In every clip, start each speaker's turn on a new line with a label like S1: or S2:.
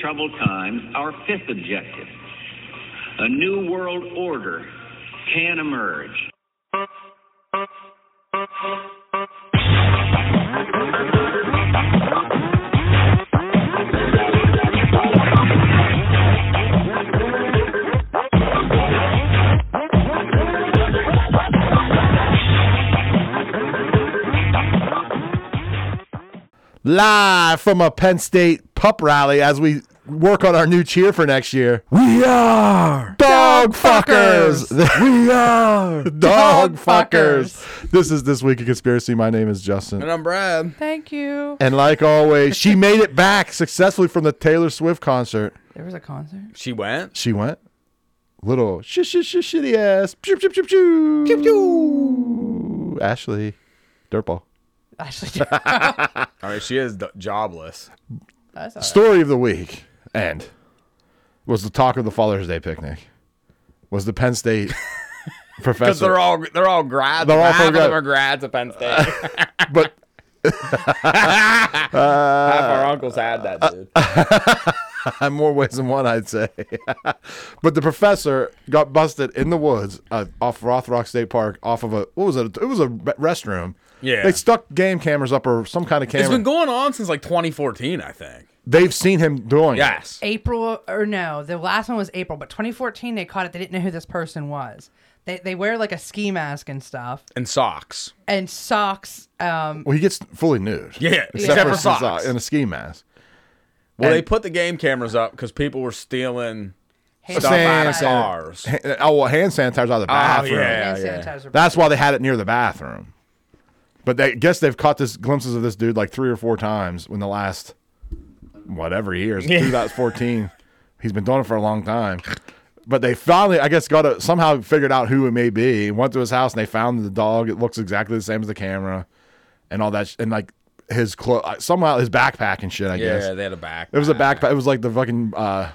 S1: troubled times, our fifth objective a new world order can emerge.
S2: live from a Penn State pup rally as we work on our new cheer for next year. We are dog, fuckers. we are dog
S3: Dog
S2: fuckers. This is this week of conspiracy. My name is Justin.
S3: And I'm Brad.
S4: Thank you.
S2: And like always, she made it back successfully from the Taylor Swift concert.
S4: There was a concert.
S3: She went.
S2: She went little sh sh sh shitty ass. Pew pew pew pew. Pew pew. Ashley Dirtball.
S4: Actually,
S3: All right, she is d- jobless.
S4: that's all right.
S2: Story of the week and was the talk of the Father's Day picnic. Was the Penn State
S3: Because
S2: professor?
S3: they're all they're all grads.
S2: They're all
S3: Half of
S2: grad-
S3: them are grads at Penn State.
S2: but
S3: Half our uncles had that dude.
S2: I'm Uh, more ways than one, I'd say. but the professor got busted in the woods uh, off Rothrock State Park, off of a what was it? It was a re- restroom.
S3: Yeah.
S2: they stuck game cameras up or some kind of
S3: it's
S2: camera.
S3: been going on since like 2014, I think.
S2: They've seen him doing. it.
S3: Yes.
S4: April or no, the last one was April, but 2014 they caught it. They didn't know who this person was. They they wear like a ski mask and stuff
S3: And socks.
S4: and socks. Um,
S2: Well, he gets fully nude.
S3: Yeah,
S2: except,
S3: except
S2: for,
S3: for
S2: some
S3: socks.
S2: sock- and a ski mask.
S3: Well,
S2: And-
S3: they put the game cameras up because people were stealing
S4: hand
S3: stuff out of
S2: Sanitizer.
S4: sanitizer.
S3: cars.
S2: Ha- Oh well, hand sanitizer out of the bathroom.
S3: yeah.
S4: Hand
S3: yeah.
S4: sanitizer.
S2: That's why they had it near the bathroom. But they, I guess they've caught this glimpses of this dude like three or four times in the last whatever years, 2014. He's been doing it for a long time. But they finally, I guess, got it somehow figured out who it may be. Went to his house and they found the dog. It looks exactly the same as the camera, and all that. Sh- and like his clothes, somehow his backpack and shit. I
S3: Yeah,
S2: guess
S3: they had a back.
S2: it was a backpack. It was like the fucking uh,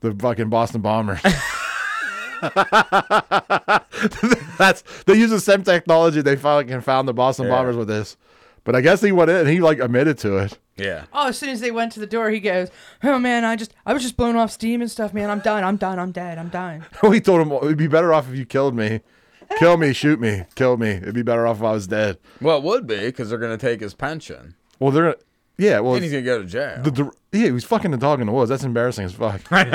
S2: the fucking Boston bomber. That's they use the same technology. They fucking found the Boston bombers with this, but I guess he went in and he like admitted to it.
S3: Yeah.
S4: Oh, as soon as they went to the door, he goes, "Oh man, I just I was just blown off steam and stuff, man. I'm done. I'm done. I'm dead. I'm done."
S2: we told him it'd be better off if you killed me, kill me, shoot me, kill me. It'd be better off if I was dead.
S3: Well, it would be because they're going to take his pension.
S2: Well, they're yeah. Well,
S3: And he's going to go to jail.
S2: the, the, yeah, he was fucking the dog in the woods. That's embarrassing as fuck.
S3: and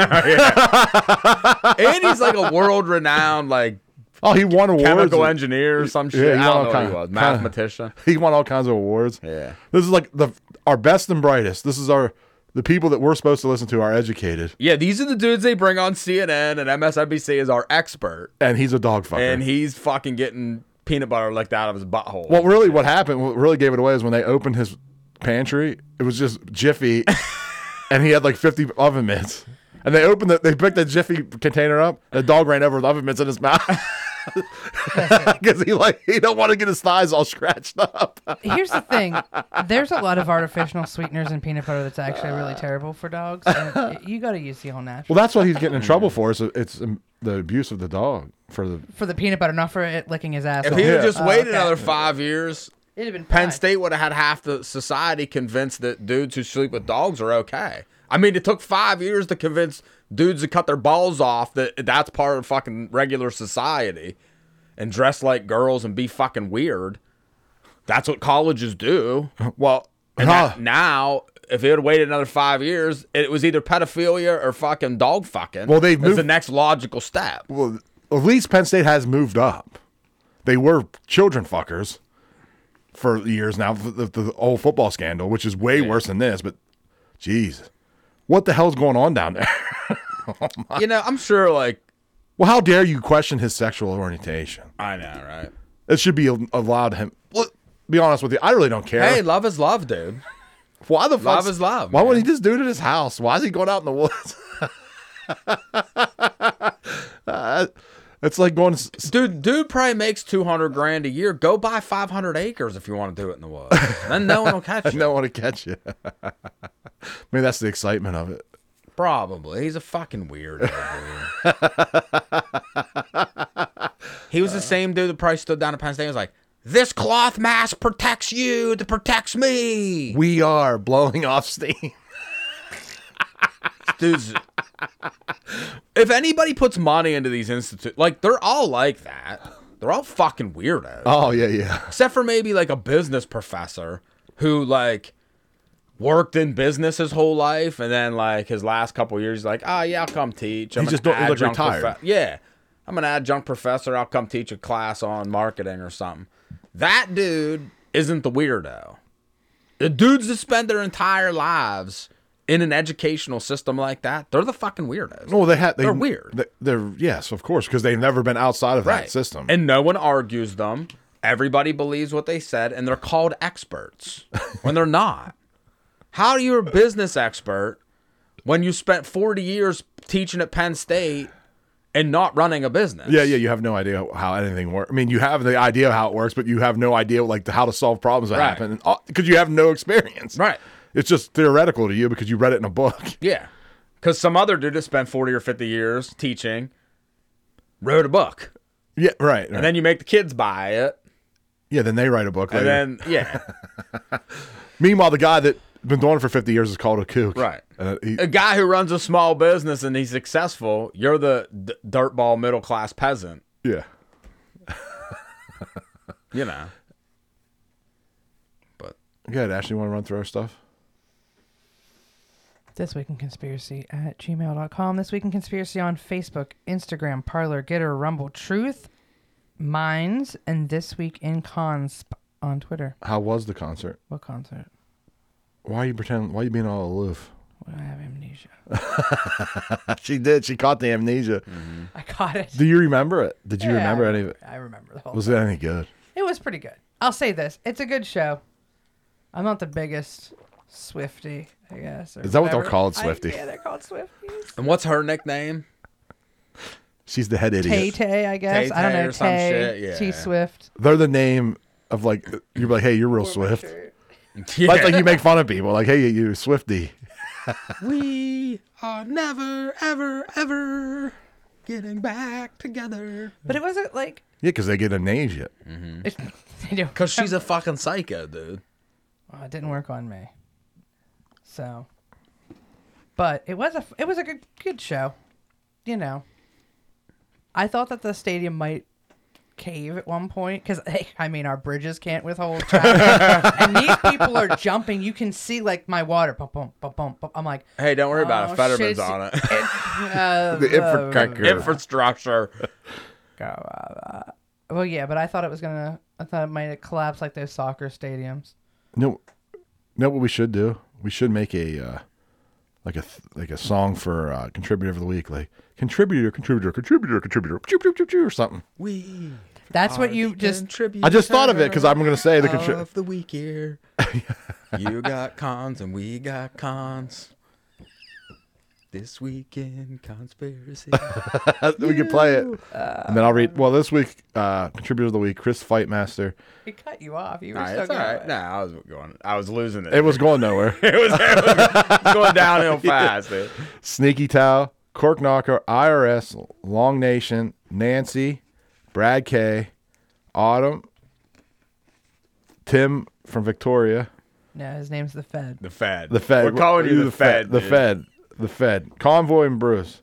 S3: he's like a world renowned, like,
S2: Oh, he won awards.
S3: chemical
S2: and-
S3: engineer or some shit.
S2: Yeah, you know,
S3: I don't know what
S2: kinda-
S3: he was.
S2: kinda-
S3: Mathematician.
S2: He won all kinds of awards.
S3: Yeah.
S2: This is like the our best and brightest. This is our the people that we're supposed to listen to are educated,
S3: Yeah, these are the dudes they bring on CNN and MSNBC is our expert,
S2: and he's a dog fucker.
S3: and he's fucking getting peanut butter licked out of his butthole.
S2: well, really, what happened? What really gave it away is when they opened his pantry. It was just Jiffy, and he had like fifty oven mitts. And they opened the, they picked the Jiffy container up. The dog ran over with oven mitts in his mouth. Because he like he don't want to get his thighs all scratched up.
S4: Here's the thing: there's a lot of artificial sweeteners in peanut butter that's actually really terrible for dogs. And you got to use the all natural.
S2: Well, that's what he's getting in trouble for. Is it's um, the abuse of the dog for the
S4: for the peanut butter, not for it licking his ass.
S3: if
S4: off.
S3: he
S2: Yeah.
S3: had just
S4: Oh,
S3: waited
S4: okay.
S3: another five years,
S4: It'd have been
S3: Penn
S4: fine.
S3: State would have had half the society convinced that dudes who sleep with dogs are okay. I mean, it took five years to convince dudes to cut their balls off that that's part of fucking regular society and dress like girls and be fucking weird. That's what colleges do.
S2: well.
S3: And
S2: huh.
S3: that- now, if it had waited another five years, it was either pedophilia or fucking dog fucking.
S2: Well, they've
S3: It's
S2: moved-
S3: the next logical step.
S2: Well, at least Penn State has moved up. They were children fuckers for years now. The, the, the whole football scandal, which is way worse than this, but jeez, what the hell's going on down there?
S3: You know, I'm sure. Like,
S2: well, how dare you question his sexual orientation?
S3: I know, right?
S2: It should be allowed him. Well, be honest with you, I really don't care.
S3: Hey, love is love, dude.
S2: why the fuck?
S3: love is love,
S2: Why wouldn't he just do it at his house? Why is he going out in the woods? Uh, it's like going. s-
S3: Dude, dude probably makes two hundred grand a year. Go buy five hundred acres if you want to do it in the woods. then no one will catch you.
S2: No one to catch you. Maybe that's the excitement of it.
S3: Probably. He's a fucking weirdo. dude. he was the same dude that probably stood down at Penn State and was like, "This cloth mask protects you. It protects me."
S2: We are blowing off steam.
S3: dudes. if anybody puts money into these institutes, like they're all like that. They're all fucking weirdos.
S2: Oh yeah, yeah.
S3: except for maybe like a business professor who like worked in business his whole life and then like his last couple years he's like oh yeah i'll come teach i'm
S2: He just
S3: an
S2: don't- he looked
S3: adjunct
S2: retired.
S3: profe- yeah i'm an adjunct professor i'll come teach a class on marketing or something that dude isn't the weirdo the dudes that spend their entire lives in an educational system like that they're the fucking weirdos
S2: Well, they had they,
S3: They're weird.
S2: They, they're yes, of course, because they've never been outside of that system.
S3: And no one argues them. Everybody believes what they said, and they're called experts when they're not. How are you a business expert when you spent 40 years teaching at Penn State and not running a business?
S2: yeah, yeah, you have no idea how anything works. I mean, you have the idea of how it works, but you have no idea like how to solve problems that
S3: Right.
S2: happen because you have no experience.
S3: Right.
S2: It's just theoretical to you because you read it in a book.
S3: Yeah. Because some other dude that spent 40 or 50 years teaching wrote a book.
S2: Yeah, right. right.
S3: And then you make the kids buy it.
S2: Oh, yeah, then they write a book.
S3: And
S2: later.
S3: then, yeah.
S2: Meanwhile, the guy that's been doing it for 50 years is called a kook.
S3: Right.
S2: Uh, he-
S3: a guy who runs a small business and he's successful, you're the d- dirtball middle class peasant.
S2: yeah.
S3: you know. But
S2: Good. Ashley, want to run through our stuff?
S4: This Week in Conspiracy at gmail.com. This Week in Conspiracy on Facebook, Instagram, Parlor, Gitter, Rumble, Truth, Minds, and This Week in Consp on Twitter.
S2: How was the concert?
S4: What concert?
S2: Why are you pretending? Why are you being all aloof?
S4: Well, I have amnesia.
S2: she did. She caught the amnesia.
S4: I caught it.
S2: Do you remember it? Did you
S4: Yeah,
S2: remember
S4: I
S2: any of it?
S4: I remember the whole
S2: Was it any good?
S4: It was pretty good. I'll say this. It's a good show. I'm not the biggest Swifty, I guess. or
S2: Is that what they're
S4: whatever.
S2: called,
S4: I-
S2: Swifty?
S4: yeah, they're called Swifties.
S3: and what's her nickname?
S2: She's the head
S4: Tay
S2: idiot.
S4: Tay, I guess. I don't
S3: Tay-Tay
S4: know.
S3: or some
S4: Tay,
S3: shit, yeah.
S4: T Swift.
S2: They're the name of like, you're like, hey, you're real Swift.
S3: Yeah.
S2: That's like you make fun of people. Like, hey, you Swifty.
S3: we are never, ever, ever getting back together.
S4: But it wasn't like.
S2: Yeah, because they get amnesia.
S4: It, they don't-
S3: Cause she's a fucking psycho, dude.
S4: Oh, it didn't work on me. So, but it was a f- it was a good good show. You know, I thought that the stadium might cave at one point because I mean our bridges can't withhold traffic, and these people are jumping. You can see like my water pump pump pump pump. pump. I'm like,
S3: Hey, don't worry about it.
S4: Oh, shit,
S3: Fetterman's
S4: it's-
S3: on it.
S4: uh,
S2: The infrastructure.
S3: Infrastructure. uh,
S4: well, yeah, but I thought it was gonna. I thought it might collapse like those soccer stadiums.
S2: No, know what we should do? We should make a uh, like a th- like a song for uh, contributor of the week, like contributor, contributor, contributor, contributor, choo, choo, choo, choo, or something.
S3: We.
S4: That's what you just
S2: I just thought of it because I'm gonna say the contri-
S3: of the week here. you got cons and we got cons. This weekend conspiracy.
S2: we could play it,
S3: Uh,
S2: and then I'll read. Well, this week uh, contributor of the week, Chris Fightmaster.
S4: it cut you off. You were
S3: Nah,
S4: still
S3: it's all
S4: going.
S3: right. Nah, I was going. I was losing it.
S2: It was going nowhere.
S3: it was, it was going downhill fast. dude.
S2: Sneaky Towel, Cork Knocker, IRS, Long Nation, Nancy, Brad K, Autumn, Tim from Victoria.
S4: No, his name's the Fed.
S3: The Fed.
S2: The Fed.
S3: We're calling you the, Fed.
S2: The
S3: dude.
S2: Fed. The Fed. Convoy and Bruce.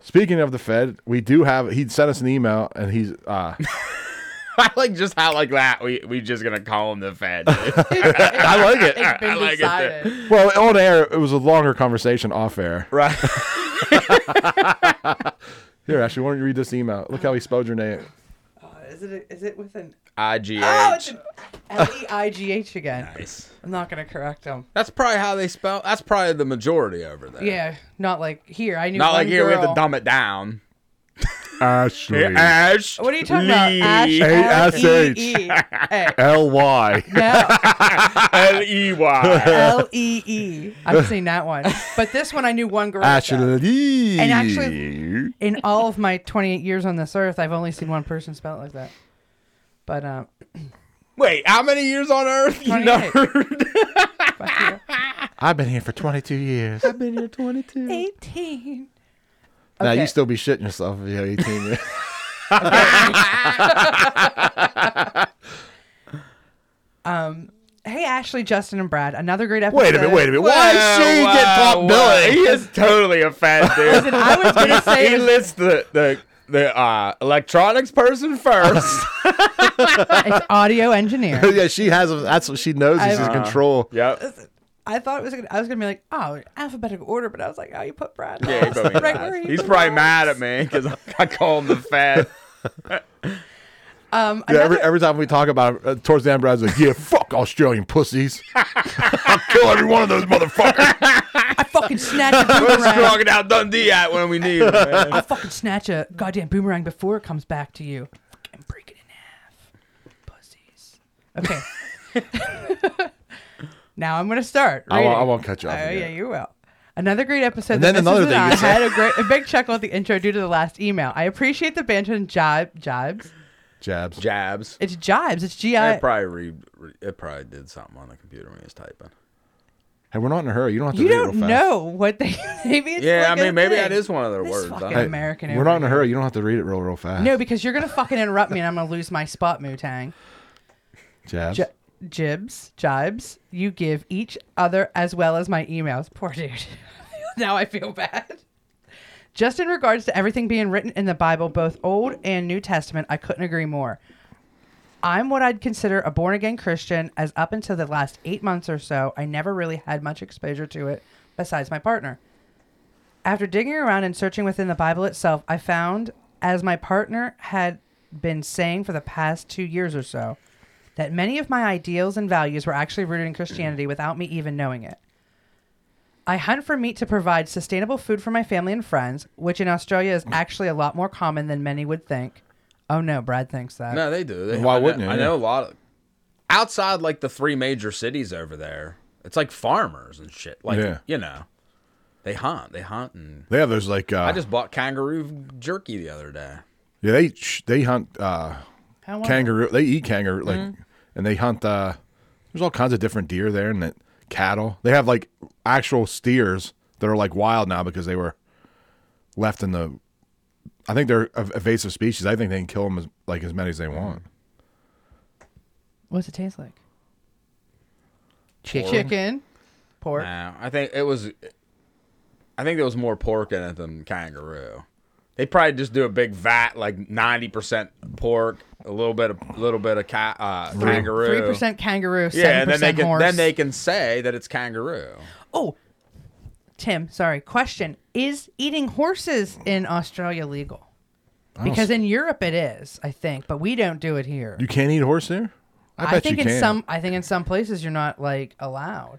S2: Speaking of the Fed, we do have. He sent us an email, and he's. uh
S3: I like just how like that. We we just gonna call him the Fed.
S4: Oh,
S3: dude.
S2: I like it.
S4: It's been
S3: I like it
S4: decided.
S2: Well, on air, it was a longer conversation off air.
S3: right.
S2: Here, actually, why don't you read this email? Look how he spelled your name.
S4: Oh, Is it is it with an
S3: I G
S4: oh it's
S3: H.
S4: an L E I G H again?
S3: Nice.
S4: I'm not gonna correct him.
S3: That's probably how they spell. That's probably the majority over there.
S4: Yeah, not like here. I knew
S3: Not
S4: one
S3: like here we have to
S4: girl-
S3: dumb it down.
S2: Ashley.
S3: Ash.
S4: What are you talking about? Ash
S2: A-S-H.
S4: L-E-E. Hey,
S2: L Y.
S4: No,
S3: L E Y.
S4: L E E. I've seen that one, but this one I knew one girl. said.
S2: E Ashley.
S4: And actually- In all of my 28 years on this earth, I've only seen one person spell it like that. But um,
S3: Wait, how many years on Earth? You
S4: 28.
S3: nerd.
S4: fuck you.
S2: I've been here for 22 years.
S4: 18.
S2: Now, you
S4: Okay.
S2: still be shitting yourself if you're 18 years.
S4: Hey, Hey, Ashley, Justin, and Brad. Another great episode.
S2: Wait a minute, wait a minute. Why
S3: Wow,
S2: is she get
S3: wow,
S2: top
S3: wow.
S4: uh,
S2: billing?
S3: He is totally a fat dude.
S4: I was gonna say
S3: he lists the the, the uh, electronics person first.
S4: it's audio engineer.
S2: yeah, she has. A, that's what she knows. She's in
S4: I-
S2: control.
S3: yep.
S4: I thought it was. Gonna, I was gonna be like, oh, alphabetical order, but I was like, oh, you put Brad.
S3: Yeah, he
S4: last,
S3: probably
S4: right
S3: does.
S4: where he
S3: He's probably
S4: belongs.
S3: mad at me because I call him the fat.
S4: Um,
S2: Yeah,
S4: another-
S2: every, every time we talk about it, uh, towards the end, Brad's like, "Yeah, fuck Australian pussies. I'll kill every one of those motherfuckers."
S4: I fucking snatch a
S3: Where's
S4: boomerang.
S3: Crocodile Dundee at when we need him? man?
S4: I fucking snatch a goddamn boomerang before it comes back to you. Fucking break it in half, pussies. Okay. now I'm gonna start.
S2: I won't- I
S4: reading.
S2: won't cut you off
S4: Oh
S2: again.
S4: yeah, you will. Another great episode.
S2: And
S4: The
S2: then another
S4: Misses
S2: thing
S4: and
S2: you
S4: I
S2: said.
S4: had a great, a big chuckle at the intro due to the last email. I appreciate the banter and jibe, jibes.
S2: Jabs.
S3: Jabs.
S4: It's jibes. It's gi.
S3: it probably re- re- it probably did something on the computer when he was typing.
S2: Hey, we're not in a hurry. You don't have to.
S4: You
S2: read it
S4: don't
S2: real fast.
S4: know what they. Maybe it's
S3: Yeah,
S4: like
S3: I
S4: a
S3: mean, maybe
S4: thing.
S3: that is one of their
S4: This
S3: words.
S4: fucking
S3: I-
S4: American.
S2: We're
S4: over
S2: not in
S4: here.
S2: a hurry. You don't have to read it real, real fast.
S4: No, because you're gonna fucking interrupt me, and I'm gonna lose my spot, Mutang.
S2: Jabs.
S4: J- jibs, jibes. You give each other as well as my emails. Poor dude. now I feel bad. Just in regards to everything being written in the Bible, both Old and New Testament, I couldn't agree more. I'm what I'd consider a born again Christian, as up until the last eight months or so, I never really had much exposure to it besides my partner. After digging around and searching within the Bible itself, I found, as my partner had been saying for the past two years or so, that many of my ideals and values were actually rooted in Christianity without me even knowing it. I hunt for meat to provide sustainable food for my family and friends, which in Australia is actually a lot more common than many would think. Oh no, Brad thinks that.
S3: No, they do. They,
S2: Why
S3: I know-
S2: wouldn't you?
S3: I know a lot of outside like the three major cities over there. It's like farmers and shit. Like
S2: Yeah.
S3: you know, they hunt. They hunt, and
S2: They have those like. Uh,
S3: I just bought kangaroo jerky the other day.
S2: yeah, they sh- they hunt uh,
S4: How wonderful.
S2: kangaroo. They eat kangaroo like,
S4: Mm-hmm.
S2: and they hunt. Uh, there's all kinds of different deer there and that cattle. They have like actual steers that are like wild now because they were left in the. I think they're ev- invasive species. I think they can kill them as, like as many as they want.
S4: What's it taste like?
S2: Chicken.
S4: Chicken, pork.
S3: Nah, I think it was. I think there was more pork in it than kangaroo. They probably just do a big vat, like ninety percent pork, a little bit of little bit of ca- uh, kangaroo,
S4: Three percent kangaroo, seven
S3: Yeah, and then they
S4: percent
S3: can
S4: horse.
S3: then they can say that it's kangaroo.
S4: Oh, Tim, sorry. Question: Is eating horses in Australia legal? Because in Europe it is, I think, but we don't do it here.
S2: You can't eat horse there. I bet
S4: think
S2: you
S4: in
S2: can.
S4: some, I think in some places you're not like allowed.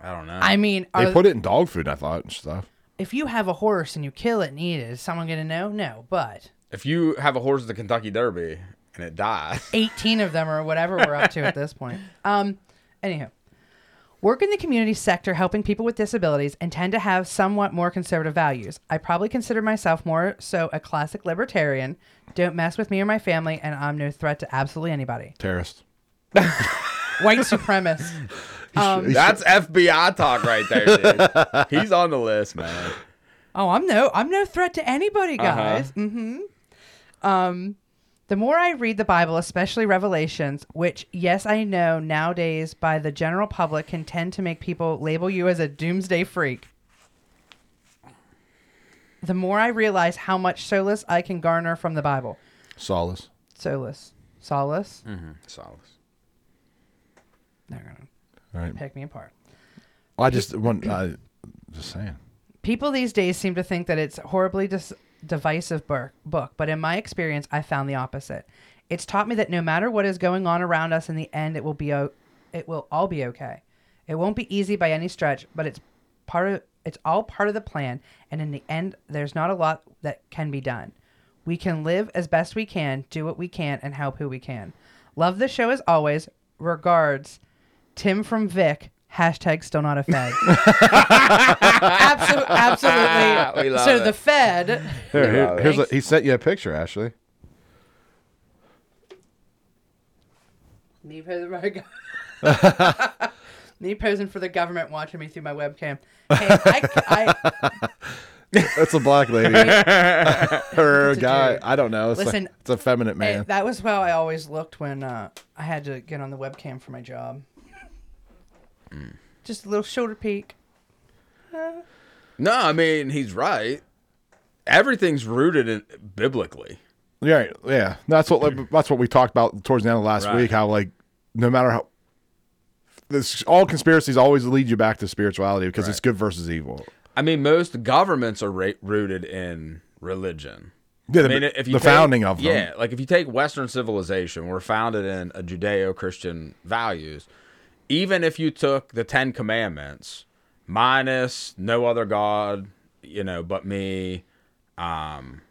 S3: I don't know.
S4: I mean,
S2: they
S4: are,
S2: put it in dog food. I thought and stuff.
S4: if you have a horse and you kill it and eat it, is someone going to know? No, but
S3: if you have a horse at the Kentucky Derby and it dies,
S4: 18 of them or whatever we're up to at this point. Um, anyhow, work in the community sector helping people with disabilities and tend to have somewhat more conservative values. I probably consider myself more so a classic libertarian. Don't mess with me or my family, and I'm no threat to absolutely anybody.
S2: Terrorist.
S4: White supremacist. Um,
S3: that's FBI talk right there, dude. He's on the list, man.
S4: Oh, I'm no, I'm no threat to anybody, guys. Mm-hmm. Um, the more I read the Bible, especially Revelations, which yes, I know nowadays by the general public can tend to make people label you as a doomsday freak. The more I realize how much solace I can garner from the Bible,
S2: Solace.
S4: solace, solace.
S3: Solace.
S4: They're gonna
S2: All right.
S4: pick me apart.
S2: I just want. I just saying.
S4: People these days seem to think that it's a horribly dis- divisive bur- book, but in my experience, I found the opposite. It's taught me that no matter what is going on around us, in the end, it will be o- it will all be okay. It won't be easy by any stretch, but it's part of it's all part of the plan. And in the end, there's not a lot that can be done. We can live as best we can, do what we can, and help who we can. Love the show as always. Regards, Tim from Vic. Hashtag still not a fag. Absol- absolutely.
S3: We love
S4: so
S3: it.
S4: the Fed.
S2: Here, here- here's a,
S4: Thanks.
S2: he sent you a picture, Ashley.
S4: Me posing for the go- me posing for the government, watching me through my webcam. Hey, I, I-
S2: That's a black lady or a
S4: It's a
S2: guy.
S4: dude.
S2: I don't know. It's
S4: Listen,
S2: a, it's a feminine man.
S4: that was how I always looked when uh, I had to get on the webcam for my job.
S3: Mm.
S4: Just a little shoulder peek.
S3: No, I mean he's right. Everything's rooted in biblically.
S2: Yeah, yeah. That's what like, that's what we talked about towards the end of last
S3: Right.
S2: week. How like no matter how this all conspiracies always lead you back to spirituality because it's good versus evil.
S3: I mean, most governments are ra- rooted in religion.
S2: Yeah, the,
S3: I mean, if you
S2: the
S3: take-
S2: founding of them.
S3: yeah, like if you take Western civilization, we're founded in a Judeo-Christian values. Even if you took the Ten Commandments, minus no other god, you know, but me. Um,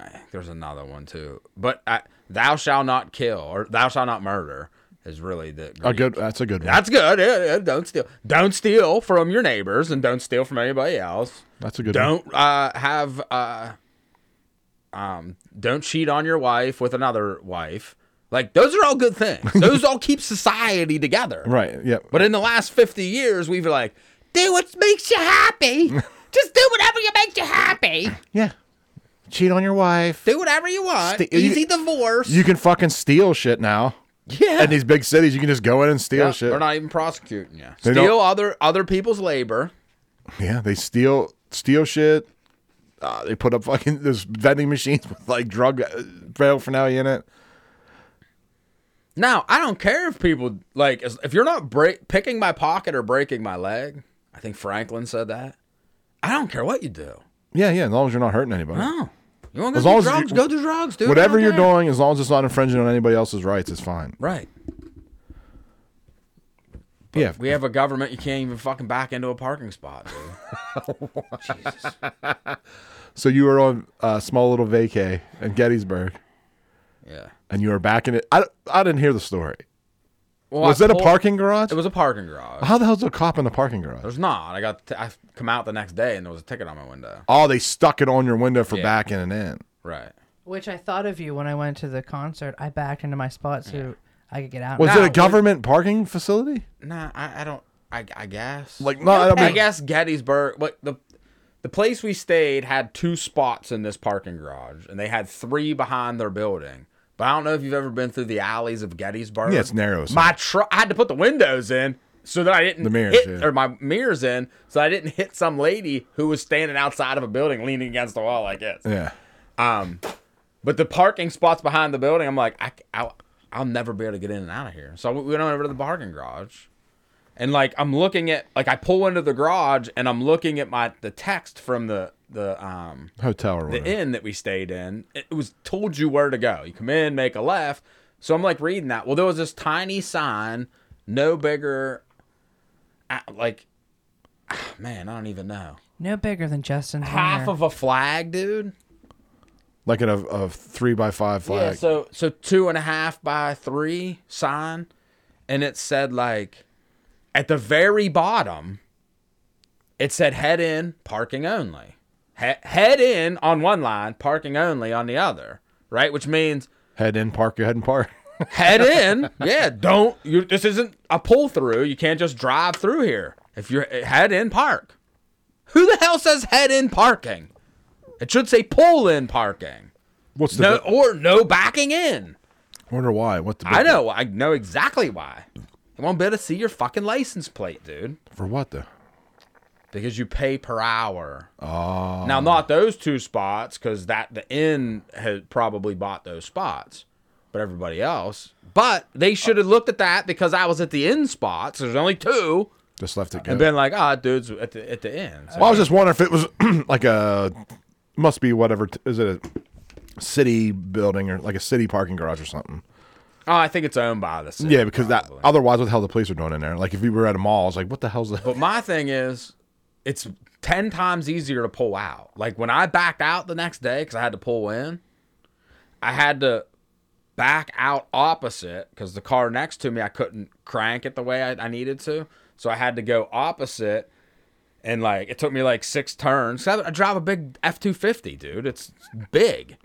S3: I think there's another one too, but I, thou shalt not kill or thou shalt not murder is really the
S2: a good. That's a good one.
S3: That's good. Yeah, yeah, don't steal. Don't steal from your neighbors and don't steal from anybody else.
S2: That's a good. One.
S3: Don't uh, have uh, um, don't cheat on your wife with another wife. Like those are all good things. Those all keep society together.
S2: Right. Yeah.
S3: But in the last fifty years, we've been like, do what makes you happy. Just do whatever you makes you happy.
S2: yeah. Cheat on your wife.
S3: Do whatever you want.
S2: Ste- you-
S3: Easy divorce.
S2: You can fucking steal shit now.
S3: yeah.
S2: In these big cities, you can just go in and steal
S3: Yeah,
S2: shit.
S3: They're not even prosecuting you.
S2: They
S3: Steal
S2: don't-
S3: other other people's labor.
S2: Yeah, they steal steal shit. Uh, they put up fucking those vending machines with like drug uh, paraphernalia in it.
S3: Now, I don't care if people like as- if you're not break, picking my pocket or breaking my leg. I think Franklin said that. I don't care what you do.
S2: Yeah, yeah. As long as you're not hurting anybody,
S3: No, you want to
S2: As
S3: go
S2: long
S3: do
S2: as you-
S3: drugs? go do drugs, dude. I
S2: whatever
S3: don't
S2: you're
S3: care.
S2: doing, as long as it's not infringing on anybody else's rights, it's fine.
S3: right?
S2: yeah,
S3: We have a government you can't even fucking back into a parking spot, dude.
S2: So you were on a small little vacay in Gettysburg,
S3: Yeah.
S2: and you were back in it. I, I didn't hear the story.
S3: Well,
S2: Was
S3: I
S2: that a
S3: pulled-
S2: parking garage?
S3: It was a parking garage.
S2: How the hell's a cop in the parking garage?
S3: There's not. I got. T- I come out the next day and there was a ticket on my window.
S2: Oh, they stuck it on your window for
S3: Yeah.
S2: backing and in.
S3: Right.
S4: Which I thought of you when I went to the concert. I backed into my spot so I could get out.
S2: Was
S3: Now,
S2: it a
S3: was-
S2: government parking facility?
S3: Nah, I, I don't. I, I guess.
S2: Like no, I mean,
S3: I guess Gettysburg. What the the place we stayed had two spots in this parking garage, and they had three behind their building. But I don't know if you've ever been through the alleys of Gettysburg.
S2: Yeah, it's narrow as
S3: My truck. I had to put the windows in so that I didn't
S2: The mirrors,
S3: hit,
S2: yeah.
S3: or my mirrors in so I didn't hit some lady who was standing outside of a building leaning against the wall like this.
S2: yeah.
S3: But the parking spots behind the building, I'm like, I, I, I'll never be able to get in and out of here. So we went over to the parking garage, and like I'm looking at, like I pull into the garage, and I'm looking at my the text from the the um
S2: Hotel or whatever.
S3: the inn that we stayed in. It was told you where to go. You come in, make a left. So I'm like reading that. Well, there was this tiny sign, no bigger, uh, like, ah, man, I don't even know.
S4: no bigger than Justin's
S3: Half
S4: hair.
S3: of a flag, dude.
S2: like in a, a three by five flag.
S3: Yeah, so so two and a half by three sign, and it said like at the very bottom, it said head in parking only. He- head in on one line, parking only on the other. Right, which means
S2: head in, park your head in park.
S3: head in. Yeah, don't you. This isn't a pull through. You can't just drive through here. If you're eh, head in park, who the hell says head in parking? It should say pull in parking.
S2: What's the?
S3: No, or no backing in.
S2: I wonder why. What the?
S3: I know. I know exactly why. They won't be able to see your fucking license plate, dude,
S2: for what though?
S3: because you pay per hour.
S2: Oh,
S3: Now, not those two spots, because that the inn had probably bought those spots, but everybody else. But they should have looked at that because I was at the inn spots. There's only two,
S2: just left it go.
S3: and been like, ah, dude's at the at the inn. So,
S2: Well, I was just wondering if it was like a must be whatever t- is it a city building or like a city parking garage or something.
S3: oh, I think it's owned by the city.
S2: Yeah, because that otherwise what the hell the police are doing in there? Like if we were at a mall, it's like what the hell's that?
S3: But my thing is, it's 10 times easier to pull out. Like when I backed out the next day because I had to pull in, I had to back out opposite because the car next to me, I couldn't crank it the way I, I needed to. So I had to go opposite. And like it took me like six turns. 'Cause I, I drive a big F two fifty, dude. It's big.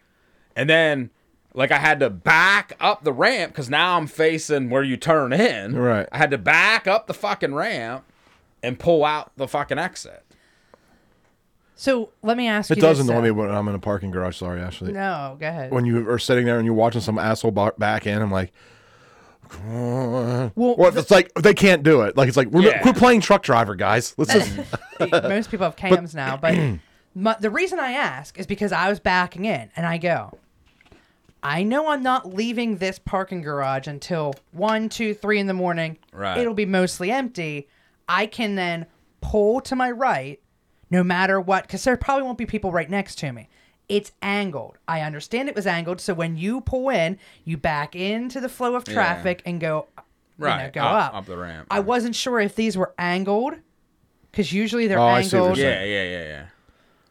S3: And then like I had to back up the ramp because now I'm facing where you turn in.
S2: Right.
S3: I had to back up the fucking ramp and pull out the fucking exit.
S4: so let me ask
S2: It
S4: you.
S2: does
S4: this,
S2: annoy
S4: though.
S2: me when I'm in a parking garage. Sorry, Ashley.
S4: No, go ahead.
S2: When you are sitting there and you're watching some asshole bar- back in, I'm like,
S4: Well,
S2: Or if it's like they can't do it. Like it's like we're
S3: Yeah.
S2: quit playing truck driver, guys. Let's just
S4: most people have cams now, but my, the reason I ask is because I was backing in and I go, I know I'm not leaving this parking garage until one, two, three in the morning.
S3: Right.
S4: It'll be mostly empty. I can then pull to my right no matter what, because there probably won't be people right next to me. It's angled. I understand it was angled. So when you pull in, you back into the flow of traffic and go, you know,
S3: Right,
S4: go
S3: up-
S4: up,
S3: up the ramp.
S4: I wasn't sure if these were angled because usually they're
S2: Oh, I see what
S4: angled.
S2: you're
S3: Yeah, yeah, yeah, yeah.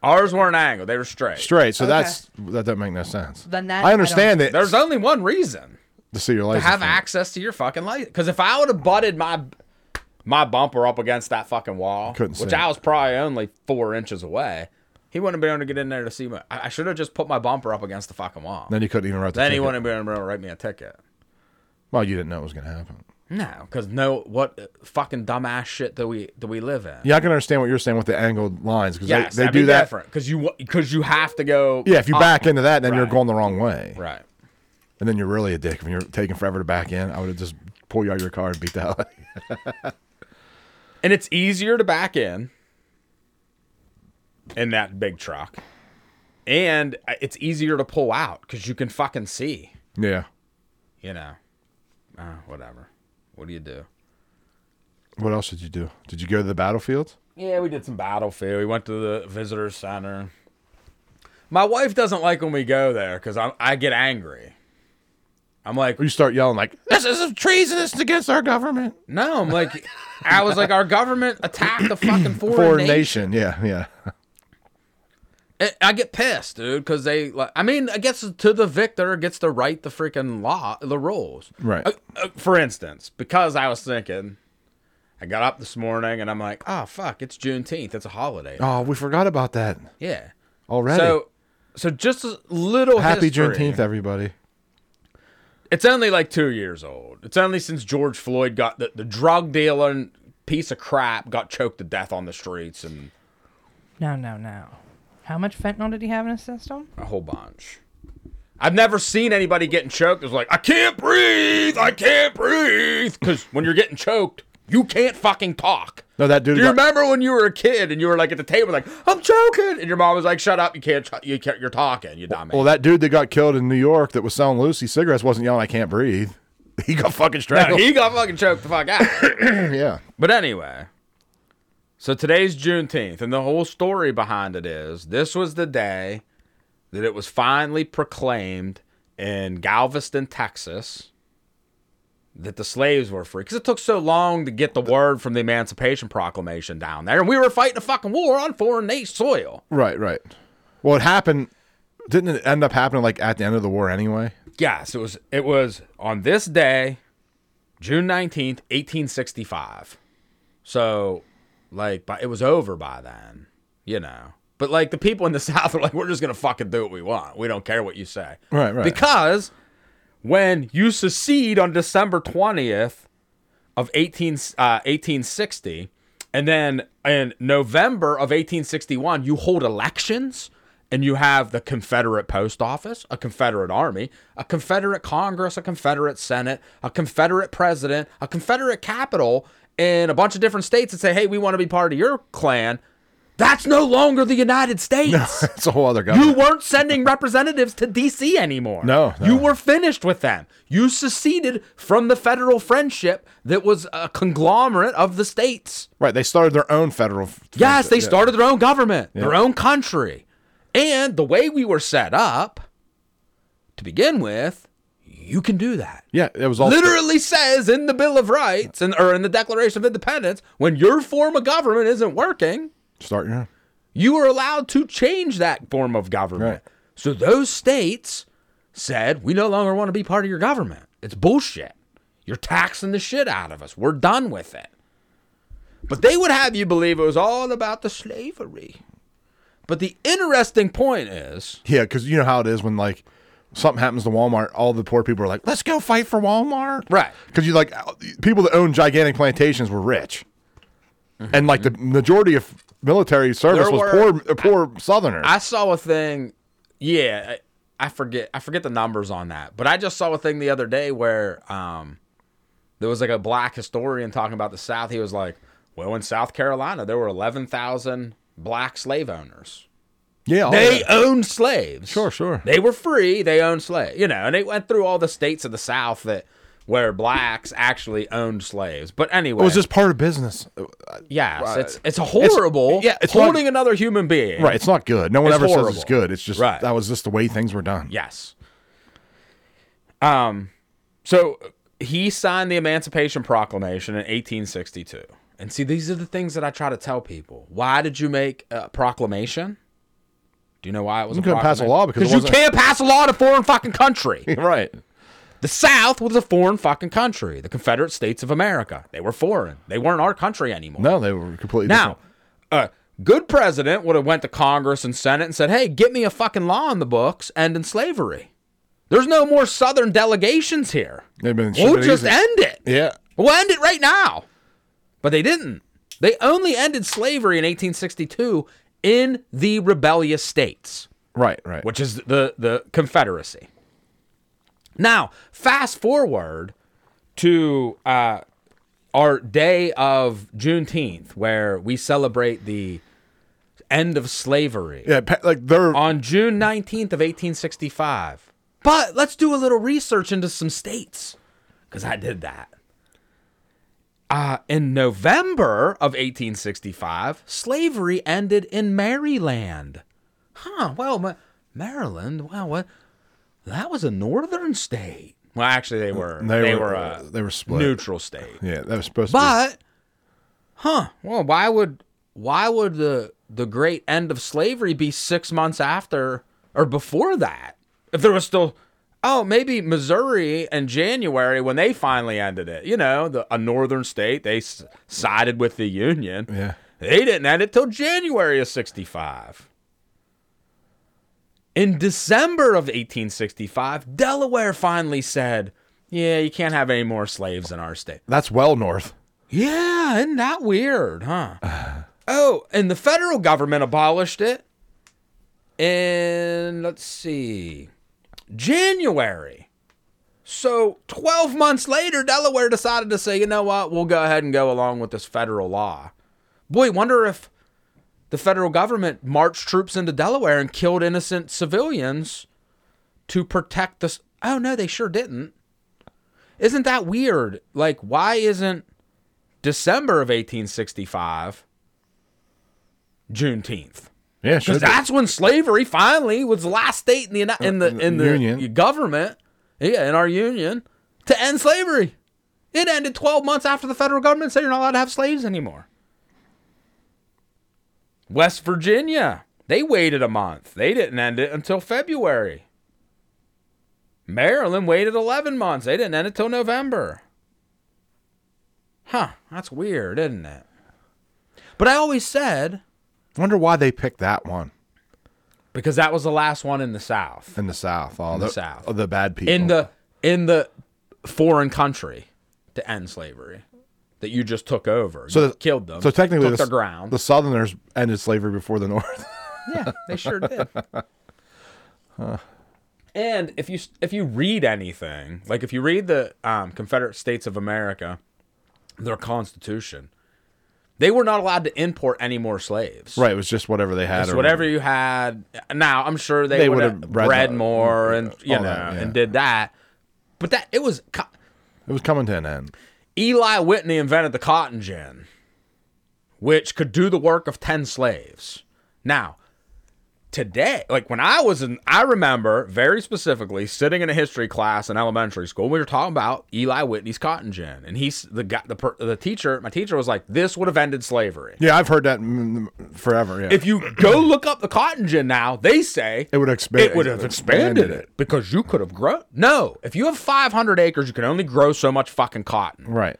S3: Ours weren't angled; they were straight.
S2: straight. So
S4: Okay.
S2: that's that doesn't make no sense.
S4: Then that- I
S2: I
S4: don't-
S2: understand it.
S3: There's only one reason
S2: to see your
S3: to
S2: license.
S3: have
S2: plate.
S3: access to your fucking light. Because if I would have butted my my bumper up against that fucking wall,
S2: Couldn't see
S3: which
S2: it.
S3: I was probably only four inches away, he wouldn't have been able to get in there to see me. I, I should have just put my bumper up against the fucking wall.
S2: Then you couldn't even write the
S3: Then he
S2: ticket.
S3: wouldn't have been able to write me a ticket.
S2: Well, you didn't know it was gonna happen.
S3: No, because no, what uh, fucking dumbass shit do we do we live in?
S2: Yeah, I can understand what you're saying with the angled lines because
S3: yes,
S2: they, they
S3: that'd be
S2: do that.
S3: different because you because you have to go.
S2: Yeah, if you
S3: up.
S2: back into that, then you're
S3: Right.
S2: going the wrong way,
S3: right,
S2: and then you're really a dick. When you're taking forever to back in, I would have just pulled you out of your car and beat the hell out. of you.
S3: and it's easier to back in in that big truck, and uh, it's easier to pull out because you can fucking see.
S2: Yeah,
S3: You know, uh, whatever. What do you do?
S2: What else did you do? Did you go to the battlefield?
S3: Yeah, we did some battlefield. We went to the visitor center. My wife doesn't like when we go there because I I get angry. I'm like,
S2: Or you start yelling like, "This is treason! This is against our government,
S3: No, I'm like, I was like, our government attacked a fucking foreign,
S2: foreign
S3: nation.
S2: nation. Yeah, yeah.
S3: Eh, I- I get pissed, dude, because they like. I mean, I guess to the victor gets to write the freaking law, the rules.
S2: Right.
S3: Uh, uh, for instance, because I was thinking, I got up this morning and I'm like, oh fuck, it's Juneteenth, it's a holiday.
S2: Oh, we forgot about that
S3: Yeah.
S2: already.
S3: So, so just a little
S2: Happy
S3: history.
S2: Juneteenth, everybody.
S3: It's only like two years old. It's only since George Floyd got the, the drug dealer and piece of crap got choked to death on the streets and
S4: No, no, no. How much fentanyl did he have in his system?
S3: a whole bunch. I've never seen anybody getting choked. It's like I can't breathe, I can't breathe, because when you're getting choked, you can't fucking talk.
S2: No, that dude
S3: Do you
S2: got-
S3: remember when you were a kid and you were like at the table, like I'm choking, and your mom was like, "Shut up, you can't, ch- you can't, you're talking, you dummy."
S2: Well, that dude that got killed in New York that was selling Lucy cigarettes wasn't yelling, "I can't breathe." He got fucking strangled.
S3: he got fucking choked the fuck out.
S2: yeah.
S3: But anyway, so today's Juneteenth, and the whole story behind it is this was the day that it was finally proclaimed in Galveston, Texas, that the slaves were free. Because it took so long to get the word from the Emancipation Proclamation down there, and we were fighting a fucking war on foreign na- soil.
S2: Right, right. Well, it happened. Didn't it end up happening like at the end of the war anyway?
S3: Yes, it was. It was on this day, June nineteenth, eighteen sixty-five. So, like, by, it was over by then, you know. But like, the people in the South were like, "We're just gonna fucking do what we want. We don't care what you say."
S2: Right, right.
S3: Because when you secede on December twentieth of 18, uh, 1860, and then in November of eighteen sixty-one, you hold elections. And you have the Confederate Post Office, a Confederate Army, a Confederate Congress, a Confederate Senate, a Confederate President, a Confederate Capitol, and a bunch of different states that say, hey, we want to be part of your clan. That's no longer the United States.
S2: It's a whole other
S3: You
S2: government.
S3: weren't sending representatives to DC anymore.
S2: No, no.
S3: You were finished with them. You seceded from the federal friendship that was a conglomerate of the states.
S2: right. They started their own federal. f-
S3: Yes, they
S2: yeah.
S3: started their own government, their own country. And the way we were set up to begin with, you can do that.
S2: Yeah, it was all
S3: Literally says in the Bill of Rights and or in the Declaration of Independence, when your form of government isn't working,
S2: Start your own.
S3: you were allowed to change that form of government.
S2: Right.
S3: So those states said, we no longer want to be part of your government. It's bullshit. You're taxing the shit out of us. We're done with it. But they would have you believe it was all about the slavery. But the interesting point is,
S2: Yeah, because you know how it is when like something happens to Walmart, all the poor people are like, "Let's go fight for Walmart,"
S3: Right.
S2: Because you like people that own gigantic plantations were rich, and like the majority of military service
S3: There
S2: was poor,
S3: were-
S2: poor Southerners.
S3: I saw a thing. Yeah, I, I forget. I forget the numbers on that, but I just saw a thing the other day where um, There was like a black historian talking about the South. He was like, "Well, in South Carolina, there were eleven thousand black slave owners.
S2: Yeah. oh,
S3: they
S2: yeah.
S3: owned slaves.
S2: Sure, sure.
S3: They were free. They owned slaves. You know, and they went through all the states of the South that where blacks actually owned slaves. But anyway,
S2: It was just part of business.
S3: yes, it's it's horrible.
S2: yeah, it's not-
S3: holding another human being.
S2: Right. It's not good. No one
S3: It's
S2: ever
S3: horrible.
S2: says it's good. It's just
S3: Right.
S2: that was just the way things were done.
S3: Yes. Um, so he signed the Emancipation Proclamation in 1862. And see, these are the things that I try to tell people. Why did you make a proclamation? Do you know why it was?
S2: You couldn't pass a law because it
S3: you
S2: wasn't-
S3: can't pass a law in a foreign fucking country.
S2: Right.
S3: The South was a foreign fucking country. The Confederate States of America. They were foreign. They weren't our country anymore.
S2: No, they were completely
S3: Now, a good president would have went to Congress and Senate and said, "Hey, get me a fucking law on the books ending slavery. There's no more Southern delegations here.
S2: They've been-
S3: we'll
S2: should've
S3: just
S2: easy.
S3: end it.
S2: different. Yeah.
S3: We'll end it right now." But they didn't. They only ended slavery in 1862 in the rebellious states
S2: Right. Right.
S3: which is the the Confederacy. Now, fast forward to uh, our day of Juneteenth, where we celebrate the end of slavery
S2: yeah. pa- Like they're
S3: on June nineteenth of eighteen sixty five. But let's do a little research into some states, because I did that. Uh, in November of 1865, slavery ended in Maryland huh, well, Ma- Maryland, wow, what? That was a northern state. Well, actually, they were
S2: They
S3: they,
S2: were-
S3: were, a
S2: they were split.
S3: neutral state.
S2: yeah. That was supposed to.
S3: But, huh? Well, why would why would the the great end of slavery be six months after or before that? If there was still, oh, maybe Missouri in January when they finally ended it. You know, the, a northern state they s- sided with the Union.
S2: Be, yeah.
S3: They didn't end it till January of 65. In December of 1865, Delaware finally said, Yeah, you can't have any more slaves in our state.
S2: That's well north.
S3: Yeah, isn't that weird, huh? oh, and the federal government abolished it in, let's see, January. So 12 months later, Delaware decided to say, you know what, we'll go ahead and go along with this federal law. Boy, wonder if the federal government marched troops into Delaware and killed innocent civilians to protect the. s- Oh, no, they sure didn't. Isn't that weird? Like, why isn't December of 1865 Juneteenth?
S2: Yeah. Should
S3: Because
S2: be.
S3: that's when slavery finally was the last state in the uni- in the in the
S2: Uh, Union.
S3: government, yeah, in our union, to end slavery. It ended 12 months after the federal government said you're not allowed to have slaves anymore. West Virginia, they waited a month. They didn't end it until February. Maryland waited 11 months. They didn't end it till November. Huh, that's weird, isn't it? But I always said
S2: Wonder why they picked that one
S3: because that was the last one in the South,
S2: in the south. All
S3: the
S2: the
S3: South.
S2: all the bad people.
S3: in the in the foreign country, to end slavery that you just took over.
S2: so
S3: You
S2: the-
S3: killed them.
S2: So technically,
S3: took
S2: the,
S3: their ground.
S2: the Southerners ended slavery before the North.
S3: yeah, they sure did. And if you if you read anything, like if you read the um, Confederate States of America, their Constitution, they were not allowed to import any more slaves.
S2: right. It was just whatever they had.
S3: It's
S2: or
S3: whatever you had. Now I'm sure they,
S2: They
S3: would
S2: would've
S3: have
S2: read
S3: read,
S2: the-
S3: more and you
S2: all
S3: know
S2: that, yeah.
S3: and did that, but that it was co-
S2: It was coming to an end.
S3: Eli Whitney invented the cotton gin, which could do the work of 10 slaves. Now, today, like when I was in, I remember very specifically sitting in a history class in elementary school. We were talking about Eli Whitney's cotton gin, and he's the guy, the, per- the teacher, my teacher was like, this would have ended slavery.
S2: Yeah, I've heard that mm, forever. Yeah.
S3: If you go look up the cotton gin now, they say
S2: It would expand-
S3: It would have expanded it because you could have grown. No, if you have 500 acres, you can only grow so much fucking cotton.
S2: right.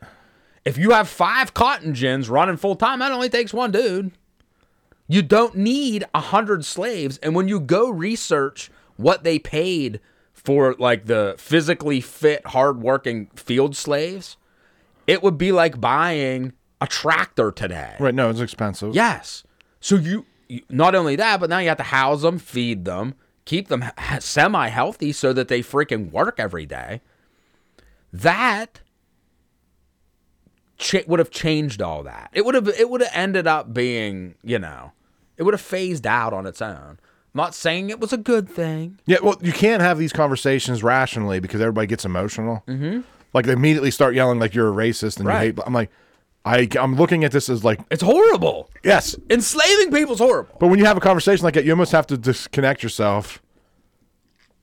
S3: If you have five cotton gins running full time, that only takes one dude. You don't need a hundred slaves. And when you go research what they paid for like the physically fit, hardworking field slaves, it would be like buying a tractor today.
S2: Right. No, it's expensive.
S3: Yes. So you, you not only that, but now you have to house them, feed them, keep them semi healthy so that they freaking work every day. That cha- would have changed all that. It would have it would have ended up being you know, it would have phased out on its own. I'm not saying it was a good thing.
S2: Yeah, well, you can't have these conversations rationally because everybody gets emotional. Mm-hmm. Like they immediately start yelling like you're a racist and
S3: Right.
S2: you hate. I'm like, I I'm looking at this as like
S3: It's horrible.
S2: yes,
S3: Enslaving people's horrible.
S2: but when you have a conversation like that, you almost have to disconnect yourself.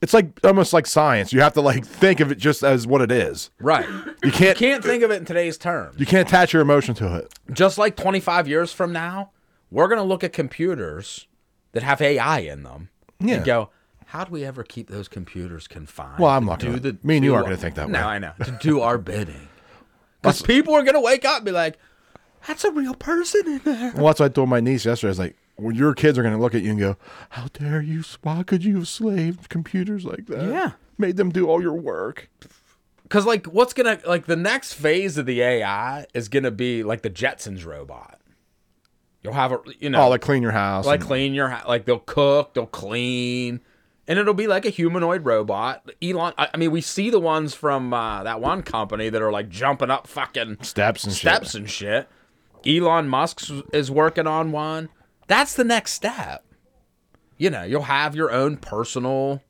S2: It's like almost like science. You have to like think of it just as what it is.
S3: Right.
S2: You can't
S3: Can't think of it in today's terms.
S2: you can't attach your emotion to it.
S3: just like 25 years from now, we're going to look at computers that have AI in them
S2: Yeah.
S3: and go, how do we ever keep those computers confined?
S2: Well, I'm
S3: to
S2: not
S3: do
S2: gonna-
S3: the-
S2: me and you
S3: do
S2: aren't
S3: our-
S2: gonna think that
S3: no,
S2: way.
S3: I know. To do our bidding. Because people are going to wake up and be like, that's a real person in there.
S2: Well, that's what I told my niece yesterday. I was like, well, your kids are going to look at you and go, "How dare you? Why could you have slaved computers like that?
S3: Yeah.
S2: made them do all your work."
S3: Because, like, what's going to, like, the next phase of the AI is going to be like the Jetsons robot. You'll have a, you know,
S2: Oh, like clean your house.
S3: like
S2: and-
S3: clean your hou- like they'll cook they'll clean and it'll be like a humanoid robot elon i, I mean we see the ones from uh, that one company that are like jumping up fucking
S2: steps and shit.
S3: steps and shit elon musk is working on one that's the next step you know you'll have your own personal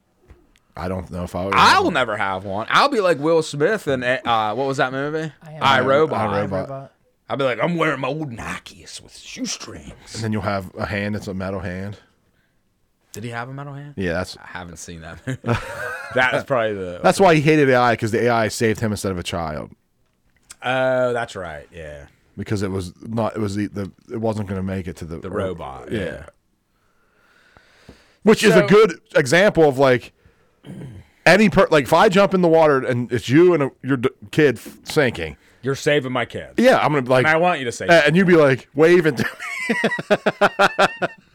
S2: I don't know if I would.
S3: i will never have one i'll be like will smith and uh, what was that movie i, robot
S2: I, Robot.
S4: Robot.
S3: i'll be like i'm wearing my old nikes with shoestrings
S2: And then you'll have a hand that's a metal hand.
S3: did he have a metal hand
S2: Yeah, that's
S3: I haven't seen that. movie. that is probably the.
S2: that's why he hated AI because the AI saved him instead of a child
S3: Oh, that's right. Yeah,
S2: because it was not it was the, the it wasn't going to make it to the
S3: the robot. Yeah.
S2: which is a
S3: So-
S2: good example of like any per like if I jump in the water and it's you and a, your d- kid f- sinking.
S3: You're saving my kids.
S2: Yeah, I'm gonna be like
S3: And I want you to say.
S2: Uh, and you'd be like waving to me.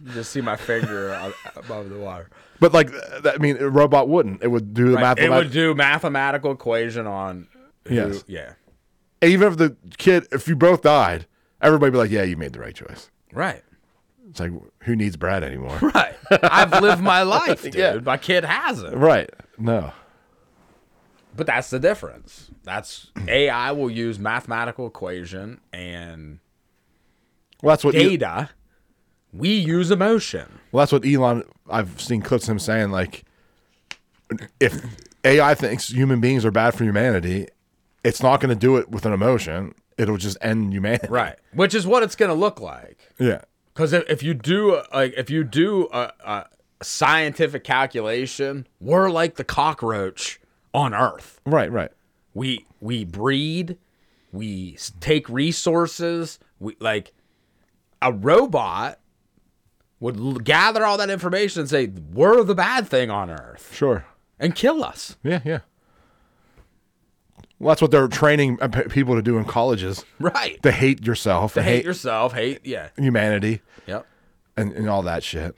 S3: you just see my finger up- above the water.
S2: But like, th- I mean, a robot wouldn't. It would do the math.
S3: It would do mathematical equation on. Who,
S2: Yes.
S3: Yeah.
S2: Even if the kid, if you both died, everybody would be like, yeah, you made the right choice.
S3: Right.
S2: It's like, who needs Brad anymore?
S3: Right. I've lived my life, dude.
S2: Yeah.
S3: My kid hasn't.
S2: right. No.
S3: But that's the difference. That's AI will use mathematical equation and
S2: Well, that's what. E-
S3: data. We use emotion.
S2: well, that's what Elon. I've seen clips of him saying like, if AI thinks human beings are bad for humanity, it's not going to do it with an emotion. It'll just end humanity.
S3: Right. Which is what it's going to look like.
S2: Yeah.
S3: Because if, if you do uh, like if you do a, a scientific calculation, we're like the cockroach on Earth.
S2: Right. Right.
S3: We we breed, we s- take resources. We like a robot would l- gather all that information and say we're the bad thing on Earth
S2: Sure.
S3: and kill us.
S2: Yeah. Yeah. Well, that's what they're training uh, pe- people to do in colleges.
S3: Right.
S2: to hate yourself, to
S3: hate,
S2: hate,
S3: yourself. Hate yeah.
S2: humanity,
S3: Yep.
S2: and, and all that shit.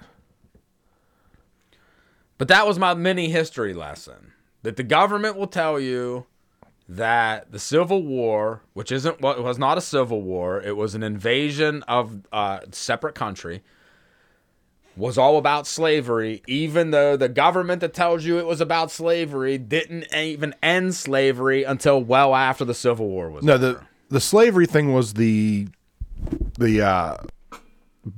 S3: But that was my mini history lesson that the government will tell you that the Civil War, which isn't what was not a civil war, it was an invasion of a separate country, was all about slavery, even though the government that tells you it was about slavery didn't even end slavery until well after the Civil War was
S2: No,
S3: over.
S2: the the slavery thing was the the uh,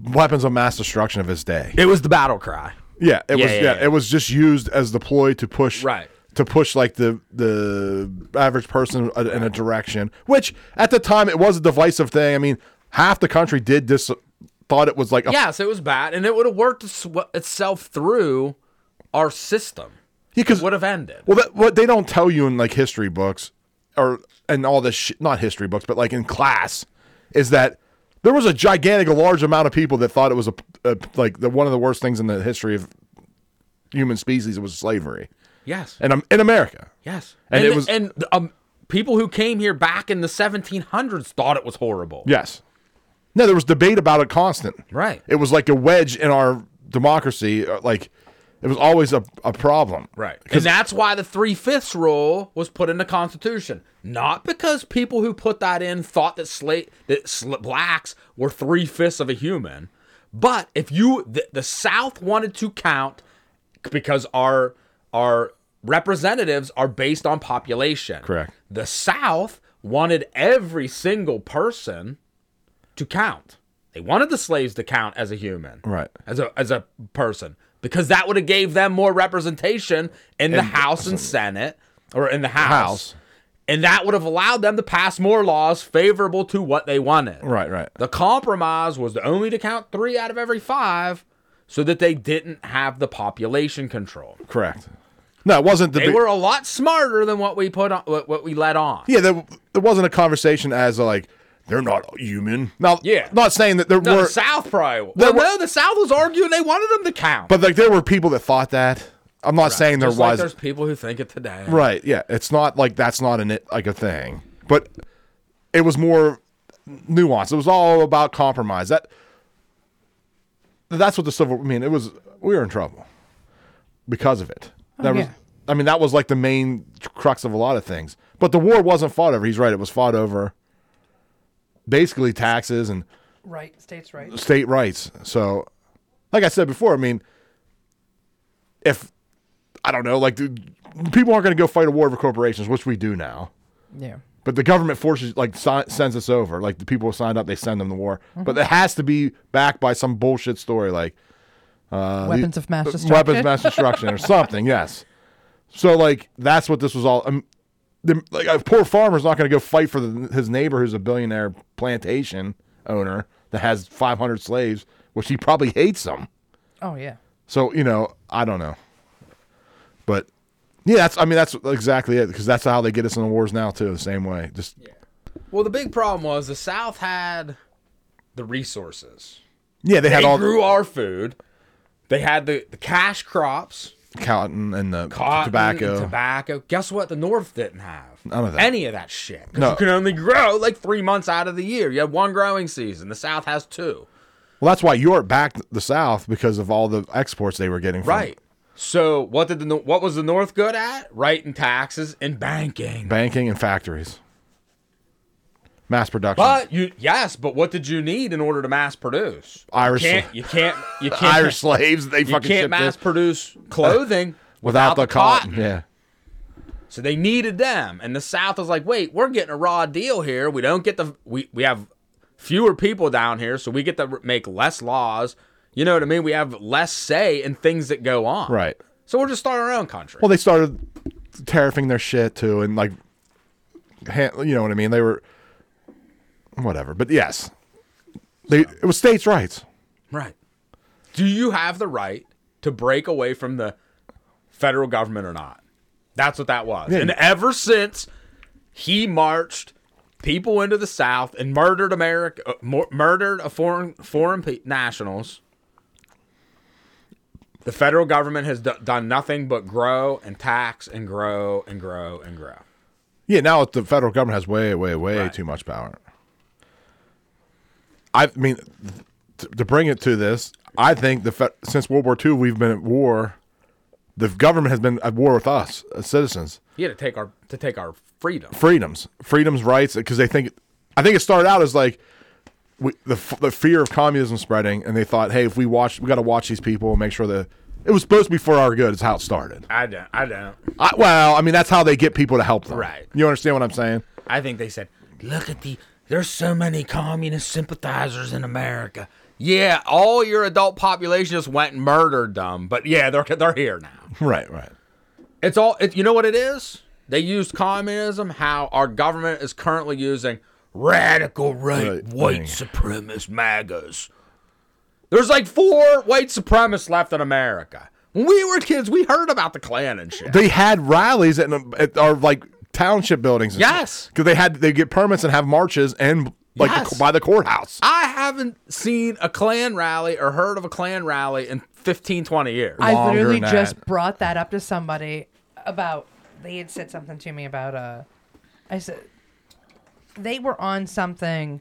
S2: weapons of mass destruction of his day.
S3: it was the battle cry.
S2: Yeah, it
S3: Yeah,
S2: was.
S3: yeah,
S2: Yeah,
S3: yeah.
S2: it was just used as the ploy to push
S3: Right.
S2: to push like the the average person a- in a direction. Which at the time it was a divisive thing. I mean, half the country did dis thought it was like a
S3: Yes, it was bad, and it would have worked its- itself through our system.
S2: because
S3: Would have ended.
S2: Well, that, what they don't tell you in like history books or and all this shit, not history books, but like in class, is that there was a gigantic, a large amount of people that thought it was a, a like the one of the worst things in the history of human species was slavery,
S3: Yes.
S2: and um, in America,
S3: Yes,
S2: And
S3: and,
S2: it was-
S3: and um, people who came here back in the 1700s thought it was horrible.
S2: yes, no, there was debate about it constant,
S3: Right.
S2: It was like a wedge in our democracy, uh, like it was always a, a problem,
S3: Right. And
S2: 'Cause-
S3: that's why the three fifths rule was put in the Constitution. Not because people who put that in thought that slate that sl- blacks were three fifths of a human, but if you the, the South wanted to count because our our representatives are based on population.
S2: Correct.
S3: The South wanted every single person to count. They wanted the slaves to count as a human,
S2: Right.
S3: As a as a person, because that would have gave them more representation in the House and Senate, or in the House,
S2: House.
S3: and that would have allowed them to pass more laws favorable to what they wanted.
S2: Right, right.
S3: The compromise was only to count three out of every five, so that they didn't have the population control.
S2: Correct. No, it wasn't the
S3: They
S2: big-
S3: were a lot smarter than what we put on, what, what we let on.
S2: Yeah, there, there wasn't a conversation as a, like they're not human. Now,
S3: Yeah.
S2: not saying that there
S3: No,
S2: were,
S3: the South probably.
S2: There
S3: Well,
S2: were-
S3: no, the South was arguing they wanted them to count.
S2: but like there were people that thought that. I'm not saying there
S3: Just like
S2: was.
S3: there's people who think it today.
S2: Right. Yeah. It's not like that's not an it like a thing, but it was more nuanced. It was all about compromise. That that's what the civil. I mean, it was we were in trouble because of it. That was.
S4: yeah.
S2: I mean, that was like the main crux of a lot of things. But the war wasn't fought over. He's right. It was fought over basically taxes and
S4: Right, states' rights.
S2: state rights. So, like I said before, I mean, if I don't know, like the, people aren't going to go fight a war over corporations, which we do now.
S4: Yeah.
S2: But the government forces, like, si- sends us over. Like the people who signed up, they send them to war.
S4: Mm-hmm.
S2: But it has to be backed by some bullshit story, like uh,
S4: weapons of mass destruction.
S2: weapons of mass destruction or something. Yes. So like that's what this was all. Um, the, like a poor farmer's not going to go fight for the, his neighbor who's a billionaire plantation owner that has 500 slaves, which he probably hates them.
S4: Oh yeah.
S2: So you know, I don't know, but yeah, that's I mean that's exactly it because that's how they get us in the wars now too. The same way, just yeah,
S3: Well, the big problem was the South had the resources.
S2: they,
S3: They
S2: had all
S3: grew our food. They had the, the cash crops,
S2: the cotton and the
S3: cotton,
S2: tobacco.
S3: and tobacco. Guess what? The North didn't have
S2: None of that.
S3: Any of that shit. 'Cause
S2: No.
S3: You can only grow like three months out of the year. You have one growing season. The South has two.
S2: Well, that's why Europe backed the South because of all the exports they were getting. From
S3: Right. So what did the Nor- what was the North good at? Writing taxes and banking.
S2: banking and factories, mass production.
S3: But you yes, but what did you need in order to mass produce?
S2: Irish-
S3: You can't you can't you can't,
S2: Irish slaves, they
S3: you
S2: fucking
S3: can't
S2: shipped
S3: mass
S2: it
S3: produce clothing
S2: without, the cotton. Yeah,
S3: So they needed them. And the South was like, wait, we're getting a raw deal here. We don't get the we we have fewer people down here, so we get to make less laws. You know what I mean? We have less say in things that go on.
S2: right.
S3: So we're just starting our own country.
S2: Well, they started tariffing their shit too, and like, ha- you know what I mean. They were whatever, but yes, they it was states' rights.
S3: Right. Do you have the right to break away from the federal government or not? That's what that was. And ever since he marched people into the South and murdered America, uh, mur- murdered a foreign foreign pe- nationals, the federal government has d- done nothing but grow and tax and grow and grow and grow.
S2: Yeah, now the federal government has way, way, way
S3: Right.
S2: too much power. I mean, t- to bring it to this, I think the fe- since World War II, we've been at war. The government has been at war with us as citizens.
S3: He had to take our to take our freedom.
S2: freedoms, freedoms, rights, because they think, I think it started out as like we, the f- the fear of communism spreading, and they thought, hey, if we watch, we got to watch these people and make sure that it was supposed to be for our good. Is how it started.
S3: I don't. I don't.
S2: I, well, I mean, that's how they get people to help them.
S3: Right.
S2: You understand what I'm saying?
S3: I think they said, "Look at the there's so many communist sympathizers in America." Yeah, all your adult population just went and murdered them, but yeah, they're they're here now.
S2: Right. Right.
S3: It's all it, you know what it is. They used communism how our government is currently using radical right,
S2: Right
S3: white
S2: wing.
S3: supremacist magas. There's like four white supremacists left in America. When we were kids, we heard about the Klan and shit.
S2: They had rallies at, at our like township buildings.
S3: Yes.
S2: Because they had they get permits and have marches and like
S3: Yes.
S2: the, by the courthouse.
S3: I haven't seen a Klan rally or heard of a Klan rally in 15, 20 years.
S4: I
S2: Longer
S4: literally
S2: than
S4: just
S2: that.
S4: brought that up to somebody about they had said something to me about uh I said they were on something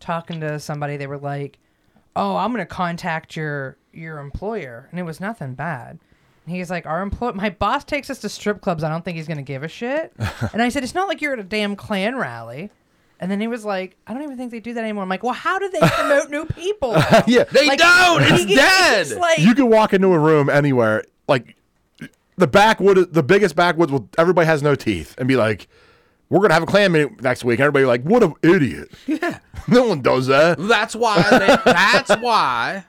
S4: talking to somebody they were like, "Oh, I'm going to contact your your employer." And it was nothing bad. And he's like, "Our employ my boss takes us to strip clubs. I don't think he's going to give a shit." and I said, "It's not like you're at a damn Klan rally." And then he was like, "I don't even think they do that anymore." I'm like, "Well, how do they promote new people?"
S2: yeah.
S3: they
S4: Like,
S3: don't. It's
S4: he-
S3: dead.
S4: it's like-
S2: you can walk into a room anywhere, like the backwood, the biggest backwoods, will everybody has no teeth, and be like, We're gonna have a clan meeting next week. Everybody like, what an idiot.
S3: Yeah.
S2: No one does that.
S3: That's why. They, that's why.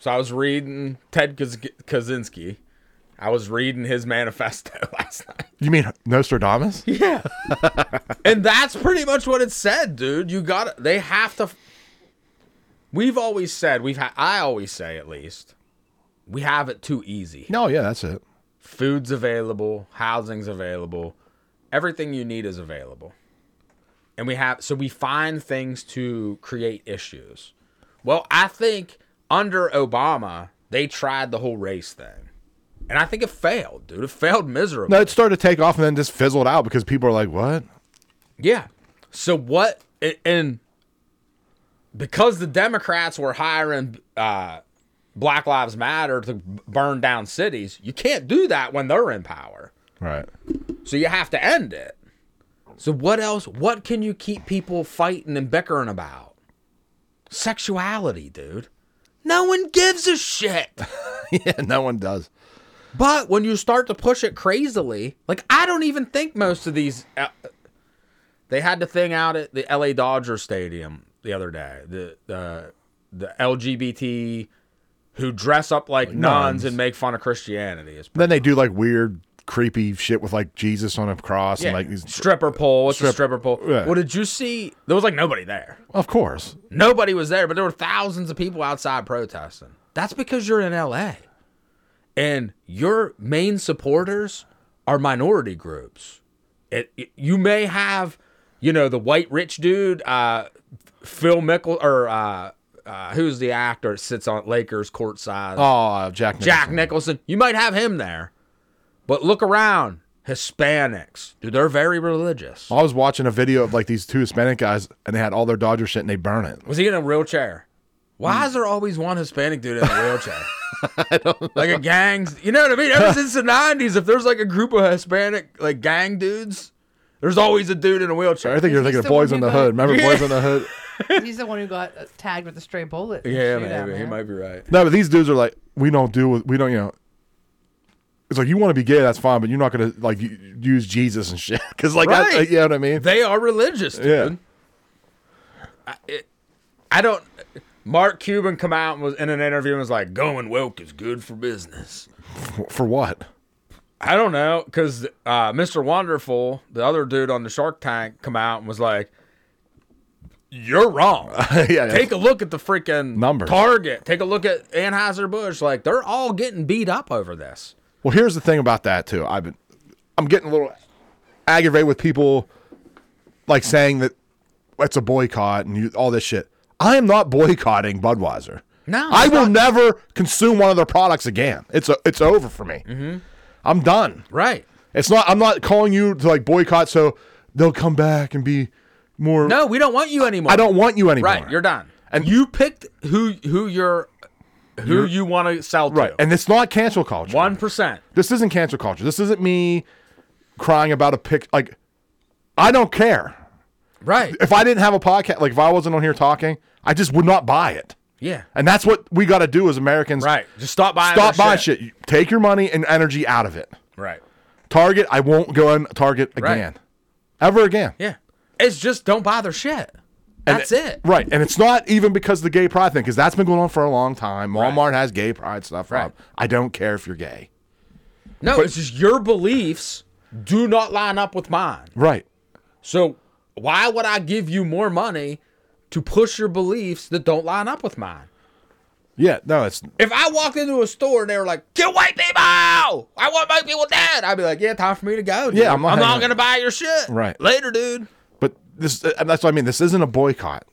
S3: So I was reading Ted Kaz- Kaczynski. I was reading his manifesto last night.
S2: You mean Nostradamus?
S3: Yeah. and that's pretty much what it said, dude. You got to they have to We've always said, we've ha- I always say at least, we have it too easy.
S2: No, yeah, that's it.
S3: Food's available, housing's available, everything you need is available. And we have so we find things to create issues. Well, I think under Obama, they tried the whole race thing. And I think it failed, dude. It failed miserably.
S2: No, it started to take off and then just fizzled out because people are like, what?
S3: Yeah. So what? a- And because the Democrats were hiring uh, Black Lives Matter to b- burn down cities, you can't do that when they're in power.
S2: Right.
S3: So you have to end it. So what else? What can you keep people fighting and bickering about? Sexuality, dude. No one gives a shit.
S2: yeah, no one does.
S3: But when you start to push it crazily, like I don't even think most of these. Uh, they had the thing out at the L.A. Dodger Stadium the other day. The the the LGBT who dress up like nuns,
S2: nuns.
S3: and make fun of Christianity is
S2: Then they do like weird, creepy shit with like Jesus on a cross and like these.
S3: stripper pole. It's a stripper pole.
S2: yeah.
S3: Well, did you see? There was like nobody there.
S2: Of course.
S3: Nobody was there, but there were thousands of people outside protesting. That's because you're in LA. And your main supporters are minority groups. It, it- you may have, you know, the white rich dude, uh, Phil Mickel, or uh, uh, who's the actor that sits on Lakers court side?
S2: Oh, uh, Jack.
S3: Jack
S2: Nicholson.
S3: Nicholson. You might have him there. But look around. Hispanics, dude, they're very religious.
S2: I was watching a video of like these two Hispanic guys, and they had all their Dodger shit, and they burn it.
S3: Was he in a wheelchair? Why is there always one Hispanic dude in a wheelchair? Like a gang, you know what I mean? Ever since the '90s, if there's like a group of Hispanic like gang dudes, there's always a dude in a wheelchair.
S2: I think you're
S4: Is this
S2: thinking of
S4: the
S2: Boys
S4: one
S2: in
S4: who
S2: the Hood.
S4: got-
S2: Remember Boys in the Hood?
S4: He's the one who got uh, tagged with the stray bullet. in the
S3: yeah,
S4: shootout,
S3: maybe he
S4: man.
S3: might be right.
S2: No, but these dudes are like, we don't do with, we don't, you know. It's like you want to be gay, that's fine, but you're not gonna like u- use Jesus and shit, because like, that-
S3: Right.
S2: you know what I mean?
S3: They are religious, dude.
S2: Yeah.
S3: I, it, I don't. Mark Cuban come out and was in an interview and was like, "Going woke is good for business."
S2: For, for what?
S3: I don't know, because uh, Mr. Wonderful, the other dude on the Shark Tank, come out and was like, "You're wrong.
S2: yeah,
S3: Take a look at the freaking
S2: Numbers.
S3: Target. Take a look at Anheuser Busch. Like they're all getting beat up over this.
S2: Well, here's the thing about that too. I've been, I'm getting a little aggravated with people like saying that it's a boycott and you, all this shit. I am not boycotting Budweiser.
S3: No,
S2: I
S3: it's
S2: will never consume one of their products again. It's a, it's over for me.
S3: Mm-hmm.
S2: I'm done.
S3: Right?
S2: It's not. I'm not calling you to like boycott so they'll come back and be more.
S3: No, we don't want you anymore.
S2: I don't want you anymore.
S3: Right? You're done.
S2: And-
S3: And you picked who who you're who you want to sell to.
S2: right. And it's not cancel culture.
S3: one percent.
S2: This isn't cancel culture. This isn't me crying about a pic. Like, I don't care.
S3: Right?
S2: if I didn't have a podcast, like if I wasn't on here talking, I just would not buy it.
S3: Yeah.
S2: And that's what we got to do as Americans.
S3: Right. Just stop buying.
S2: Stop
S3: their
S2: buying shit. You- Take your money and energy out of it.
S3: Right?
S2: Target, I won't go on Target
S3: Right.
S2: again. Ever again.
S3: Yeah. It's just don't buy their shit. That's it.
S2: Right. And it's not even because of the gay pride thing, because that's been going on for a long time. Walmart has gay pride stuff
S3: Right.
S2: up. I don't care if you're gay.
S3: No, it's just your beliefs do not line up with mine.
S2: Right.
S3: So why would I give you more money to push your beliefs that don't line up with mine?
S2: Yeah. No, it's
S3: If I walked into a store and they were like, "Kill white people! I want white people dead," I'd be like, "Yeah, time for me to go. dude.
S2: Yeah, I'm not
S3: I'm not
S2: hanging-
S3: gonna buy your shit.
S2: Right.
S3: later, dude.
S2: But this, uh, that's what I mean. This isn't a boycott.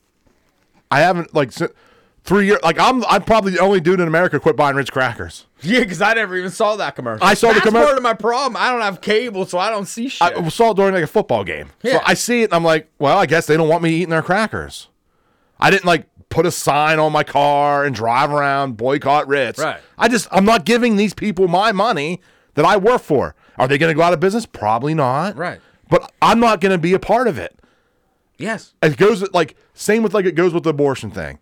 S2: I haven't like si- three years. Like I'm, I'm probably the only dude in America who quit buying Ritz crackers.
S3: Yeah, because I never even saw that commercial.
S2: I saw the
S3: That's
S2: commer-
S3: Part of my problem. I don't have cable, so I don't see shit.
S2: I saw it during like a football game.
S3: Yeah.
S2: So I see it and I'm like, well, I guess they don't want me eating their crackers. I didn't like put a sign on my car and drive around boycott Ritz.
S3: Right.
S2: I just I'm not giving these people my money that I work for. Are they going to go out of business? Probably not.
S3: Right.
S2: But I'm not going to be a part of it.
S3: yes.
S2: it goes with, like same with like it goes with the abortion thing.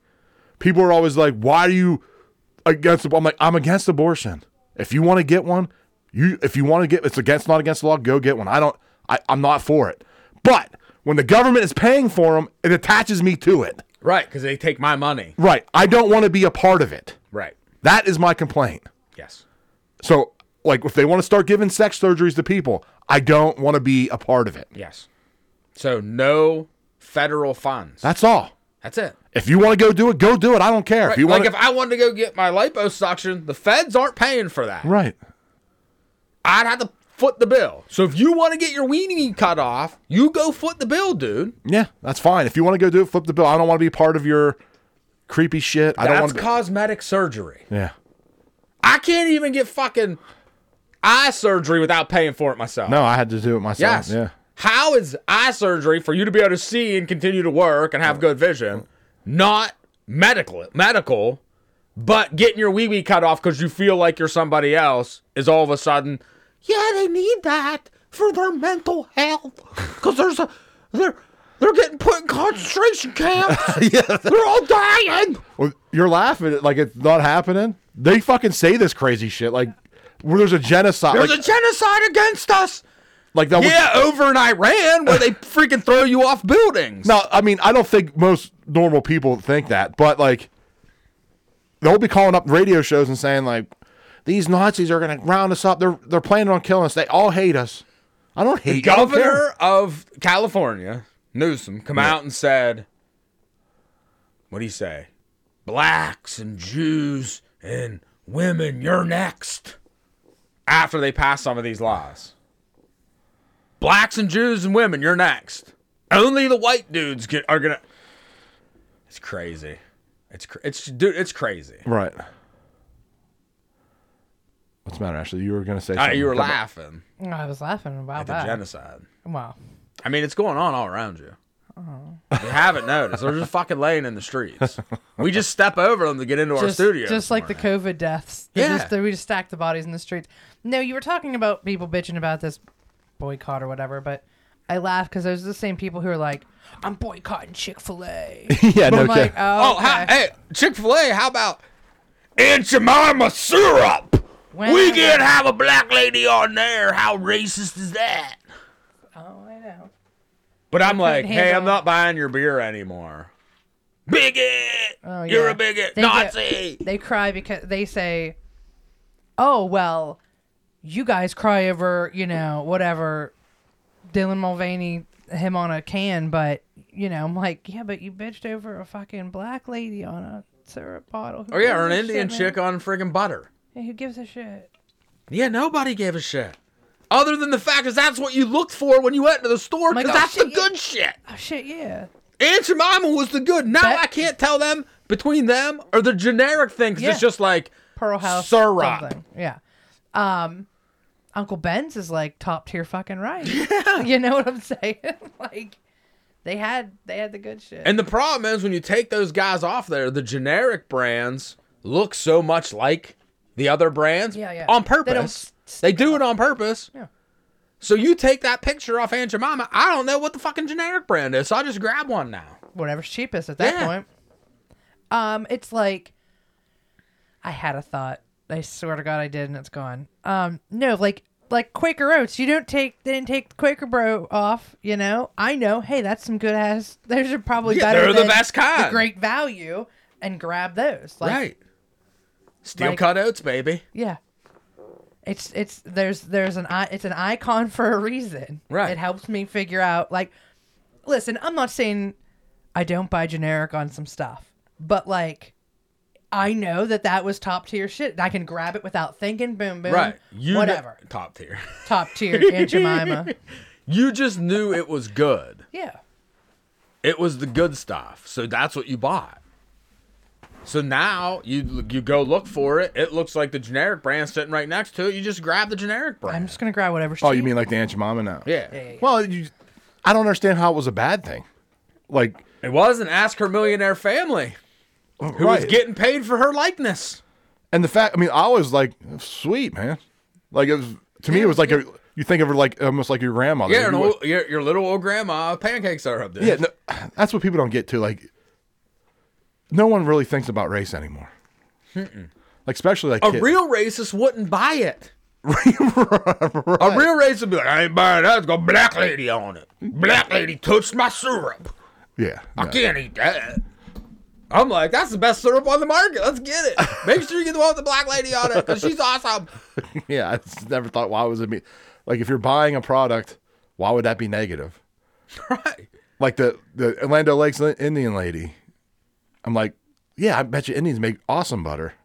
S2: People are always like, "Why are you against?" ab-" I'm like, "I'm against abortion. If you want to get one, you if you want to get it's against not against the law, go get one. I don't. I, I'm not for it. But when the government is paying for them, it attaches me to it.
S3: Right, because they take my money.
S2: Right. I don't want to be a part of it.
S3: Right.
S2: That is my complaint.
S3: Yes.
S2: So, like, if they want to start giving sex surgeries to people, I don't want to be a part of it.
S3: Yes. So no federal funds.
S2: That's all.
S3: That's it.
S2: If you want to go do it, go do it. I don't care. If you want
S3: like if I wanted to go get my liposuction, the feds aren't paying for that.
S2: right.
S3: I'd have to foot the bill. So if you want to get your weenie cut off, you go foot the bill, dude.
S2: Yeah, that's fine. If you want to go do it, flip the bill. I don't want to be part of your creepy shit. I don't
S3: That's
S2: want to. Be-
S3: cosmetic surgery.
S2: yeah.
S3: I can't even get fucking eye surgery without paying for it myself.
S2: No, I had to do it myself.
S3: Yes.
S2: Yeah.
S3: How is eye surgery for you to be able to see and continue to work and have good vision not medical? Medical, but getting your wee wee cut off because you feel like you're somebody else is all of a sudden. Yeah, they need that for their mental health because there's a they're they're getting put in concentration camps. they're all dying.
S2: Well, you're laughing like it's not happening. They fucking say this crazy shit like where there's a genocide.
S3: There's
S2: like,
S3: a genocide against us.
S2: like that. was-
S3: Yeah, over in Iran where they freaking throw you off buildings.
S2: Now, I mean, I don't think most normal people think that, but like, they'll be calling up radio shows and saying like, "These Nazis are going to round us up. They're they're planning on killing us. They all hate us." I don't hate you. I don't care.
S3: governor of California, Newsom, come out and said, "What do you say? Blacks and Jews and women, you're next." After they pass some of these laws, blacks and Jews and women, you're next. Only the white dudes get, are gonna. It's crazy. It's cra- it's dude. It's crazy.
S2: Right. What's the matter, Ashley? You were going to say
S3: Ah,
S2: something.
S3: you were
S2: Come on.
S3: laughing
S4: I was laughing about
S3: at the
S4: that.
S3: genocide.
S4: Wow.
S3: I mean, it's going on all around you.
S4: Oh.
S3: You haven't noticed. They're just fucking laying in the streets. We just step over them to get into our
S4: Just,
S3: studio.
S4: just like the COVID deaths. They
S3: Yeah.
S4: Just, they- we just stacked the bodies in the streets. No, you were talking about people bitching about this boycott or whatever, but I laugh because those are the same people who are like, I'm boycotting Chick fil A.
S2: yeah, no
S4: I'm like,
S2: kidding.
S4: oh,
S3: Oh, how,
S4: okay.
S3: hey, Chick Fil A. How about Aunt Jemima syrup? We
S4: Whenever.
S3: can't have a black lady on there. How racist is that?
S4: Oh, I know.
S3: But I'm like,
S4: handle-
S3: hey, I'm not buying your beer anymore. Bigot!
S4: Oh,
S3: You're
S4: yeah.
S3: a bigot,
S4: They do.
S3: Nazi.
S4: They cry because they say, "Oh well, you guys cry over you know whatever Dylan Mulvaney him on a can, but you know I'm like yeah, but you bitched over a fucking black lady on a syrup bottle. Who
S3: Oh yeah, or an
S4: gives a
S3: Indian
S4: shit,
S3: chick
S4: man?
S3: on friggin' butter.
S4: Yeah, who gives a shit?
S3: Yeah, nobody gave a shit. Other than the fact is that's what you looked for when you went to the store
S4: Oh My
S3: because
S4: God,
S3: that's
S4: shit,
S3: the
S4: yeah.
S3: good shit.
S4: Oh shit, yeah.
S3: Aunt Jemima was the good. Now
S4: That-
S3: I can't tell them between them or the generic thing 'cause
S4: Yeah.
S3: it's just like
S4: Pearl House
S3: Syrup.
S4: something. Yeah. Um, Uncle Ben's is like top tier fucking right. You know what I'm saying? like they had they had the good shit.
S3: And the problem is when you take those guys off there, the generic brands look so much like the other brands
S4: Yeah, yeah.
S3: on
S4: They don't
S3: purpose.
S4: s-
S3: They, do it on purpose.
S4: Yeah.
S3: So you take that picture off Aunt Jemima. I don't know what the fucking generic brand is, so I just grab one now.
S4: whatever's cheapest at that
S3: Yeah.
S4: point. Um, it's like I had a thought. I swear to God, I did, and it's gone. Um, no, like like Quaker Oats, you don't take they didn't take Quaker Bro off. You know, I know. Hey, that's some good ass. Those are probably
S3: Yeah,
S4: better.
S3: they're the
S4: than
S3: best kind.
S4: great value, and grab those. Like,
S3: right. Steel
S4: like-
S3: cut oats, baby.
S4: Yeah. It's it's there's there's an i- it's an icon for a reason.
S3: Right.
S4: It helps me figure out like listen, I'm not saying I don't buy generic on some stuff, but like I know that that was top tier shit. I can grab it without thinking. Boom, boom.
S3: Right. You kn-
S4: whatever.
S3: top tier.
S4: Top tier Aunt Jemima.
S3: You just knew it was good.
S4: Yeah.
S3: It was the good stuff. So that's what you bought. So now you you go look for it. It looks like the generic brand sitting right next to it. You just grab the generic
S4: I'm
S3: brand.
S4: just gonna grab whatever.
S2: oh, you mean like the Aunt Jemima now?
S3: yeah.
S2: Well, you, I don't understand how it was a bad thing. Like,
S3: It was an Ask Her Millionaire Family who was
S2: right.
S3: getting paid for her likeness.
S2: and the fact, I mean, I was like, sweet, man. Like, it was, to me, it was like, a, you think of her like almost like your grandmother.
S3: Yeah,
S2: You
S3: and
S2: would-
S3: old, your, your little old grandma pancakes are up there.
S2: yeah no, that's what people don't get to. Like, no one really thinks about race anymore. Like, especially like
S3: A
S2: kid-
S3: real racist wouldn't buy it. A real racist would be like, I ain't buying that. It's got black lady on it. Black lady touched my syrup.
S2: Yeah.
S3: I can't eat that. I'm like, that's the best syrup on the market. Let's get it. Make sure you get the one with the black lady on it because she's awesome.
S2: Yeah, I just never thought why was it me? Like if you're buying a product, why would that be negative?
S3: Right.
S2: Like the the Orlando Lakes Indian lady. I'm like, yeah, I bet you Indians make awesome butter.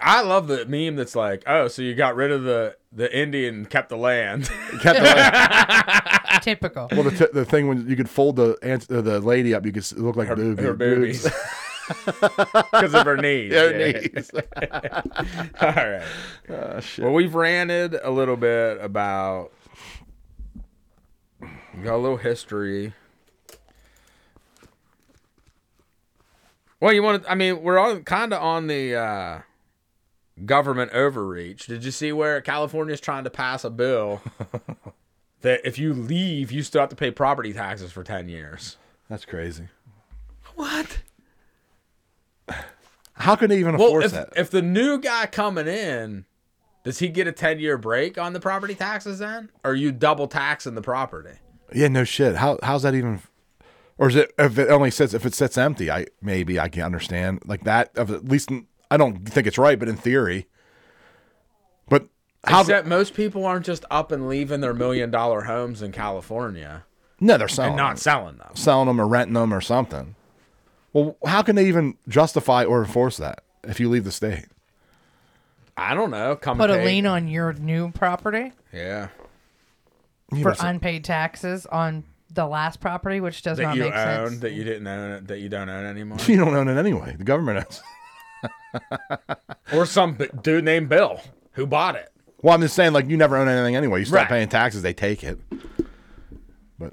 S3: I love the meme that's like, oh, so you got rid of the the Indian, and kept the land.
S2: Kept the,
S4: Typical.
S2: well, the, t- the thing when you could fold the ant- uh, the lady up, you could s- it look like her, boobie,
S3: her
S2: boobs.
S3: boobies. Because of her knees.
S2: Her
S3: yeah.
S2: knees. Oh,
S3: All right. Well, we've ranted a little bit about. we Got a little history. Well, you want to? I mean, we're on kind of on the uh, government overreach. Did you see where California's trying to pass a bill that if you leave, you still have to pay property taxes for ten years?
S2: That's crazy.
S3: What?
S2: How can they even
S3: Well,
S2: afford
S3: if,
S2: that?
S3: if the new guy coming in, does he get a 10 year break on the property taxes then? Or are you double taxing the property?
S2: yeah, no shit. How how's that even? Or is it if it only sits if it sits empty? I maybe I can understand like that. Of at least I don't think it's right, but in theory. But how?
S3: Except most people aren't just up and leaving their million dollar homes in California
S2: no, they're selling.
S3: and not selling them.
S2: selling them or renting them or something. Well, how can they even justify or enforce that if you leave the state?
S3: I don't know. Come
S4: Put a
S3: take-
S4: lien on your new property
S3: Yeah.
S4: for
S2: must-
S4: unpaid taxes on the last property, which does
S3: That
S4: not
S3: you
S4: make
S3: own,
S4: sense.
S3: that you didn't own, it, that you don't own anymore.
S2: You don't own it anyway. The government owns. it.
S3: or some b- dude named Bill who bought it.
S2: Well, I'm just saying, like you never own anything anyway. You start
S3: Right.
S2: paying taxes, they take it. But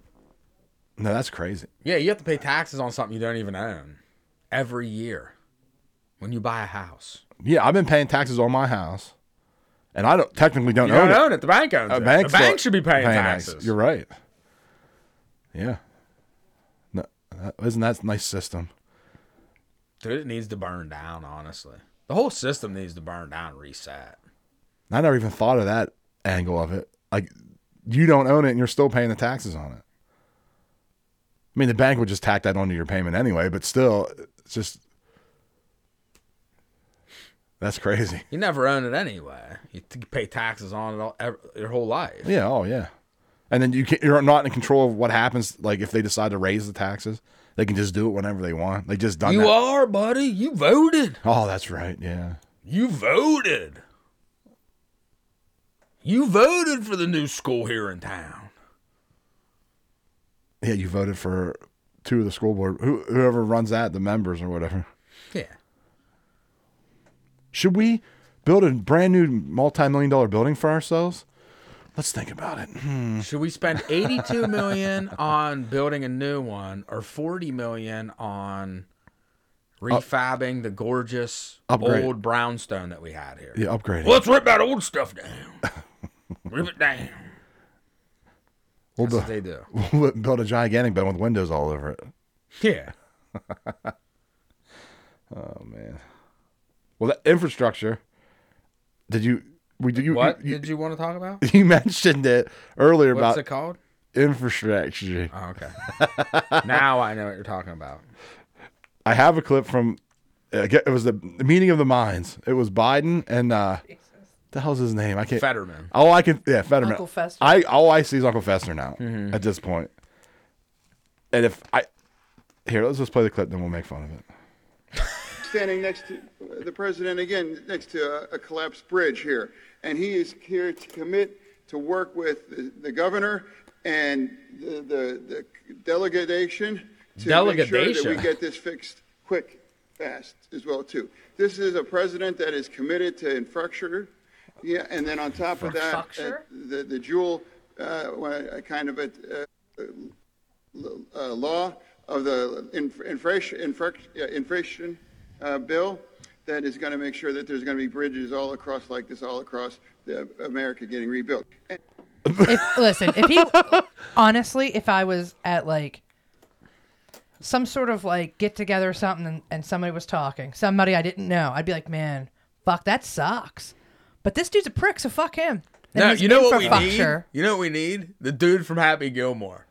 S2: no, that's crazy.
S3: Yeah, you have to pay taxes on something you don't even own every year when you buy a house.
S2: Yeah, I've been paying taxes on my house, and I don't technically don't
S3: You
S2: own
S3: don't
S2: it.
S3: own it. The bank owns
S2: A
S3: it.
S2: bank
S3: the bank
S2: still-
S3: should be paying,
S2: tax.
S3: taxes.
S2: You're right. Yeah. No, that- isn't that a nice system?
S3: Dude, it needs to burn down, honestly. The whole system needs to burn down, reset.
S2: I never even thought of that angle of it. Like, you don't own it and you're still paying the taxes on it. I mean, the bank would just tack that onto your payment anyway, but still, it's just that's crazy.
S3: You never own it anyway. You t- pay taxes on it all, ev your whole life.
S2: Yeah. Oh, yeah. And then you can, you're not in control of what happens. Like, if they decide to raise the taxes, they can just do it whenever they want. They just done
S3: You
S2: that.
S3: are, buddy. You voted.
S2: oh, that's right. Yeah.
S3: You voted. You voted for the new school here in town.
S2: Yeah. You voted for two of the school board, who, whoever runs that, the members or whatever.
S3: Yeah.
S2: Should we build a brand new multi-million dollar building for ourselves? Let's think about it. Hmm.
S3: Should we spend 82 million on building a new one or 40 million on refabbing the gorgeous
S2: Upgrade.
S3: old brownstone that we had here?
S2: Yeah, upgrading.
S3: Well, let's rip that old stuff down. rip it down.
S2: We'll,
S3: That's what
S2: bu-
S3: they do.
S2: we'll build a gigantic building with windows all over it.
S3: Yeah.
S2: Oh man. Well, that infrastructure. Did you? We did you?
S3: What
S2: You,
S3: did you want to talk about?
S2: you, mentioned it earlier
S3: What's
S2: about
S3: it called?
S2: infrastructure.
S3: Oh, okay. now I know what you're talking about.
S2: I have a clip from. uh, It was the meeting of the minds. It was Biden and uh, the hell's his name? I can't.
S3: Fetterman.
S2: All I can, yeah, Fetterman.
S4: Uncle Fester.
S2: I all I see is Uncle Fester now
S3: Mm-hmm.
S2: at this point. And if I here, let's just play the clip, then we'll make fun of it.
S5: standing next to uh, the president again, next to a, a collapsed bridge here. And he is here to commit to work with the, the governor and the, the, the delegation to make sure that
S3: Delegation?
S5: we get this fixed quick, fast as well too. This is a president that is committed to infrastructure. Yeah, and then on top of that, uh,
S4: Infrastructure?
S5: the, the Jewel, uh, wa- kind of a, uh, uh, law of the inf- infraction, infraction, uh, infraction uh, bill that is going to make sure that there's going to be bridges all across like this, all across the, America getting rebuilt. And
S4: if, listen, if he honestly, if I was at like some sort of like get together or something and, and somebody was talking, somebody I didn't know, I'd be like, man, fuck, that sucks. But this dude's a prick, so fuck him. And
S3: No,
S4: his
S3: you know what we need?
S4: infrastructure-
S3: You know what we need? The dude from Happy Gilmore.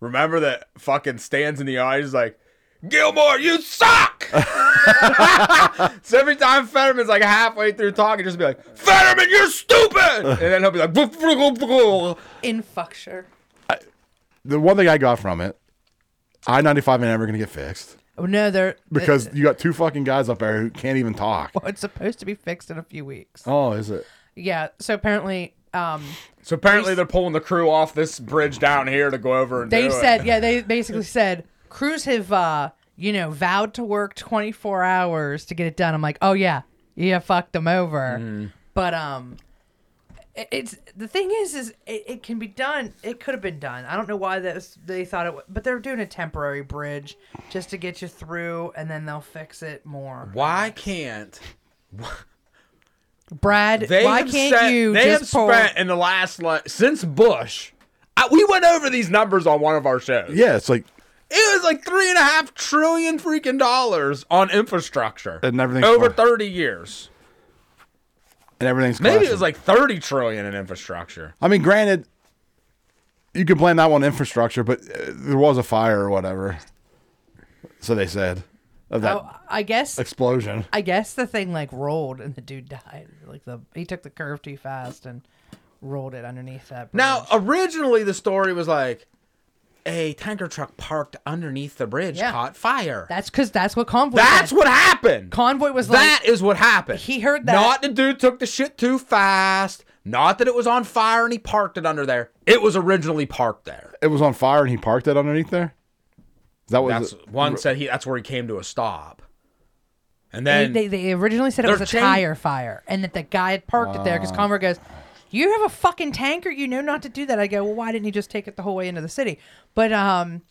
S3: Remember that fucking stands in the audience is like, Gilmore, you suck! so every time Fetterman's like halfway through talking, just be like, Fetterman, you're stupid! And then he'll be like, "Vroom, vroom, vroom."
S4: Infrastructure.
S2: The one thing I got from it, I ninety five ain't ever gonna get fixed
S4: Oh, no, they're
S2: because
S4: it-
S2: you got two fucking guys up there who can't even talk.
S4: it's supposed to be fixed in a few weeks.
S2: Oh, is it?
S4: Yeah. So apparently, um,
S3: so apparently they're pulling the crew off this bridge down here to go over and
S4: they
S3: do it.
S4: said, yeah, they basically said crews have, uh, you know, vowed to work 24 hours to get it done. I'm like, oh yeah, yeah, fucked them over.
S3: Mm.
S4: But um, it- it's the thing is, is it, it can be done. It could have been done. I don't know why that's they thought it, wa- but they're doing a temporary bridge just to get you through, and then they'll fix it more.
S3: Why can't
S4: Brad,
S3: they
S4: why
S3: have
S4: can't
S3: set-
S4: you
S3: they
S4: just
S3: have
S4: pull?
S3: spent in the last like since Bush? I, we went over these numbers on one of our shows.
S2: Yeah, it's like
S3: It was like three and a half trillion freaking dollars on infrastructure
S2: And everything's
S3: over
S2: fine.
S3: thirty years.
S2: and everything's
S3: Maybe it
S2: clashing.
S3: was like thirty trillion in infrastructure.
S2: I mean, granted, you can blame that one on infrastructure, but uh, there was a fire or whatever. So they said of that
S4: Oh, I guess
S2: explosion.
S4: I guess the thing like rolled and the dude died. Like the he took the curve too fast and rolled it underneath that. Bridge.
S3: Now, originally the story was like a tanker truck parked underneath the bridge
S4: Yeah.
S3: caught fire.
S4: that's because that's what convoy.
S3: That's
S4: did.
S3: what happened.
S4: convoy was
S3: That
S4: like.
S3: is what happened.
S4: He heard that.
S3: Not the dude took the shit too fast. Not that it was on fire and he parked it under there. It was originally parked there.
S2: It was on fire, and he parked it underneath there. That was
S3: That's one said he. That's where he came to a stop. And
S4: They,
S3: then
S4: they, they originally said it
S3: They're
S4: was a
S3: chain-
S4: tire fire and that the guy had parked it there because convoy goes, "You have a fucking tanker. You know not to do that." I go, "Well, why didn't he just take it the whole way into the city?" But um,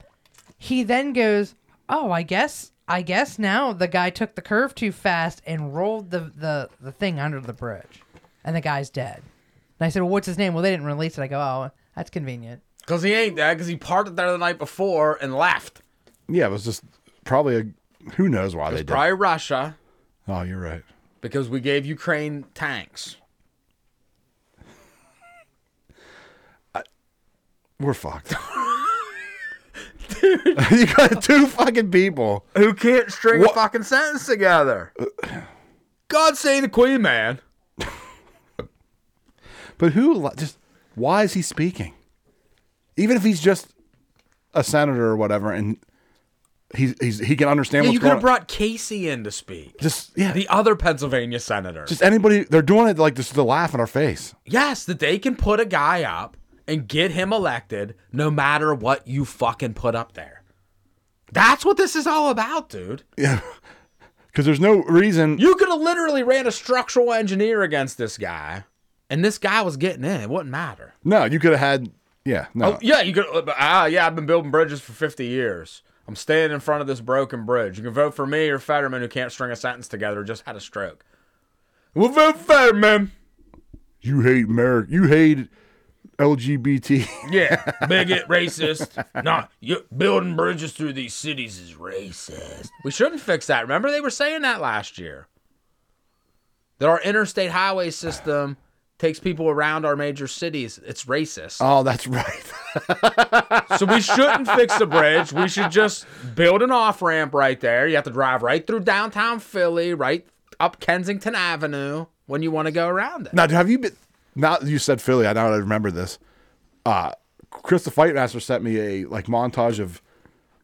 S4: he then goes, "Oh, I guess." I guess now the guy took the curve too fast and rolled the, the, the thing under the bridge, and the guy's dead. And I said, "Well, what's his name?" Well, they didn't release it. I go, "Oh, that's convenient."
S3: because he ain't that because he parked it there the night before and left.
S2: yeah. It was just probably a who knows why they did.
S3: Probably Russia
S2: Oh, you're right.
S3: because we gave Ukraine tanks.
S2: We're fucked. you got two fucking people.
S3: Who can't string
S2: What-
S3: a fucking sentence together? God save the Queen, man.
S2: But who li- just why is he speaking? Even if he's just a senator or whatever, and he's, he's he can understand
S3: Yeah,
S2: what's
S3: you could
S2: going
S3: have
S2: on.
S3: brought Casey in to speak.
S2: just yeah,
S3: the other Pennsylvania senator.
S2: just anybody. They're doing it like just to laugh in our face.
S3: Yes, that they can put a guy up and get him elected no matter what you fucking put up there. That's what this is all about, dude.
S2: Yeah, because there's no reason.
S3: You could have literally ran a structural engineer against this guy, and this guy was getting in. It wouldn't matter.
S2: No, you could have had. Yeah, no.
S3: Oh, yeah, you could. Ah, yeah, I've been building bridges for 50 years. I'm standing in front of this broken bridge. You can vote for me or Fetterman, who can't string a sentence together, just had a stroke. We'll vote Fetterman.
S2: You hate America. You hate LGBT.
S3: Yeah, bigot, racist. Nah, you, building bridges through these cities is racist. We shouldn't fix that. Remember, they were saying that last year. That our interstate highway system takes people around our major cities. It's racist.
S2: oh, that's right.
S3: so we shouldn't fix the bridge. We should just build an off ramp right there. You have to drive right through downtown Philly, right up Kensington Avenue when you want to go around it.
S2: now, have you been? Now that you said Philly, I now I remember this. Uh, Chris the Fight Master sent me a like montage of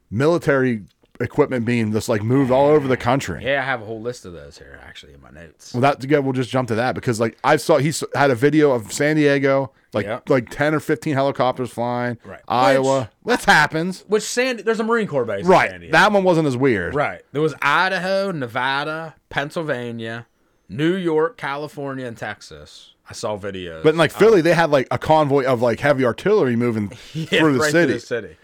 S2: military equipment being just like moved all over the country.
S3: Yeah, I have a whole list of those here actually in my notes.
S2: Well, that yeah, we'll just jump to that because like I saw he s- had a video of San Diego, like
S3: Yeah.
S2: like ten or fifteen helicopters flying,
S3: Right.
S2: Iowa. that happens,
S3: Which Sandy, there's a Marine Corps base. in San
S2: right?
S3: Diego.
S2: That one wasn't as weird,
S3: Right. There was Idaho, Nevada, Pennsylvania, New York, California, and Texas. I saw videos.
S2: But in like Philly, they had like a convoy of like heavy artillery moving
S3: Yeah,
S2: through the
S3: right
S2: city.
S3: the city.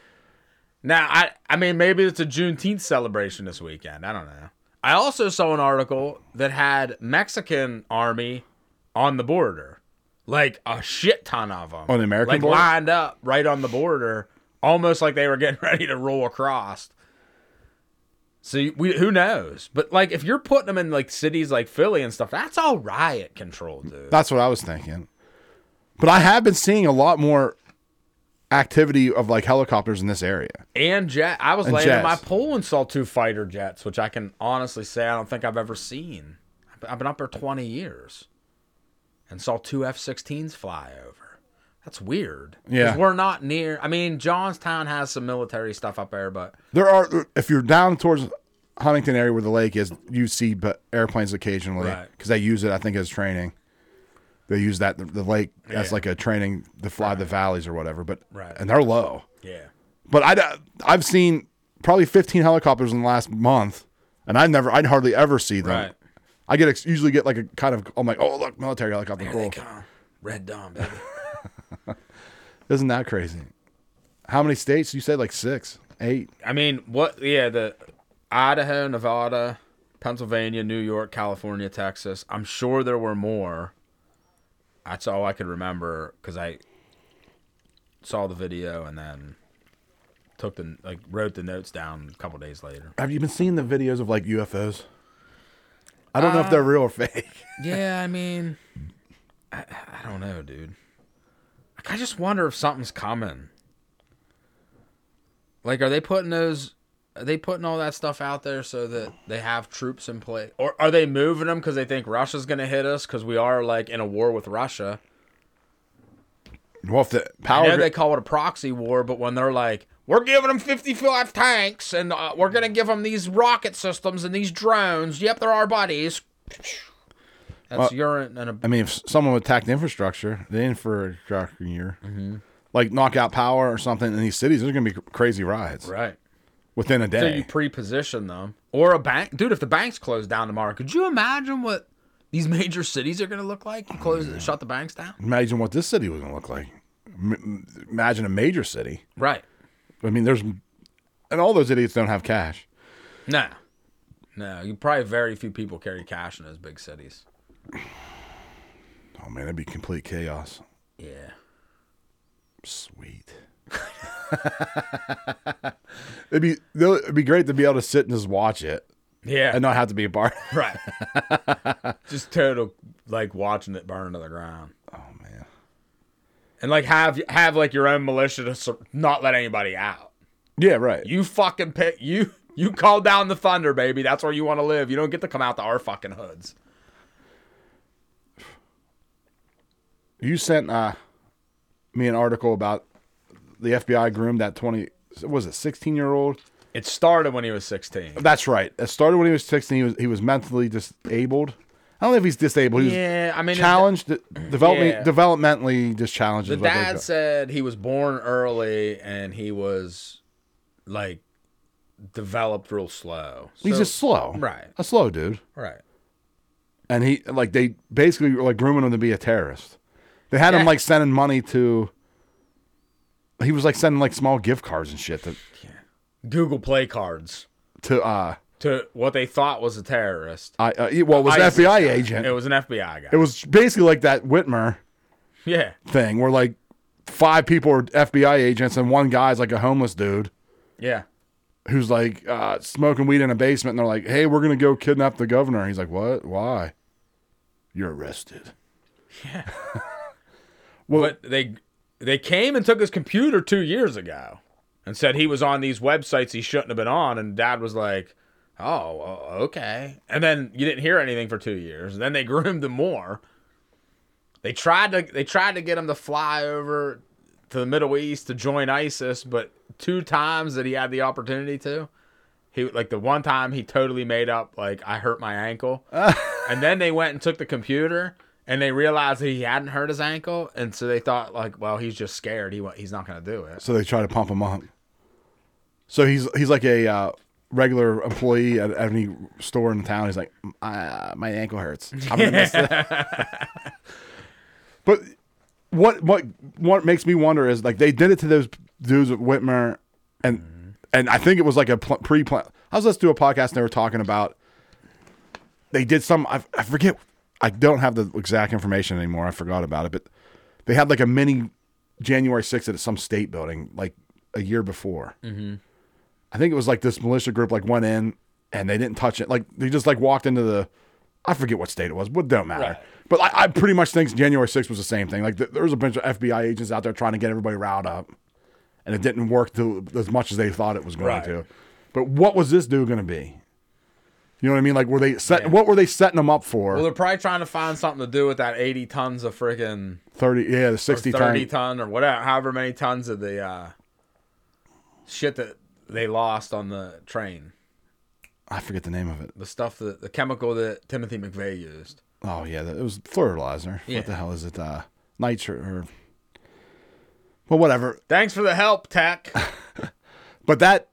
S3: Now, I I mean, maybe it's a Juneteenth celebration this weekend. I don't know. I also saw an article that had Mexican army on the border, like a shit ton of them
S2: On the American
S3: like
S2: border?
S3: lined up right on the border, almost like they were getting ready to roll across. See, we who knows? But like, if you're putting them in like cities like Philly and stuff, that's all riot control, dude.
S2: That's what I was thinking. But I have been seeing a lot more activity of like helicopters in this area.
S3: And jet. I was
S2: And
S3: laying in my
S2: jets.
S3: pool and saw two fighter jets, which I can honestly say I don't think I've ever seen. I've- I've been up there 20 years and saw two F 16s fly over. That's weird. 'Cause
S2: Yeah.
S3: We're not near. I mean, Johnstown has some military stuff up there, but
S2: There are if you're down towards Huntington area where the lake is, you see but airplanes occasionally
S3: Right.
S2: because they use it. I think as training. They use that the, the lake as
S3: Yeah.
S2: like a training to fly the valleys or whatever. But
S3: Right.
S2: and they're low.
S3: yeah.
S2: But I I've seen probably 15 helicopters in the last month, and I never I'd hardly ever see them.
S3: Right.
S2: I get ex- usually get like a kind of I'm like oh look military helicopter
S3: Here they
S2: cool
S3: come. Red Dawn, baby.
S2: isn't that crazy? How many states you said like six eight
S3: I mean, what? Yeah, the Idaho, Nevada, Pennsylvania, New York, California, Texas. I'm sure there were more. That's all I could remember because I saw the video and then took the like wrote the notes down a couple days later.
S2: Have you been seeing the videos of like UFOs? I don't know if
S3: Um,
S2: they're real or fake.
S3: Yeah, I mean, I, I don't know, dude. Like, I just wonder if something's coming. Like, are they putting those? Are they putting all that stuff out there so that they have troops in place, or are they moving them because they think Russia's gonna hit us because we are like in a war with Russia?
S2: Well, if the
S3: I know
S2: power
S3: they call it a proxy war, but when they're like, we're giving them 55 tanks and uh, we're gonna give them these rocket systems and these drones. Yep, they're our buddies. That's urine and a
S2: I mean, if s- someone attacked infrastructure, the infrastructure,
S3: Mm-hmm.
S2: like knock out power or something in these cities, there's gonna be cr- crazy riots
S3: right.
S2: within a
S3: So you
S2: day.
S3: pre-position them, or a bank, dude. If the banks close down tomorrow, could you imagine what these major cities are going to look like? You close, shut the banks down.
S2: imagine what this city was gonna look like. M- m- imagine a major city.
S3: Right?
S2: I mean, there's and all those idiots don't have cash.
S3: No, no. You probably very few people carry cash in those big cities.
S2: Oh man, it'd be complete chaos.
S3: Yeah.
S2: Sweet. it'd be though- it'd be great to be able to sit and just watch it
S3: Yeah.
S2: and not have to be a part.
S3: right. Just total like watching it burn to the ground,
S2: Oh man.
S3: and like have have like your own militia to sur- not let anybody out.
S2: Yeah, right.
S3: You fucking pick you. You call down the thunder, baby. That's where you want to live. You don't get to come out to our fucking hoods.
S2: You sent uh, me an article about the FBI groomed that twenty what was it sixteen year old.
S3: It started when he was 16.
S2: That's right. It started when he was sixteen. He was he was mentally disabled. I don't know if he's disabled. He was
S3: Yeah, I mean, his da-
S2: challenged, development,
S3: Yeah.
S2: developmentally just challenged.
S3: The
S2: is what they
S3: dad
S2: call-
S3: said he was born early and he was like developed real slow.
S2: he's
S3: So-
S2: just slow,
S3: Right.
S2: A slow dude,
S3: right.
S2: and he like they basically were like grooming him to be a terrorist. They had
S3: Yeah.
S2: him like sending money to. He was like sending like small gift cards and shit to
S3: Google play cards
S2: to uh,
S3: to what they thought was a terrorist.
S2: I uh well it was an
S3: ISIS
S2: FBI
S3: guy.
S2: agent.
S3: It was an FBI guy.
S2: It was basically like that Whitmer
S3: yeah.
S2: thing where like five people are FBI agents and one guy's like a homeless dude
S3: Yeah.
S2: who's like uh, smoking weed in a basement and they're like, hey, we're going to go kidnap the governor. And he's like, what? Why? You're arrested.
S3: But they they came and took his computer 2 years ago and said he was on these websites he shouldn't have been on and dad was like, "Oh, well, okay." And then you didn't hear anything for 2 years. And then they groomed him more. They tried to they tried to get him to fly over to the Middle East to join ISIS, but two times that he had the opportunity to, he like the one time he totally made up like I hurt my ankle, and then they went and took the computer and they realized that he hadn't hurt his ankle, and so they thought like, well, he's just scared. He wa- he's not gonna do it.
S2: So they try to pump him up. So he's he's like a uh, regular employee at, at any store in town. He's like, uh, my ankle hurts. I'm gonna miss it." but what what what makes me wonder is like they did it to those dudes at Whitmer, and and I think it was like a pl- pre plan. I was listening to a podcast and they were talking about they did some. I, I forget. I don't have the exact information anymore. I forgot about it, but they had like a mini January 6th at some state building like a year before. Mm-hmm. I think it was like this militia group like went in and they didn't touch it. Like they just like walked into the I forget what state it was, but it don't matter. But I, I pretty much think January 6th was the same thing. Like th- there was a bunch of FBI agents out there trying to get everybody riled up, and it didn't work to, as much as they thought it was going
S3: Right.
S2: to. But what was this dude going to be? You know what I mean? Like were they set? What were they setting them up for?
S3: Well, they're probably trying to find something to do with that 80 tons of freaking
S2: Thirty, yeah, the sixty
S3: 30
S2: ton.
S3: ton or whatever, however many tons of the uh, shit that they lost on the train.
S2: I forget the name of it.
S3: The stuff that the chemical that Timothy McVeigh used.
S2: Oh yeah, that- it was fertilizer.
S3: Yeah.
S2: What the hell is it? Uh, nitro or well, whatever.
S3: Thanks for the help, Tech.
S2: But that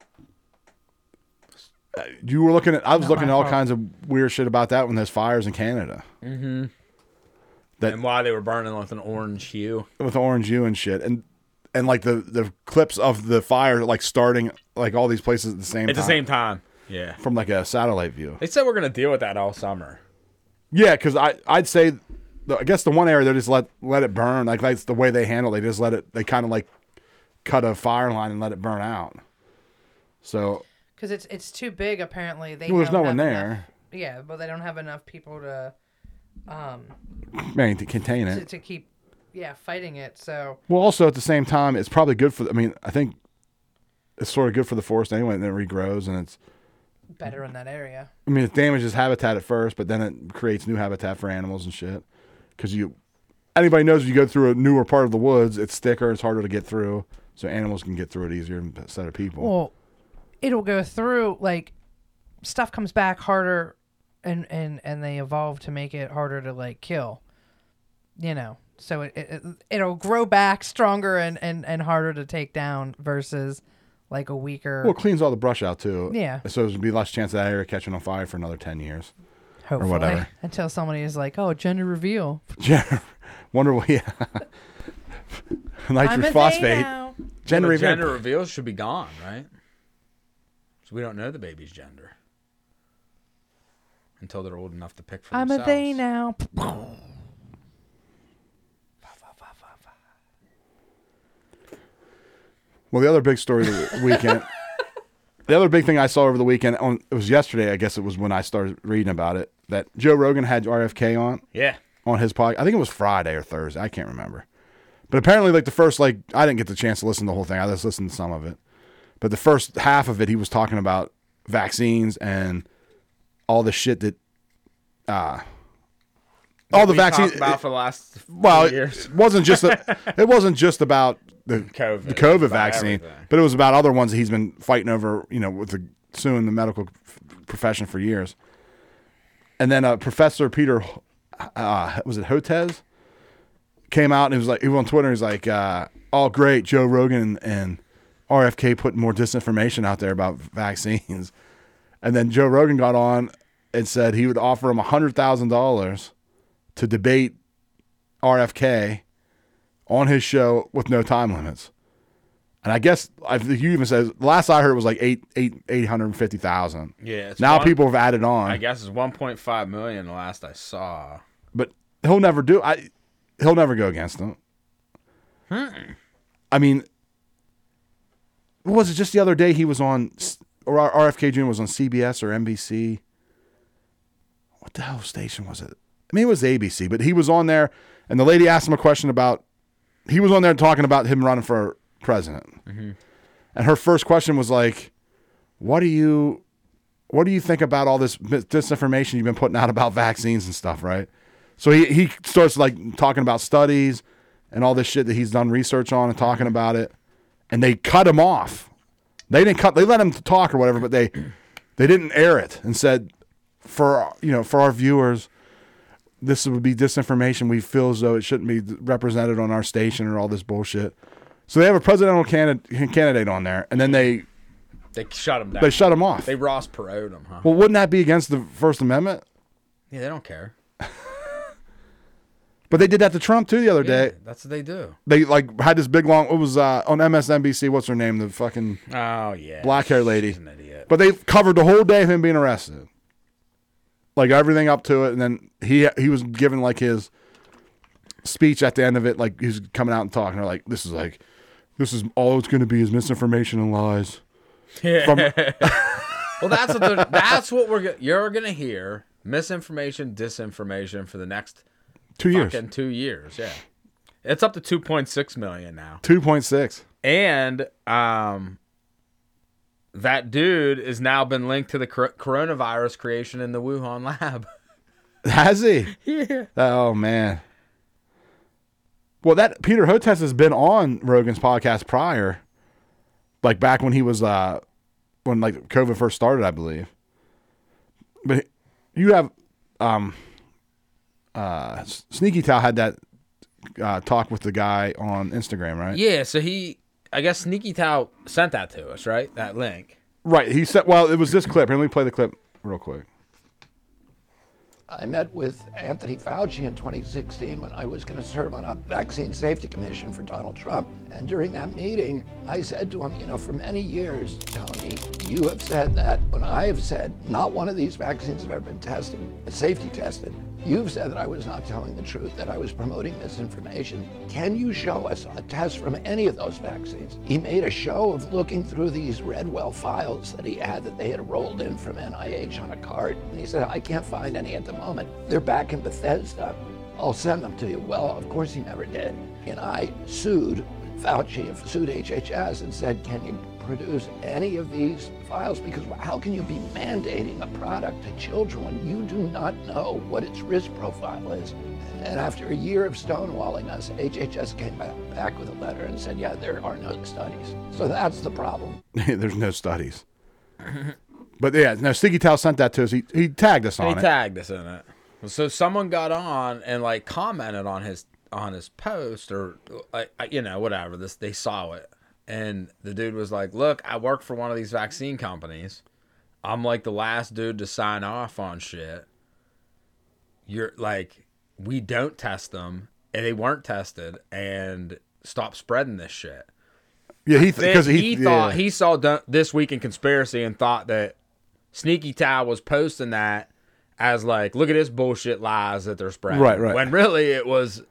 S2: uh, you were looking at. I was
S4: Not
S2: looking
S4: my
S2: at all
S4: fault.
S2: kinds of weird shit about that when there's fires in Canada
S3: and why they were burning with an orange hue.
S2: with orange U and shit, and and like the the clips of the fire like starting like all these places at the same
S3: At the
S2: time
S3: same time. Yeah.
S2: from like a satellite view.
S3: They said we're going to deal with that all summer.
S2: Yeah, because I I'd say, the, I guess the one area they just let let it burn. Like that's the way they handle. it. They just let it. They kind of like cut a fire line and let it burn out. So
S4: because it's it's too big. Apparently, they
S2: Well, there's
S4: don't
S2: no one
S4: have
S2: there.
S4: enough- yeah, but they don't have enough people to
S2: man, to contain
S4: to,
S2: it.
S4: to keep yeah fighting it. So
S2: Well, also at the same time, it's probably good for. I mean, I think it's sort of good for the forest anyway, and then it regrows, and it's.
S4: better in that area.
S2: I mean, it damages habitat at first, but then it creates new habitat for animals and shit. Because you, anybody knows, if you go through a newer part of the woods, it's thicker, it's harder to get through, so animals can get through it easier instead of people.
S4: Well, it'll go through like stuff comes back harder, and and and they evolve to make it harder to like kill. You know, so it, it it- it'll grow back stronger and and and harder to take down versus like a weaker.
S2: Well, it cleans all the brush out too.
S4: Yeah.
S2: So there'd be less chance of that area catching on fire for another ten years.
S4: hopefully,
S2: whatever.
S4: until somebody is like, "Oh, gender reveal."
S2: Yeah. Wonder what? Yeah.
S4: I'm a
S2: Nitrous
S4: they
S2: phosphate.
S4: now.
S2: Gender
S3: But
S2: reveal.
S3: gender reveals should be gone, right? So we don't know the baby's gender until they're old enough to pick for
S4: I'm a
S3: themselves.
S4: they now.
S2: Well, the other big story of the weekend. the other big thing I saw over the weekend on it was yesterday. I guess it was when I started reading about it that Joe Rogan had RFK on
S3: Yeah.
S2: on his podcast. I think it was Friday or Thursday. I can't remember. But apparently, like the first, like I didn't get the chance to listen to the whole thing. I just listened to some of it. But the first half of it, he was talking about vaccines and all the shit that, uh, all the
S3: We talked
S2: vaccines.
S3: about for the last
S2: well,
S3: few years.
S2: it wasn't just a, it wasn't just about the
S3: COVID.
S2: the COVID
S3: About
S2: vaccine,
S3: everything.
S2: but it was about other ones that he's been fighting over. You know, with the suing the medical f- profession for years. And then uh, Professor Peter, uh, was it Hotez, came out and he was like, he was on Twitter. He's like, uh, "All great, Joe Rogan and RFK putting more disinformation out there about vaccines." And then Joe Rogan got on and said he would offer him hundred thousand dollars to debate RFK on his show with no time limits. And I guess I think you even says last I heard it was like eight eight eight hundred and fifty thousand.
S3: Yeah, it's
S2: Now
S3: one-
S2: people have added on.
S3: I guess it's 1.5 million the last I saw.
S2: but he'll never do. I he'll never go against them. Hmm. I mean, what was it just the other day he was on S- or R- RFK Jr. was on CBS or NBC? What the hell station was it? I mean, it was ABC, but he was on there, and the lady asked him a question about. He was on there talking about him running for president, and her first question was like, "What do you?" what do you think about all this mis- disinformation you've been putting out about vaccines and stuff, right? So he, he starts like talking about studies and all this shit that he's done research on and talking about it. And they cut him off. They didn't cut, they let him talk or whatever, but they, they didn't air it and said, for, you know, for our viewers, this would be disinformation. We feel as though it shouldn't be represented on our station or all this bullshit. So they have a presidential candidate, candidate on there and then they,
S3: They shut him down.
S2: they shut him off.
S3: They Ross Perot him, huh?
S2: Well, wouldn't that be against the First Amendment?
S3: yeah, they don't care.
S2: But they did that to Trump too the other
S3: Yeah,
S2: day.
S3: that's what they do.
S2: They like had this big long. It was uh, on MSNBC. What's her name? The fucking
S3: Oh yeah.
S2: black hair lady.
S3: She's an idiot.
S2: But they covered the whole day of him being arrested, like everything up to it, and then he he was given like his speech at the end of it. Like he was coming out and talking. They're like, "This is like, this is all it's going to be is misinformation and lies." From
S3: Well, that's what they're- that's what we're go- you're gonna hear misinformation, disinformation for the next
S2: Two years.
S3: fucking two years. Yeah, it's up to two point six million now,
S2: Two point six.
S3: and um, that dude has now been linked to the cor- coronavirus creation in the Wuhan lab.
S2: Has he? Yeah. Oh man. Well, that Peter Hotez has been on Rogan's podcast prior, like back when he was uh when like COVID first started, I believe. But you have um uh S- Sneaky Tal had that uh talk with the guy on Instagram, right?
S3: yeah, so he, I guess Sneaky Tao sent that to us, right? That link.
S2: Right. He said well, it was this clip. Here, let me play the clip real quick.
S6: I met with Anthony Fauci in 2016 when I was going to serve on a vaccine safety commission for Donald Trump. And during that meeting, I said to him, You know, for many years, Tony, you have said that when I have said not one of these vaccines have ever been tested, safety tested, you've said that I was not telling the truth, that I was promoting misinformation. Can you show us a test from any of those vaccines? He made a show of looking through these Redwell files that he had that they had rolled in from NIH on a card. And he said, I can't find any at the moment. They're back in Bethesda. I'll send them to you. Well, of course he never did. And I sued Fauci, sued HHS, and said, Can you produce any of these files? Because how can you be mandating a product to children when you do not know what its risk profile is? And after a year of stonewalling us, HHS came ba- back with a letter and said, Yeah, there are no studies. So that's the problem.
S2: There's no studies. But yeah, no, Sneaky Tal sent that to us. He, he tagged us on
S3: They
S2: it.
S3: tagged us in it. So someone got on and like commented on his on his post or like I- you know whatever this they saw it and the dude was like, "Look, I work for one of these vaccine companies. I'm like the last dude to sign off on shit. You're like we don't test them and they weren't tested and stop spreading this shit."
S2: Yeah, he
S3: Then
S2: because
S3: he,
S2: he,
S3: thought
S2: yeah.
S3: he saw Dun- this week in conspiracy and thought that Sneaky Ty was posting that as like, look at this bullshit lies that they're spreading.
S2: Right, right.
S3: When really it was,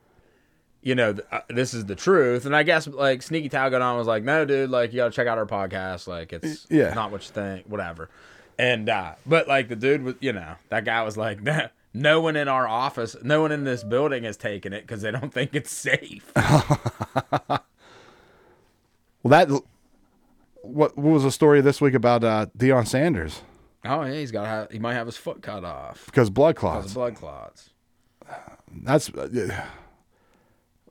S3: you know, th- uh, this is the truth. And I guess like Sneaky Ty got on and was like, no, dude, like you gotta check out our podcast. Like it's
S2: yeah.
S3: not what you think, whatever. And uh, but like the dude was, you know, that guy was like, no, no one in our office, no one in this building has taken it because they don't think it's safe.
S2: Well, that what what was the story this week about uh, Deion Sanders
S3: oh yeah, he's got to have, he might have his foot cut off.
S2: because blood clots?
S3: Cause blood clots.
S2: That's uh, yeah.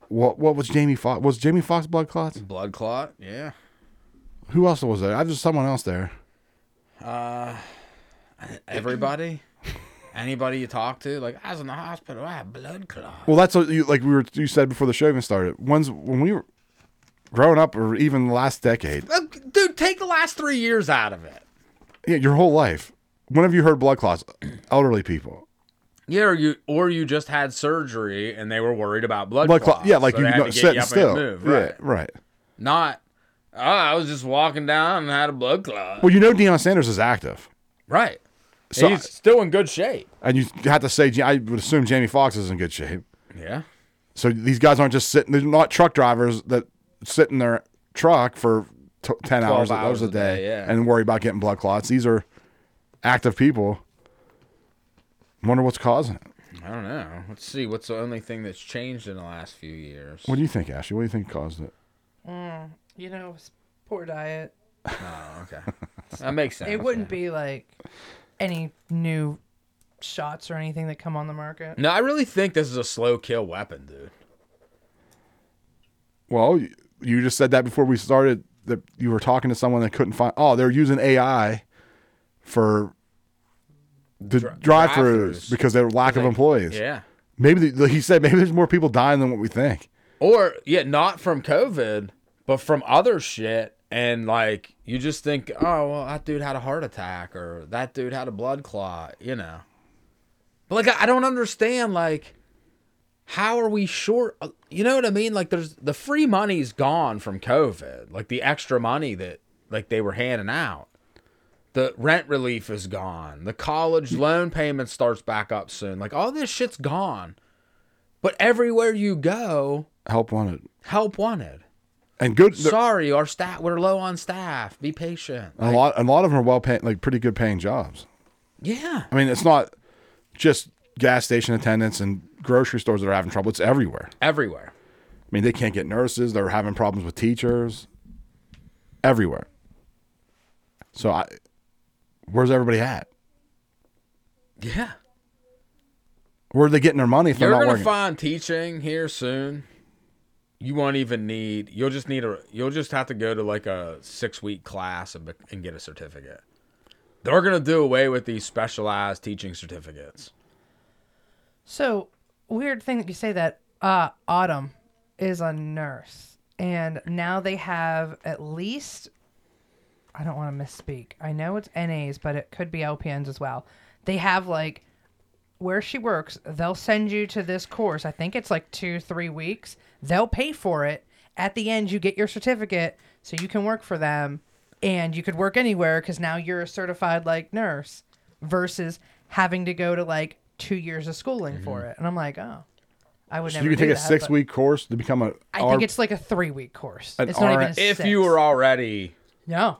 S2: what what was Jamie Fox? Was Jamie Fox blood clots?
S3: Blood clot? Yeah.
S2: Who else was there? I was someone else there.
S3: Everybody? Anybody you talk to? Like, I was in the hospital, I had blood clot.
S2: Well, that's what you like. We were you said before the show even started. When's when we were growing up, or even the last decade?
S3: Look, Uh, Dude, take the last three years out of it.
S2: Yeah, your whole life. When have you heard blood clots? Elderly people.
S3: Yeah, or you or you just had surgery and they were worried about blood,
S2: Blood
S3: clots.
S2: clot. Yeah, like
S3: so
S2: you
S3: they had
S2: know,
S3: to get
S2: sitting
S3: you up
S2: still.
S3: And move,
S2: Yeah,
S3: right.
S2: right.
S3: Not oh, I was just walking down and had a blood clot.
S2: Well, you know Deion Sanders is active,
S3: Right.
S2: So-
S3: He's still in good shape.
S2: and you have to say I would assume Jamie Fox is in good shape.
S3: Yeah.
S2: So these guys aren't just sitting. They're not truck drivers that sit in their truck for t- ten hours,
S3: hours
S2: a
S3: a day,
S2: day,
S3: yeah.
S2: and worry about getting blood clots. These are active people. Wonder what's causing it.
S3: I don't know. Let's see. What's the only thing that's changed in the last few years?
S2: What do you think, Ashley? What do you think caused it?
S4: You know, s- poor diet.
S3: oh, okay. That makes sense.
S4: It wouldn't be like any new shots or anything that come on the market.
S3: No, I really think this is a slow kill weapon, dude.
S2: Well, you- you just said that before we started that you were talking to someone that couldn't find. Oh, they're using AI for the
S3: Dri-
S2: drive-throughs
S3: drive-thrus.
S2: because there were lack of employees.
S3: Yeah.
S2: Maybe the, like he said maybe there's more people dying than what we think.
S3: Or yeah, not from COVID, but from other shit. And like you just think, oh well, that dude had a heart attack or that dude had a blood clot, you know. But like I, I don't understand like how are we short uh, you know what I mean? Like there's the free money's gone from COVID. Like the extra money that like they were handing out. The rent relief is gone. The college loan payment starts back up soon. Like all this shit's gone. But everywhere you go,
S2: Help wanted
S3: help wanted.
S2: and good. they're-
S3: Sorry, our staff we're low on staff. Be patient.
S2: a lot a lot of them are well paying like pretty good paying jobs
S3: Yeah.
S2: i mean it's not just gas station attendants and grocery stores that are having trouble. It's everywhere.
S3: everywhere.
S2: I mean, they can't get nurses. They're having problems with teachers. Everywhere. So I, where's everybody at?
S3: Yeah.
S2: Where are they getting their money if
S3: You're
S2: they're not
S3: gonna
S2: working?
S3: find teaching here soon. You won't even need. You'll just need a. You'll just have to go to like a six week class and, bec- and get a certificate. They're gonna do away with these specialized teaching certificates.
S4: So weird thing that you say that uh, Autumn is a nurse, and now they have at least I don't want to misspeak. I know it's NAs, but it could be LPNs as well. They have like where she works, they'll send you to this course. I think it's like two, three weeks. They'll pay for it. At the end, you get your certificate so you can work for them and you could work anywhere because now you're a certified like nurse versus having to go to like two years of schooling for it. And I'm like, oh, I would
S2: Mm-hmm. So you can
S4: never. do
S2: take a
S4: that, but
S2: six week course to become a.
S4: I think it's like a three week course.
S2: An
S4: It's not even
S2: R-
S4: a
S3: If
S4: six.
S3: you were already,
S4: No.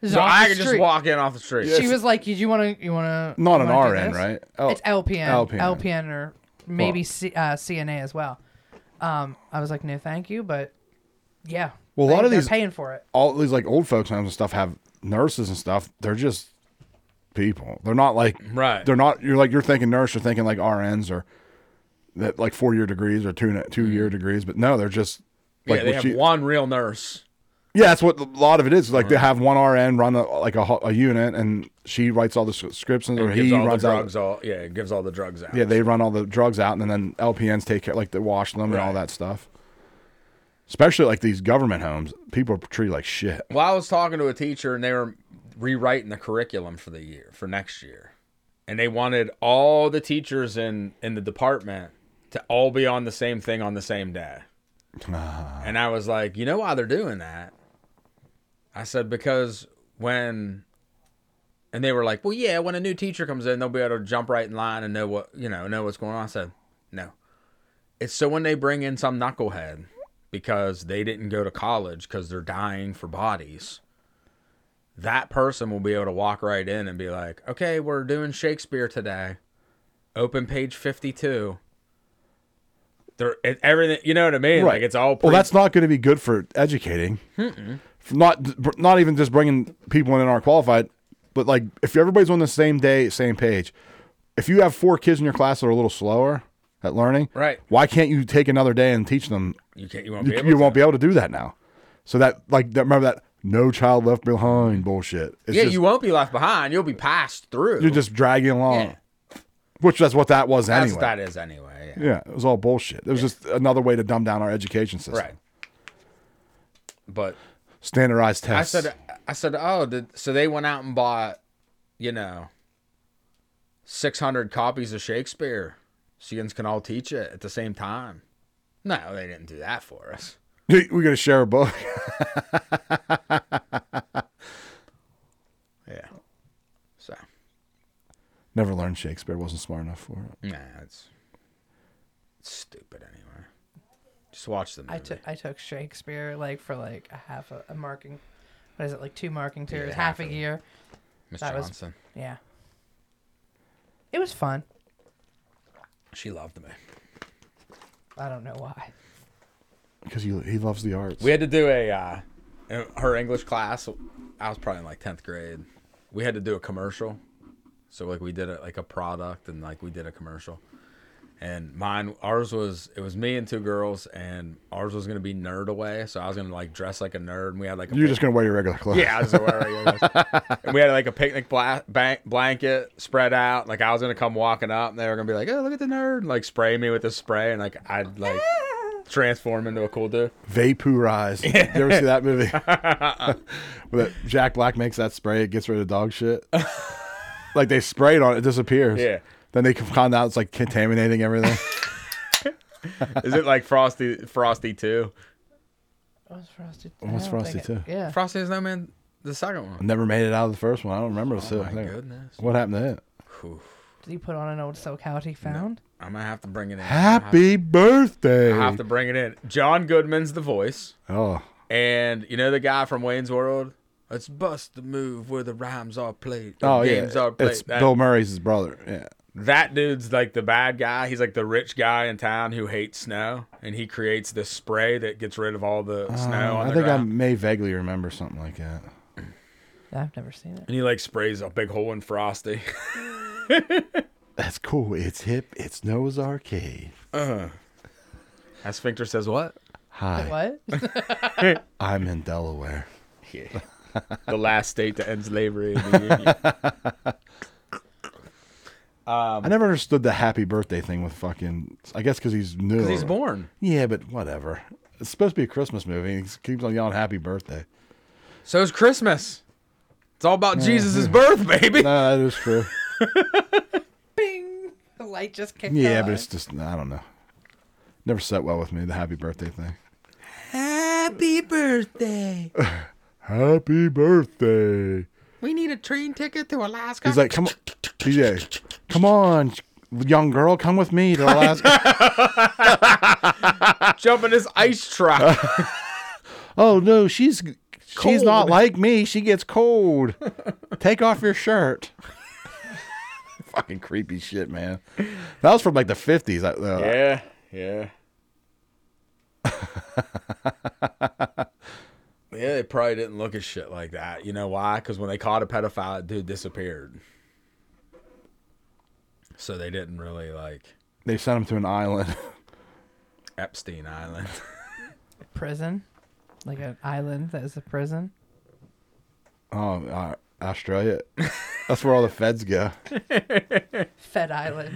S4: This is
S3: so
S4: off
S3: I
S4: the
S3: could just
S4: street.
S3: walk in off the street.
S4: She was like, "You- "You want to? You want to?"
S2: Not an RN, right? Oh. L-
S4: it's LPN,
S2: LPN.
S4: LPN, or maybe
S2: Well-
S4: C, uh, CNA as well. Um, I was like, "No, thank you," but yeah.
S2: Well, a
S4: They-
S2: lot of
S4: they're
S2: these-
S4: paying for it.
S2: all these like old folks homes and stuff have nurses and stuff. They're just people. They're not like
S3: Right.
S2: They're not. You're like you're thinking nurse. You're thinking like RNs or that like four year degrees or two two year degrees. But no, they're just like
S3: Mm-hmm. yeah, they
S2: what
S3: have
S2: you-
S3: one real nurse.
S2: Yeah, that's what a lot of it is. Like they have one RN run a, like a, ho- a unit, and she writes all the s- scripts, and, or
S3: It gives
S2: he
S3: all the
S2: runs out.
S3: drugs. All yeah, it gives all the drugs out.
S2: Yeah, they run all the drugs out, and then LPNs take care, like they wash them and all
S3: Right.
S2: that stuff. Especially like these government homes, people are treated like shit.
S3: Well, I was talking to a teacher and they were rewriting the curriculum for the year for next year. And they wanted all the teachers in in the department to all be on the same thing on the same day. and I was like, "You know why they're doing that?" I said because when and they were like, "Well, yeah, when a new teacher comes in, they'll be able to jump right in line and know what, you know, know what's going on." I said, "No. It's so when they bring in some knucklehead because they didn't go to college because they're dying for bodies, that person will be able to walk right in and be like, okay, we're doing Shakespeare today. Open page 52. There, it, everything, you know what I mean? Like it's all
S2: well, that's not going to be good for educating. For Not not even just bringing people in that aren't qualified, but like if everybody's on the same day, same page. If you have four kids in your class that are a little slower at learning,
S3: Right.
S2: Why can't you take another day and teach them?
S3: you can't, you won't
S2: You,
S3: be able
S2: you
S3: to.
S2: won't be able to do that now. So that like that, remember that no child left behind bullshit. It's
S3: yeah,
S2: just,
S3: you won't be left behind. You'll be passed through.
S2: You're just dragging along,
S3: Yeah.
S2: which that's what that was
S3: that's
S2: anyway.
S3: what that is anyway. Yeah.
S2: Yeah, it was all bullshit. It was just another way to dumb down our education system.
S3: Right. But
S2: Standardized
S3: I
S2: tests.
S3: said, I said, oh, did, so they went out and bought, you know, 600 copies of Shakespeare. Students can all teach it at the same time. No, they didn't do that for us.
S2: We're gonna share a book.
S3: Yeah. So,
S2: Never learned Shakespeare. Wasn't smart enough for it.
S3: nah, it's, it's stupid anyway. Just watch the movie.
S4: I took I took Shakespeare like for like a half a, a marking. What is it like two marking tours, half, a year?
S3: Miss
S4: that was-
S3: Johnson.
S4: Yeah. It was fun.
S3: She loved me.
S4: I don't know why.
S2: Because he, he loves the arts.
S3: We had to do a uh, in her English class. I was probably in like tenth grade. We had to do a commercial, so like we did a, like a product and like we did a commercial. And mine, ours was it was me and two girls, and ours was gonna be nerd away. So I was gonna like dress like a nerd, and we had like a
S2: You're
S3: pic-
S2: just gonna wear your regular clothes.
S3: yeah, I was aware. and we had like a picnic bla- bank- blanket spread out. Like I was gonna come walking up, and they were gonna be like, "Oh, look at the nerd!" And, like spray me with the spray, and like I'd like transform into a cool dude.
S2: Vaporize. you ever see that movie? Where that Jack Black makes that spray. It gets rid of dog shit. like they spray it on it, disappears.
S3: Yeah.
S2: Then they find out it's like contaminating everything.
S3: Is it like Frosty Frosty too?
S4: What's Frosty?
S2: What's
S4: I don't think
S2: Frosty
S4: it-
S2: Too?
S4: Yeah.
S3: Frosty is no man the second one.
S2: Never made it out of the first one. I don't remember. Oh
S3: my goodness.
S2: What happened to it?
S4: Did he put on an old SoCality found?
S3: I'm gonna have to bring it in.
S2: Happy birthday.
S3: I have to bring it in. John Goodman's the voice.
S2: Oh,
S3: And you know the guy from Wayne's World? Let's bust the move where the rhymes are played. The
S2: oh yeah.
S3: games are played.
S2: It's
S3: That-
S2: Bill Murray's brother. Yeah.
S3: that dude's like the bad guy. He's like the rich guy in town who hates snow, and he creates this spray that gets rid of all the snow.
S2: Uh, I
S3: On the
S2: think I
S3: ground.
S2: may vaguely remember something like that.
S4: I've never seen it.
S3: And he like sprays a big hole in Frosty.
S2: That's cool. It's hip. It's Noah's Arcade.
S3: As Sphincter says, "What?"
S2: Hi,
S4: What?
S2: I'm in Delaware.
S3: the last state to end slavery in the Union.
S2: I never understood the happy birthday thing with fucking. I guess because he's new.
S3: Because he's born.
S2: Yeah, but whatever. It's supposed to be a Christmas movie. and He keeps on yelling happy birthday.
S3: So it's Christmas. It's all about Jesus' birth, baby.
S2: No, that is true.
S4: Bing. The light just kicked
S2: Yeah,
S4: on.
S2: but it's just I don't know. Never set well with me the happy birthday thing.
S3: Happy birthday.
S2: Happy birthday.
S3: We need a train ticket to Alaska.
S2: He's like, come on, DJ, come on, young girl, come with me to Alaska.
S3: jumping this ice truck.
S2: oh no, she's she's not
S3: Cold.
S2: like me. She gets cold. Take off your shirt. Fucking creepy shit, man. That was from like the fifties. uh, Yeah.
S3: yeah, yeah. yeah, they probably didn't look at shit like that. You know why? Because when they caught a pedophile, that dude disappeared. So they didn't really like
S2: They sent him to an island.
S3: Epstein Island.
S4: prison, like an island that is a prison.
S2: Oh, uh, Australia. That's where all the feds go.
S4: Fed Island.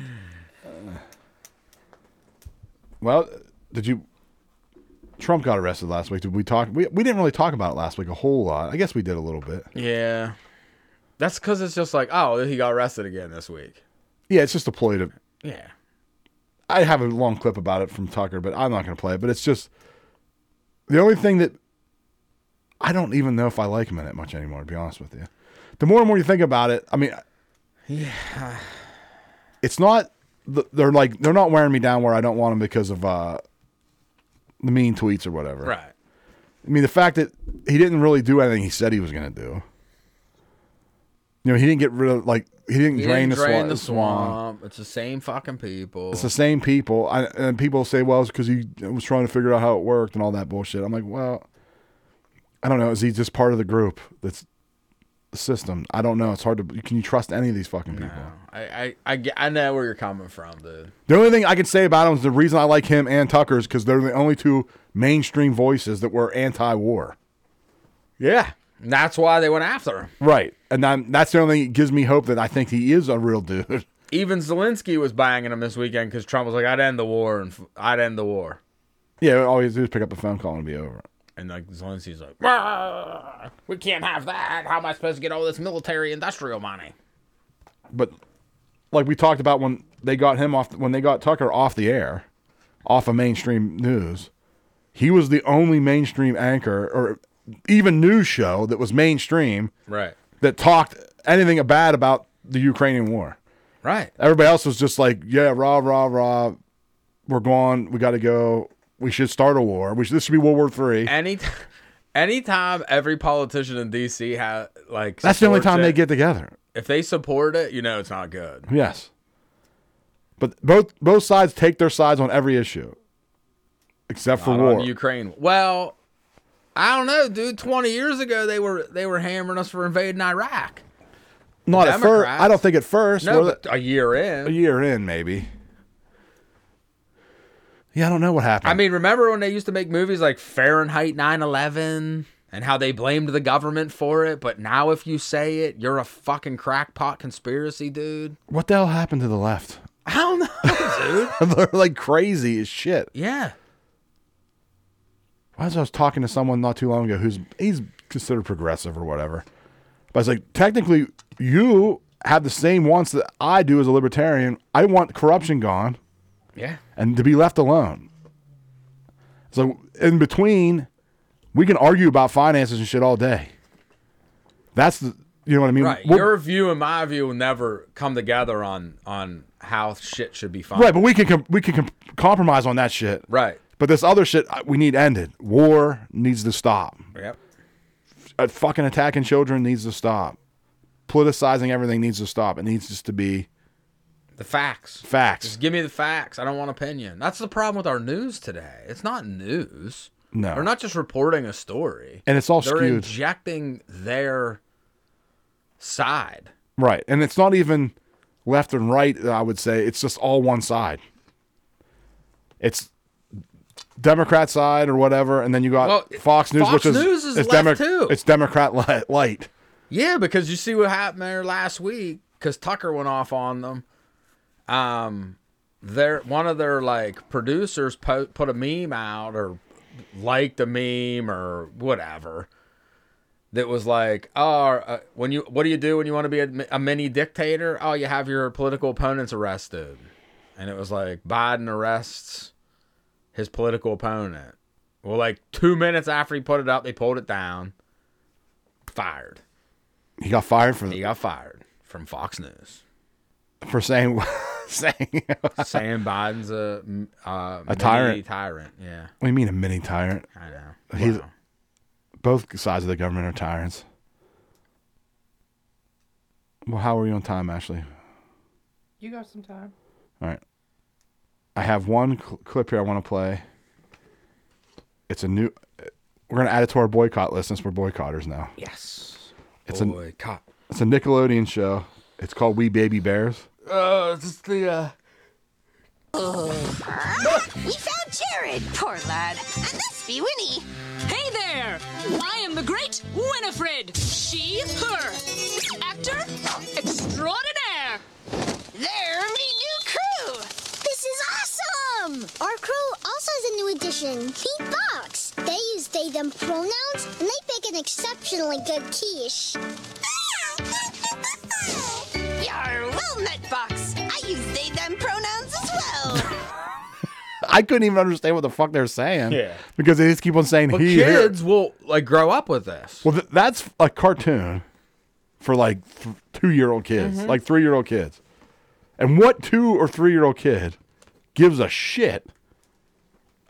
S2: Well, did you? Trump got arrested last week. Did we talk? We, we didn't really talk about it last week a whole lot. I guess we did a little bit.
S3: yeah. That's because it's just like, oh, he got arrested again this week.
S2: Yeah, it's just a ploy to.
S3: Yeah.
S2: I have a long clip about it from Tucker, but I'm not going to play it. But it's just the only thing that I don't even know if I like him in it much anymore. To be honest with you, the more and more you think about it, I mean, yeah, it's not. th- They're like they're not wearing me down where I don't want them because of uh, the mean tweets or whatever.
S3: Right.
S2: I mean, the fact that he didn't really do anything he said he was going to do. You know, he didn't get rid of like he didn't
S3: You
S2: drain,
S3: didn't
S2: the,
S3: drain
S2: swa-
S3: the
S2: swamp.
S3: swamp. It's the same fucking people.
S2: It's the same people, I, and people say, "Well, it's because he was trying to figure out how it worked and all that bullshit." I'm like, "Well, I don't know. Is he just part of the group that's the system? I don't know. It's hard to. Can you trust any of these fucking people?"
S3: I, I, I, get- I know where you're coming from, dude.
S2: The only thing I can say about him is the reason I like him and Tucker is because they're the only two mainstream voices that were anti-war.
S3: Yeah. And that's why they went after him.
S2: Right. And i that's the only thing that gives me hope that I think he is a real dude.
S3: Even Zelensky was banging him this weekend because Trump was like, "I'd end the war and f- I'd end the war,"
S2: yeah, all you do is pick up the phone call and be over. it.
S3: and like Zelensky's like, "Rah, "We can't have that. How am I supposed to get all this military industrial money?"
S2: But like we talked about when they got him off, when they got Tucker off the air, off of mainstream news, he was the only mainstream anchor or even news show that was mainstream
S3: Right.
S2: that talked anything bad about the Ukrainian war.
S3: Right.
S2: Everybody else was just like, yeah, rah, rah, rah. We're gone. We got to go. We should start a war. We should, this should be World War Three.
S3: Any, anytime every politician in D.C. has like
S2: That's the only
S3: supports
S2: time
S3: it,
S2: they get together.
S3: If they support it, you know it's not good.
S2: Yes. But both both sides take their sides on every issue, except for
S3: Not
S2: war.
S3: on Ukraine. Well, I don't know, dude. Twenty years ago, they were they were hammering us for invading Iraq.
S2: Not at first.
S3: Democrats.
S2: I don't think at first.
S3: No,
S2: We're
S3: but a year in.
S2: a year in maybe. Yeah, I don't know what happened.
S3: I mean, remember when they used to make movies like Fahrenheit 9/11 and how they blamed the government for it, but now if you say it, you're a fucking crackpot conspiracy dude.
S2: what the hell happened to the left?
S3: I don't know, dude.
S2: They're like crazy as shit.
S3: Yeah.
S2: Why was I was talking to someone not too long ago who's he's considered progressive or whatever. But I was like, technically, you have the same wants that I do as a libertarian. I want corruption gone.
S3: Yeah.
S2: and to be left alone. So in between, we can argue about finances and shit all day. That's the, you know what I mean,
S3: Right.
S2: We'll-
S3: Your view and my view will never come together on on how shit should be funded.
S2: right, but we can com- we can com- compromise on that shit.
S3: Right.
S2: But this other shit uh, we need ended. War needs to stop.
S3: Yep.
S2: Uh, fucking attacking children needs to stop. Politicizing everything needs to stop. It needs just to be
S3: The The facts.
S2: Facts.
S3: Just give me the facts. I don't want opinion. That's the problem with our news today. It's not news.
S2: No.
S3: They're not just reporting a story.
S2: And it's all
S3: They're
S2: skewed.
S3: injecting their side.
S2: Right. And it's not even left and right, I would say. It's just all one side. It's Democrat side or whatever, and then you got
S3: Well,
S2: Fox News,
S3: Fox
S2: which is,
S3: News is
S2: it's,
S3: left
S2: Demo-
S3: too.
S2: it's Democrat li- light.
S3: Yeah, because you see what happened there last week because Tucker went off on them. Um, their one of their like producers po- put a meme out or liked a meme or whatever that was like, oh, uh, when you what do you do when you want to be a, mi- a mini dictator? Oh, you have your political opponents arrested, and it was like Biden arrests his political opponent. Well, like two minutes after he put it up, they pulled it down. Fired.
S2: He got fired for
S3: He got fired from Fox News.
S2: for saying saying what
S3: Sam Biden's a uh, a
S2: tyrant.
S3: Tyrant. Yeah,
S2: do you mean a mini tyrant?
S3: I know.
S2: He's-
S3: Wow.
S2: Both sides of the government are tyrants. Well, how are you on time, Ashley?
S4: You got some time.
S2: All right. I have one cl- clip here I want to play. It's a new. We're gonna add it to our boycott list since we're boycotters now.
S3: yes.
S2: It's a
S3: Boy, cop.
S2: it's a Nickelodeon show. It's called We Baby Bears.
S3: Oh, it's just the. Uh...
S7: We found Jared, poor lad. And this be Winnie.
S8: Hey there! I am the great Winifred. She, her. Actor extraordinaire.
S7: They're me new crew.
S9: This is awesome! Our crew also has a new addition, Beatbox. They use they them pronouns and they bake an exceptionally good quiche.
S7: Yar, well, Nutbox. I use they, them pronouns as well.
S2: I couldn't even understand what the fuck they're saying.
S3: Yeah.
S2: Because they just keep on saying
S3: But
S2: he. her.
S3: kids will like grow up with this.
S2: Well, th- that's a cartoon for like th- two year old kids,
S3: Mm-hmm.
S2: like three year old kids. And what two or three year old kid gives a shit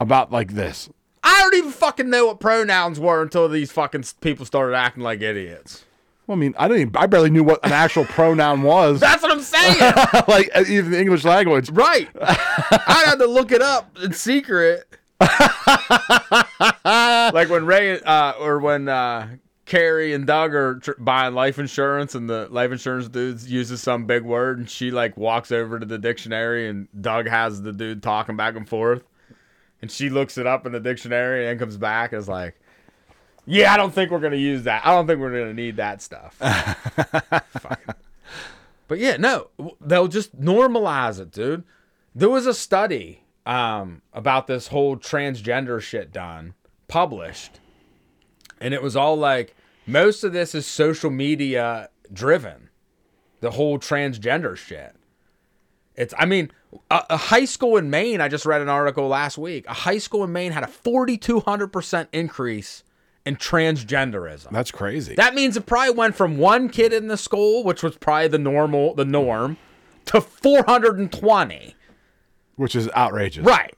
S2: about like this?
S3: I don't even fucking know what pronouns were until these fucking s- people started acting like idiots.
S2: Well, I mean, I didn't. Even, I barely knew what an actual pronoun was,
S3: That's what I'm saying.
S2: like even the English language.
S3: right. I'd have to look it up in secret. like when Ray uh, or when uh, Carrie and Doug are tr- buying life insurance, and the life insurance dude uses some big word, and she like walks over to the dictionary, and Doug has the dude talking back and forth, and she looks it up in the dictionary, and then comes back and is like. Yeah, I don't think we're gonna use that. I don't think we're gonna need that stuff. Fucking- But yeah, no, w- they'll just normalize it, dude. There was a study um, about this whole transgender shit done, published, and it was all like most of this is social media driven. The whole transgender shit. It's, I mean, a, a high school in Maine. I just read an article last week. A high school in Maine had a forty-two hundred percent increase in transgenderism.
S2: That's crazy.
S3: That means it probably went from one kid in the school, which was probably the normal, the norm, to 420.
S2: Which is outrageous.
S3: Right.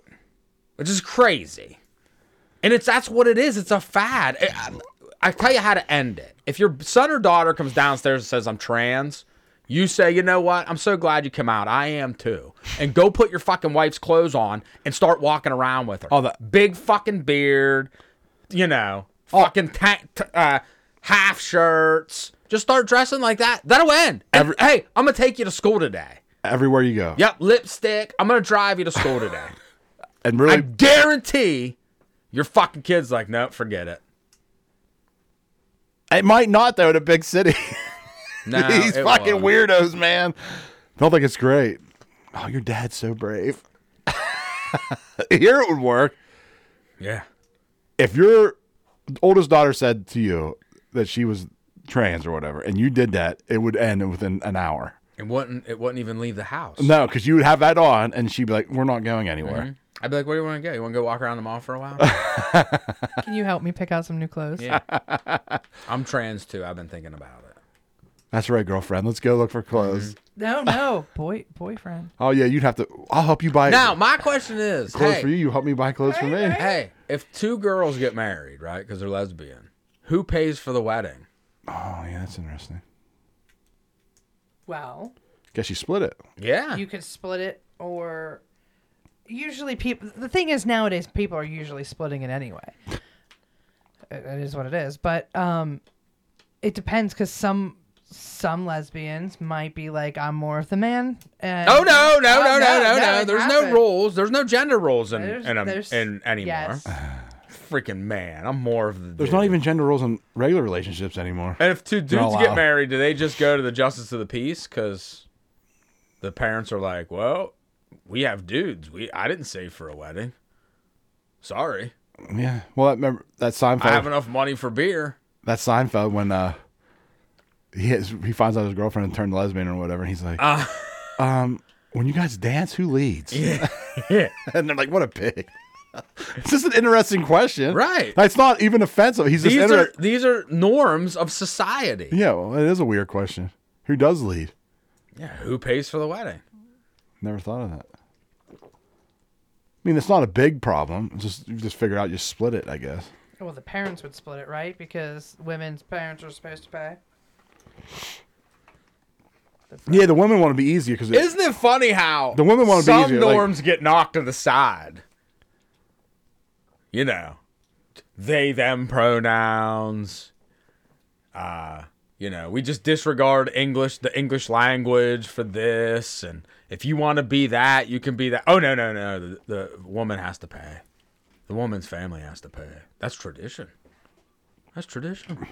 S3: Which is crazy. And it's that's what it is. It's a fad. I, I I tell you how to end it. If your son or daughter comes downstairs and says, I'm trans, you say, you know what? I'm so glad you come out. I am too. And go put your fucking wife's clothes on and start walking around with her.
S2: Oh, that-
S3: big fucking beard, you know, fucking ta- t- uh, half shirts. Just start dressing like that. That'll end. And,
S2: Every-
S3: hey, I'm going to take you to school today.
S2: Everywhere you go.
S3: Yep, lipstick. I'm going to drive you to school today.
S2: And
S3: I
S2: really,
S3: guarantee your fucking kid's like, no, forget it.
S2: it might not though in a big city.
S3: No,
S2: These
S3: it
S2: fucking
S3: won't."
S2: weirdos, man. Don't think it's great. Oh, your dad's so brave. Here it would work.
S3: Yeah.
S2: if your oldest daughter said to you that she was trans or whatever, and you did that, it would end within an hour.
S3: It wouldn't it wouldn't even leave the house.
S2: No, because you would have that on, and she'd be like, "We're not going anywhere."
S3: I'd be like, where do you want to go? You want to go walk around the mall for a while?
S4: Can you help me pick out some new clothes?
S3: Yeah. I'm trans too. I've been thinking about it.
S2: That's right, girlfriend. Let's go look for clothes.
S3: Mm-hmm.
S4: No, no, boy, boyfriend.
S2: Oh yeah, you'd have to. I'll help you buy
S3: Now, my question is,
S2: clothes
S3: hey,
S2: for you. You help me buy clothes for me.
S3: hey, if two girls get married, right, because they're lesbian, who pays for the wedding?
S2: Oh yeah, that's interesting.
S4: Well,
S2: Guess you split it.
S3: Yeah.
S4: you could split it or usually people the thing is nowadays people are usually splitting it anyway it, it is what it is but um it depends because some some lesbians might be like i'm more of the man and
S3: oh no, no,
S4: Oh,
S3: no, no, no, no.
S4: it
S3: There's no
S4: happened.
S3: rules. There's no gender rules in
S4: There's-
S3: in, a,
S4: there's-
S3: in um, anymore.
S4: yes.
S3: Freaking man, I'm more of the.
S2: There's
S3: dude.
S2: not even gender roles in regular relationships anymore.
S3: And if two
S2: not
S3: dudes get
S2: allowed.
S3: married, do they just go to the justice of the peace? Because the parents are like, "Well, we have dudes. We I didn't save for a wedding. Sorry,
S2: Yeah. Well, that, remember that Seinfeld.
S3: I have enough money for beer.
S2: that Seinfeld when uh he hits, he finds out his girlfriend turned lesbian or whatever, and he's like,
S3: Uh.
S2: um, when you guys dance, who leads? Yeah. and they're like, what a pig. It's just an interesting question,
S3: Right.
S2: That's not even offensive. He's just
S3: These
S2: inter-
S3: are these are norms of society.
S2: yeah. Well, it is a weird question. Who does lead?
S3: Yeah, who pays for the wedding?
S2: Never thought of that. I mean, it's not a big problem. It's just you just figure out, you split it, I guess.
S4: well the parents would split it right because women's parents are supposed to pay
S2: Yeah, the women want to be easier because
S3: Isn't it funny how
S2: The women wanna be
S3: some
S2: easier, like-
S3: norms get knocked to the side? You know, they them pronouns. Uh, you know, we just disregard English, the English language for this, and if you want to be that, you can be that. Oh no, no, no! The, the woman has to pay. The woman's family has to pay. That's tradition. That's tradition.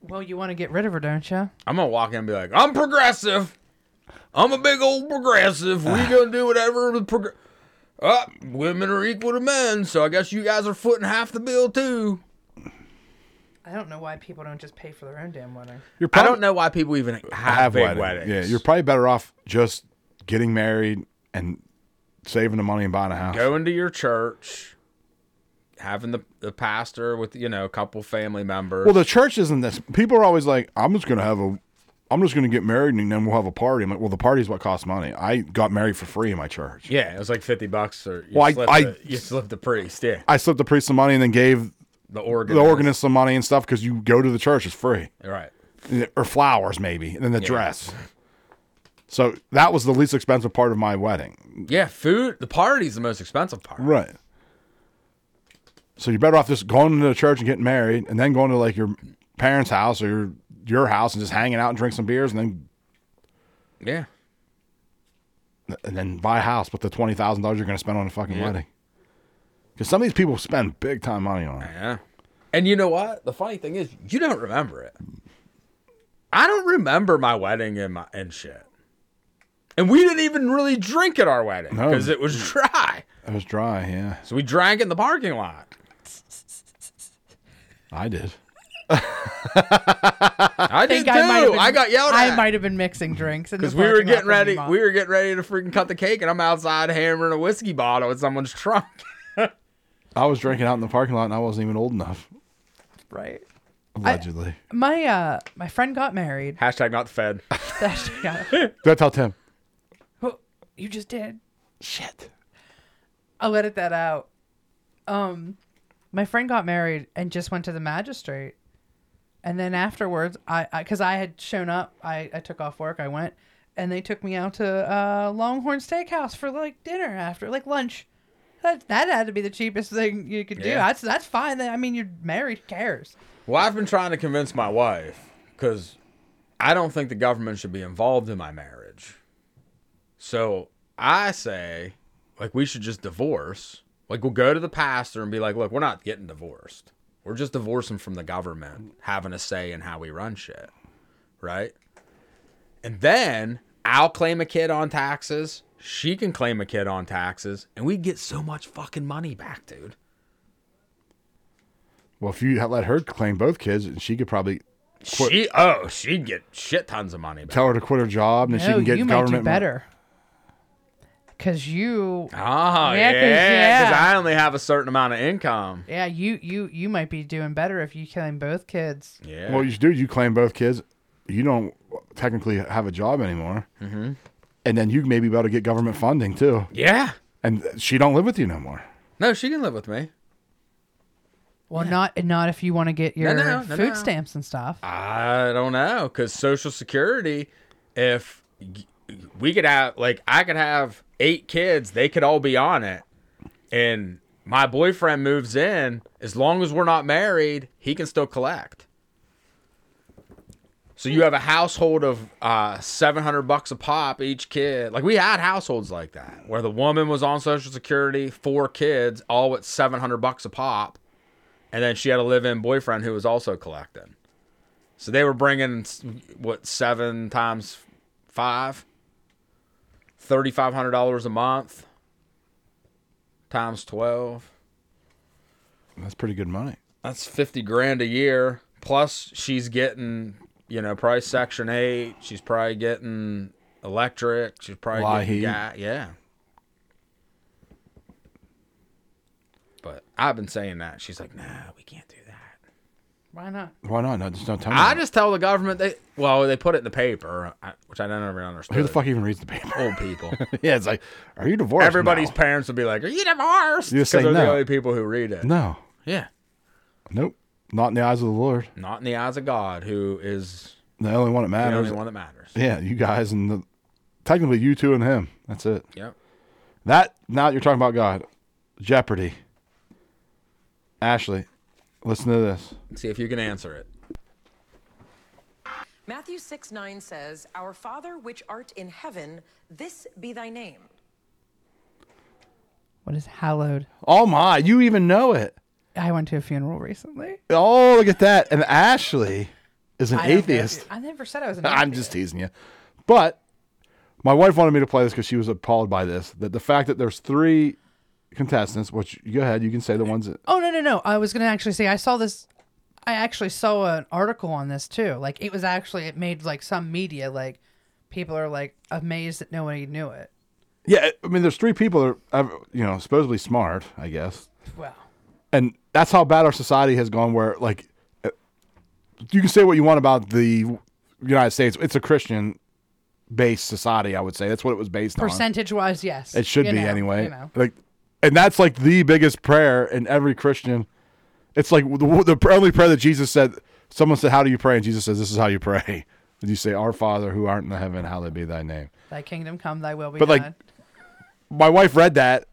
S4: well you want to get rid of her don't you
S3: I'm gonna walk in and be like, I'm progressive. I'm a big old progressive. We gonna do whatever the prog- uh, women are equal to men, so I guess you guys are footing half the bill too.
S4: i don't know why people don't just pay for their own damn wedding
S2: you're
S3: I
S2: probably-
S3: don't know why people even have,
S2: have
S3: big
S2: wedding.
S3: weddings.
S2: Yeah, you're probably better off just getting married and saving the money and buying a house.
S3: going to your church, having the, the pastor with you know a couple family members.
S2: Well, the church isn't this. People are always like, "I'm just gonna have a, I'm just gonna get married and then we'll have a party." I'm like, "Well, the party's what costs money. I got married for free in my church.
S3: yeah, it was like fifty bucks or you
S2: Well, I-
S3: slipped
S2: I-
S3: the- you slipped the priest, yeah,
S2: I slipped the priest some money and then gave
S3: the
S2: the
S3: organ,
S2: organist some money and stuff because you go to the church, it's free,
S3: right?
S2: or flowers maybe, and then the dress." So that was the least expensive part of my wedding.
S3: Yeah, food. The party's the most expensive part.
S2: Right. So you're better off just going to the church and getting married, and then going to like your parents' house or your your house and just hanging out and drink some beers, and
S3: Yeah.
S2: then and then buy a house with the twenty thousand dollars you're going to spend on a fucking wedding. Because some of these people spend big time money on it.
S3: Yeah. And you know what? The funny thing is, you don't remember it. I don't remember my wedding and my and shit. And we didn't even really drink at our wedding
S2: No.
S3: because it was dry.
S2: It was dry, yeah.
S3: So we drank in the parking lot.
S2: I did.
S3: I did too.
S4: I might have been-
S3: I got yelled
S4: I
S3: at
S4: might have been mixing drinks in the
S3: because we were
S4: parking lot
S3: getting
S4: with my
S3: ready.
S4: mom.
S3: We were getting ready to freaking cut the cake, and I'm outside hammering a whiskey bottle in someone's trunk.
S2: I was drinking out in the parking lot, and I wasn't even old enough,
S4: right.
S2: allegedly.
S4: My uh, my friend got married.
S3: Hashtag not the Fed.
S4: That's- yeah.
S2: Did I tell Tim?
S4: Well, you just did.
S2: Shit.
S4: I'll edit that out. Um, my friend got married and just went to the magistrate, and then afterwards, I because I, had shown up, I I took off work, I went, and they took me out to uh, Longhorn Steakhouse for like dinner after like lunch. That that had to be the cheapest thing you could do.
S3: Yeah.
S4: That's that's fine. I mean, you're married. Who cares?
S3: Well, I've been trying to convince my wife because I don't think the government should be involved in my marriage. So I say, like, we should just divorce. Like, we'll go to the pastor and be like, look, we're not getting divorced. We're just divorcing from the government having a say in how we run shit. Right. And then I'll claim a kid on taxes. She can claim a kid on taxes. And we get so much fucking money back, dude.
S2: Well, if you had let her claim both kids, she could probably
S3: She, oh, she'd get shit tons of money back.
S2: tell her to quit her job, and then she can get
S4: you might do
S2: government. mon-
S4: better. Cause you,
S3: Oh, yeah,
S4: Yeah, 'cause-
S3: because
S4: yeah.
S3: I only have a certain amount of income.
S4: yeah, you, you, you might be doing better if you claim both kids.
S3: Yeah.
S2: Well, you should do. You claim both kids. You don't technically have a job anymore, mm-hmm. and then you may be able to get government funding too.
S3: yeah.
S2: And she don't live with you no more.
S3: No, she can live with me.
S4: Well, not, not if you want to get your
S3: no, no,
S4: food
S3: no.
S4: stamps and stuff.
S3: I don't know, because Social Security, if we could have like I could have eight kids. They could all be on it, and my boyfriend moves in. As long as we're not married, he can still collect. So you have a household of uh, seven hundred bucks a pop each kid. Like we had households like that where the woman was on Social Security, four kids, all at seven hundred bucks a pop, and then she had a live-in boyfriend who was also collecting. So they were bringing what seven times five, thirty five hundred dollars a month, times twelve.
S2: That's pretty good money.
S3: That's fifty grand a year. Plus she's getting, you know, probably section eight. She's probably getting electric. She's probably
S2: Why
S3: getting
S2: he?
S3: ga- yeah. But I've been saying that. She's like, nah, we can't do that.
S4: Why not?
S2: Why not? No, just don't tell me.
S3: I
S2: that.
S3: just tell the government they well they put it in the paper, I- which I don't ever understand.
S2: Who the fuck even reads the paper?
S3: Old people.
S2: yeah, it's like, are you divorced?
S3: Oh, Everybody's
S2: No.
S3: parents would be like, "Are you divorced?"
S2: You just say
S3: they're the
S2: no.
S3: only people who read it.
S2: no,
S3: Yeah,
S2: nope, not in the eyes of the Lord.
S3: not in the eyes of God, who is
S2: The only one that
S3: the
S2: matters.
S3: only one that matters.
S2: Yeah, you guys and the, technically you two and him. That's it.
S3: Yep.
S2: That now you're talking about God, Jeopardy. Ashley, listen to this.
S3: See if you can answer it.
S10: Matthew 6 9 says, Our Father which art in heaven, this be thy name.
S4: What is hallowed?
S2: Oh my, you even know it.
S4: I went to a funeral recently.
S2: Oh, look at that. And Ashley is an
S4: I don't know if
S2: atheist.
S4: you- I never said I was an atheist.
S2: I'm just teasing you. But my wife wanted me to play this because she was appalled by this. That the fact that there's three contestants, which go ahead, you can say the ones that
S4: Oh no no no! I was gonna actually say I saw this. I actually saw an article on this too. Like it was actually it made like some media like people are like amazed that nobody knew it.
S2: Yeah, I mean there's three people that are uh, you know, supposedly smart, I guess.
S4: Wow.
S2: and that's how bad our society has gone where like uh, you can say what you want about the united states it's a christian based society i would say that's what it was based on
S4: Percentage wise, yes.
S2: it should
S4: You
S2: be
S4: know,
S2: anyway
S4: You know.
S2: like and that's like the biggest prayer in every christian it's like the, the only prayer that jesus said someone said how do you pray and jesus says this is how you pray and you say our father who art in heaven hallowed be thy name
S4: Thy kingdom come, thy will be
S2: But,
S4: done.
S2: like, my wife read that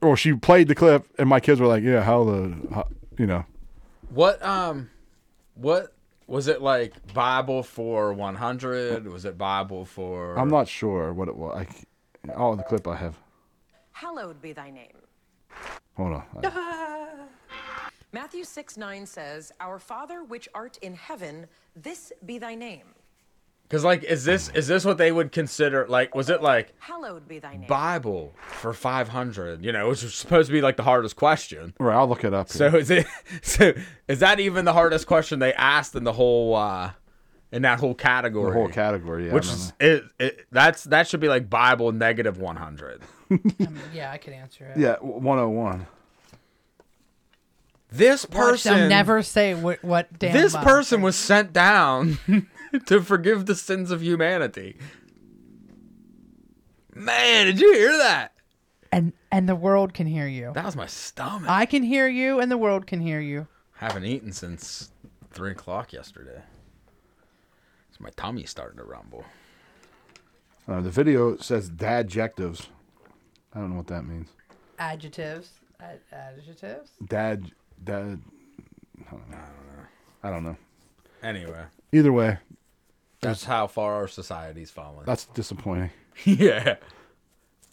S2: or she played the clip and my kids were like yeah how the how, you know
S3: What um, what was it like? Bible for one hundred? Was it Bible for?
S2: I'm not sure what it was. I, c- oh, the clip I have.
S10: Hallowed be thy name.
S2: Hold on. I-
S10: Matthew 6 9 says, Our Father which art in heaven, this be thy name.
S3: Because like, is this is this what they would consider? Like, was it like
S10: Hallowed be thy name.
S3: Bible for five hundred? You know, which was supposed to be like the hardest question.
S2: All right, I'll look it up.
S3: So
S2: Here.
S3: is it? So is that even the hardest question they asked in the whole uh in that whole category?
S2: the whole category, yeah. I
S3: which is
S2: remember.
S3: it, it? That's that should be like Bible negative one hundred.
S4: yeah, I could answer it.
S2: yeah, w- 101.
S3: This
S4: Watch,
S3: person
S4: they'll never say what what damn.
S3: This
S4: Bible
S3: person
S4: says.
S3: was sent down to forgive the sins of humanity. Man, did you hear that?
S4: and and the world can hear you.
S3: That was my stomach. I
S4: I can hear you, and the world can hear you.
S3: haven't eaten since three o'clock yesterday. So my tummy's starting to rumble.
S2: Uh, the video says dadjectives. I don't know what that means.
S4: Adjectives, ad- adjectives.
S2: Dad, dad. I don't know. I don't know.
S3: Anyway,
S2: Either way,
S3: that's how far our society's fallen.
S2: that's disappointing.
S3: yeah.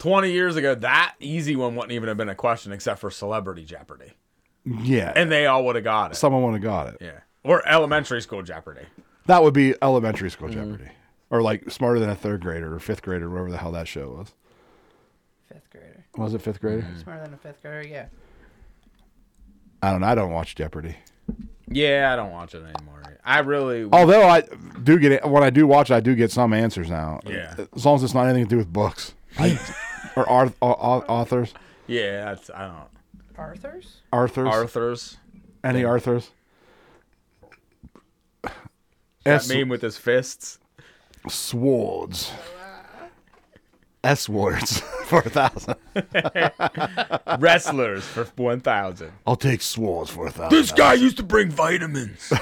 S3: 20 years ago, that easy one wouldn't even have been a question except for Celebrity Jeopardy.
S2: Yeah.
S3: And they all would have got it.
S2: someone would have got it.
S3: yeah. Or Elementary School Jeopardy.
S2: That would be elementary school Jeopardy. Or like smarter than a third grader or fifth grader, whatever the hell that show was.
S4: Fifth grader,
S2: Was it fifth grader?
S4: smarter than a fifth grader. Yeah.
S2: I don't know. I don't watch Jeopardy.
S3: Yeah, I don't watch it anymore. I really.
S2: Although I do get it, when I do watch it, I do get some answers now.
S3: Yeah.
S2: As long as it's not anything to do with books I, or arth, au- au- authors.
S3: Yeah, that's, I don't.
S4: Arthur's.
S2: Arthurs.
S3: Arthur's.
S2: Any Arthurs?
S3: That
S2: S
S3: meme with his fists.
S2: swords. S words for a thousand.
S3: Wrestlers for 1,000.
S2: I'll take swords for a thousand.
S3: guy used to bring vitamins.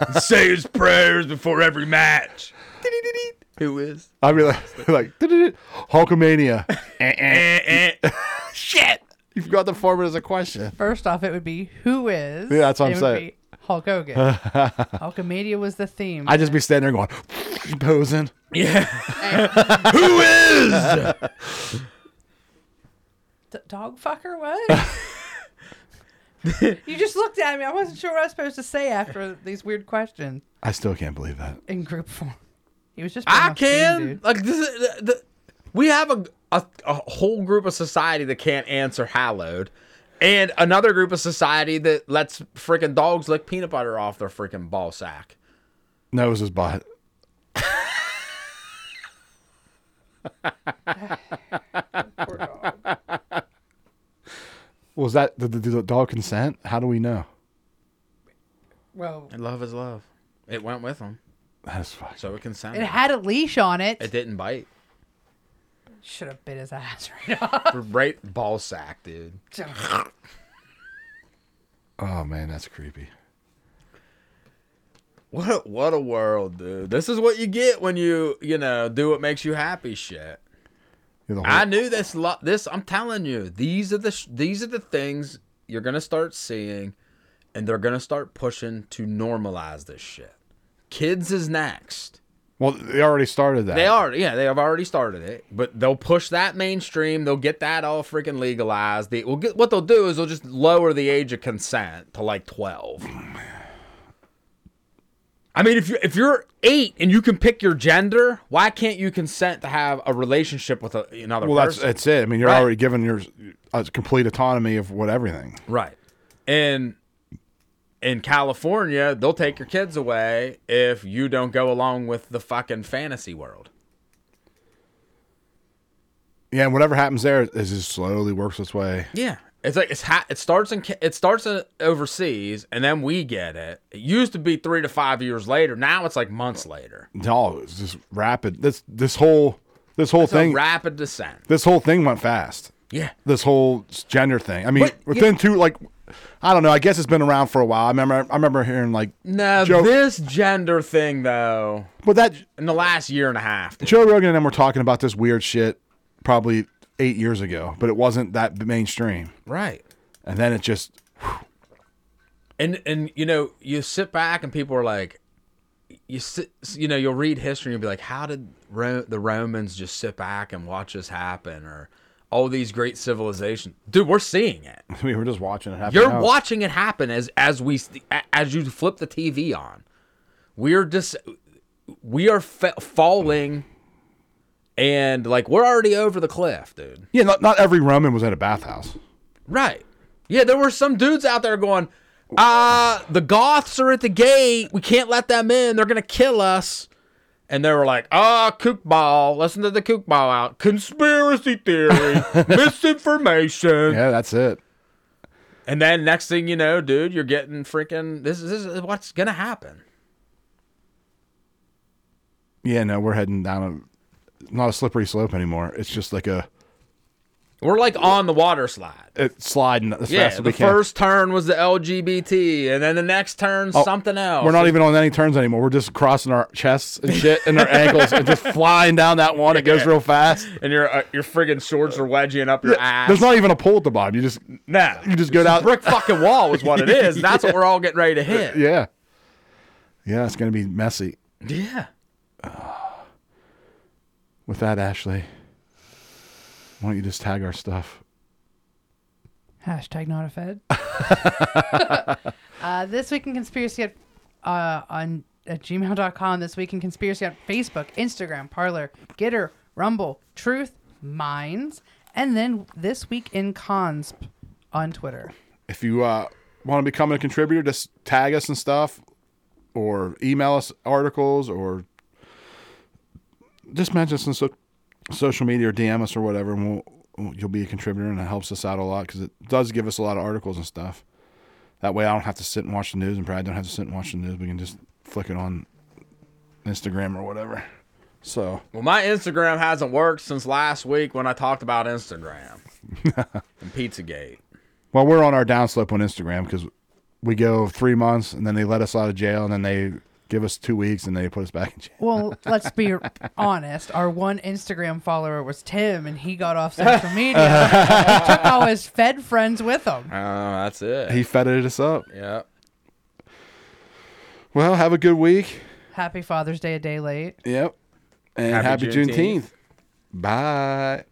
S3: and say his prayers before every match. Who is?
S2: I'd be like, like "Du-du-du, Hulkamania. Eh, eh. Shit! You forgot to form it as a question.
S4: First off, it would be who is.
S2: Yeah, that's what
S4: It
S2: I'm
S4: would
S2: saying.
S4: be Hulk Hogan. Hulkamania was the theme.
S2: I'd just be standing there going, posing.
S3: Yeah.
S2: Who is?
S4: D- dog fucker, what? you just looked at me. I wasn't sure what I was supposed to say after these weird questions
S2: I still can't believe that.
S4: in group form. He was just. being
S3: I
S4: obscene,
S3: can.
S4: dude.
S3: Like this is, the, the, we have a, a a whole group of society that can't answer hallowed, and another group of society that lets freaking dogs lick peanut butter off their freaking ball sack.
S2: No, it was his butt. Was that did the, did the dog consent? How do we know?
S4: Well,
S3: And love is love. It went with them,
S2: That's fucking.
S3: so it consented.
S4: it had a leash on it.
S3: It didn't bite.
S4: Should have bit his ass right off.
S3: right ball sack, dude.
S2: Oh man, that's creepy.
S3: What a, what a world, dude. This is what you get when you you know do what makes you happy, shit.
S2: You're the whole-
S3: I knew this. Lo- this I'm telling you. These are the sh- these are the things you're gonna start seeing, and they're gonna start pushing to normalize this shit. Kids is next.
S2: well, they already started that.
S3: They are, yeah, they have already started it, but they'll push that mainstream. They'll get that all freaking legalized. They will get what they'll do is they'll just lower the age of consent to like
S2: Oh,
S3: twelve. I mean, if you if you're eight and you can pick your gender, why can't you consent to have a relationship with a, another
S2: Well, that's
S3: person?
S2: that's it. I mean, you're
S3: Right.
S2: already given your uh, complete autonomy of what everything.
S3: Right. And in California, they'll take your kids away if you don't go along with the fucking fantasy world.
S2: Yeah, and whatever happens there is just slowly works its way.
S3: Yeah. It's like it's ha- it starts in Ca- it starts in overseas and then we get it. It used to be 3 to 5 years later. Now it's like months later.
S2: No, it's just rapid. This this whole this whole
S3: It's a
S2: thing
S3: rapid descent.
S2: this whole thing went fast.
S3: Yeah.
S2: this whole gender thing. I mean,
S3: But,
S2: within two, like, I don't know. I guess it's been around for a while. I remember, I remember hearing like,
S3: Now
S2: Joe-
S3: this gender thing though
S2: but that
S3: in the last year and a half. dude.
S2: Joe Rogan and them were talking about this weird shit probably eight years ago, but it wasn't that mainstream.
S3: Right.
S2: And then it just,
S3: and and you know you sit back and people are like you sit you know you'll read history and you'll be like how did Ro- the romans just sit back and watch this happen or all these great civilizations dude we're seeing it
S2: we were just watching it happen.
S3: you're
S2: now.
S3: watching it happen as as we as you flip the tv on we're just we are fa- falling and like we're already over the cliff dude
S2: Yeah, not, not every Roman was at a bathhouse.
S3: Right. Yeah, there were some dudes out there going, uh, the Goths are at the gate. We can't let them in. They're going to kill us. And they were like, ah, oh, kook ball. Listen to the kook ball out. Conspiracy theory, misinformation.
S2: Yeah, that's it.
S3: And then next thing you know, dude, you're getting freaking, this is, this is what's going to happen.
S2: Yeah, no, we're heading down a not a slippery slope anymore. It's just like a
S3: We're like on the water slide.
S2: it's sliding as
S3: Yeah,
S2: fast as
S3: the
S2: we can.
S3: first turn was the LGBT, and then the next turn,
S2: Oh,
S3: something else.
S2: We're not even on any turns anymore. We're just crossing our chests and shit and our ankles and just flying down that one. It goes real fast.
S3: and your uh, your friggin' shorts are wedging up your ass.
S2: There's not even a pole at the bottom. You just
S3: Nah,
S2: you just go
S3: It's a
S2: down.
S3: brick fucking wall is what it is. That's what we're all getting ready to hit.
S2: Yeah. Yeah, it's gonna be messy.
S3: Yeah.
S2: With that, Ashley, why don't you just tag our stuff?
S4: Hashtag not a fed. uh, this week in conspiracy at uh, on at gmail.com. This week in conspiracy on Facebook, Instagram, Parlor, Gitter, Rumble, Truth, Minds, and then this week in consp on Twitter.
S2: If you uh, want to become a contributor, just tag us and stuff, or email us articles, or just mention us on so- social media or DM us or whatever, and we'll you'll be a contributor, and it helps us out a lot because it does give us a lot of articles and stuff. That way, I don't have to sit and watch the news, and Brad don't have to sit and watch the news. We can just flick it on Instagram or whatever. So
S3: Well, my Instagram hasn't worked since last week when I talked about Instagram and Pizzagate.
S2: Well, we're on our downslope on Instagram because we go three months and then they let us out of jail and then they give us two weeks, and then they put us back in jail.
S4: Well, let's be honest. Our one Instagram follower was Tim, and he got off social media. took all his Fed friends with him.
S3: Oh, that's it.
S2: He fetted us up.
S3: yeah.
S2: Well, have a good week.
S4: Happy Father's Day a day late.
S2: Yep. And happy,
S3: Happy Juneteenth.
S2: Juneteenth. Bye.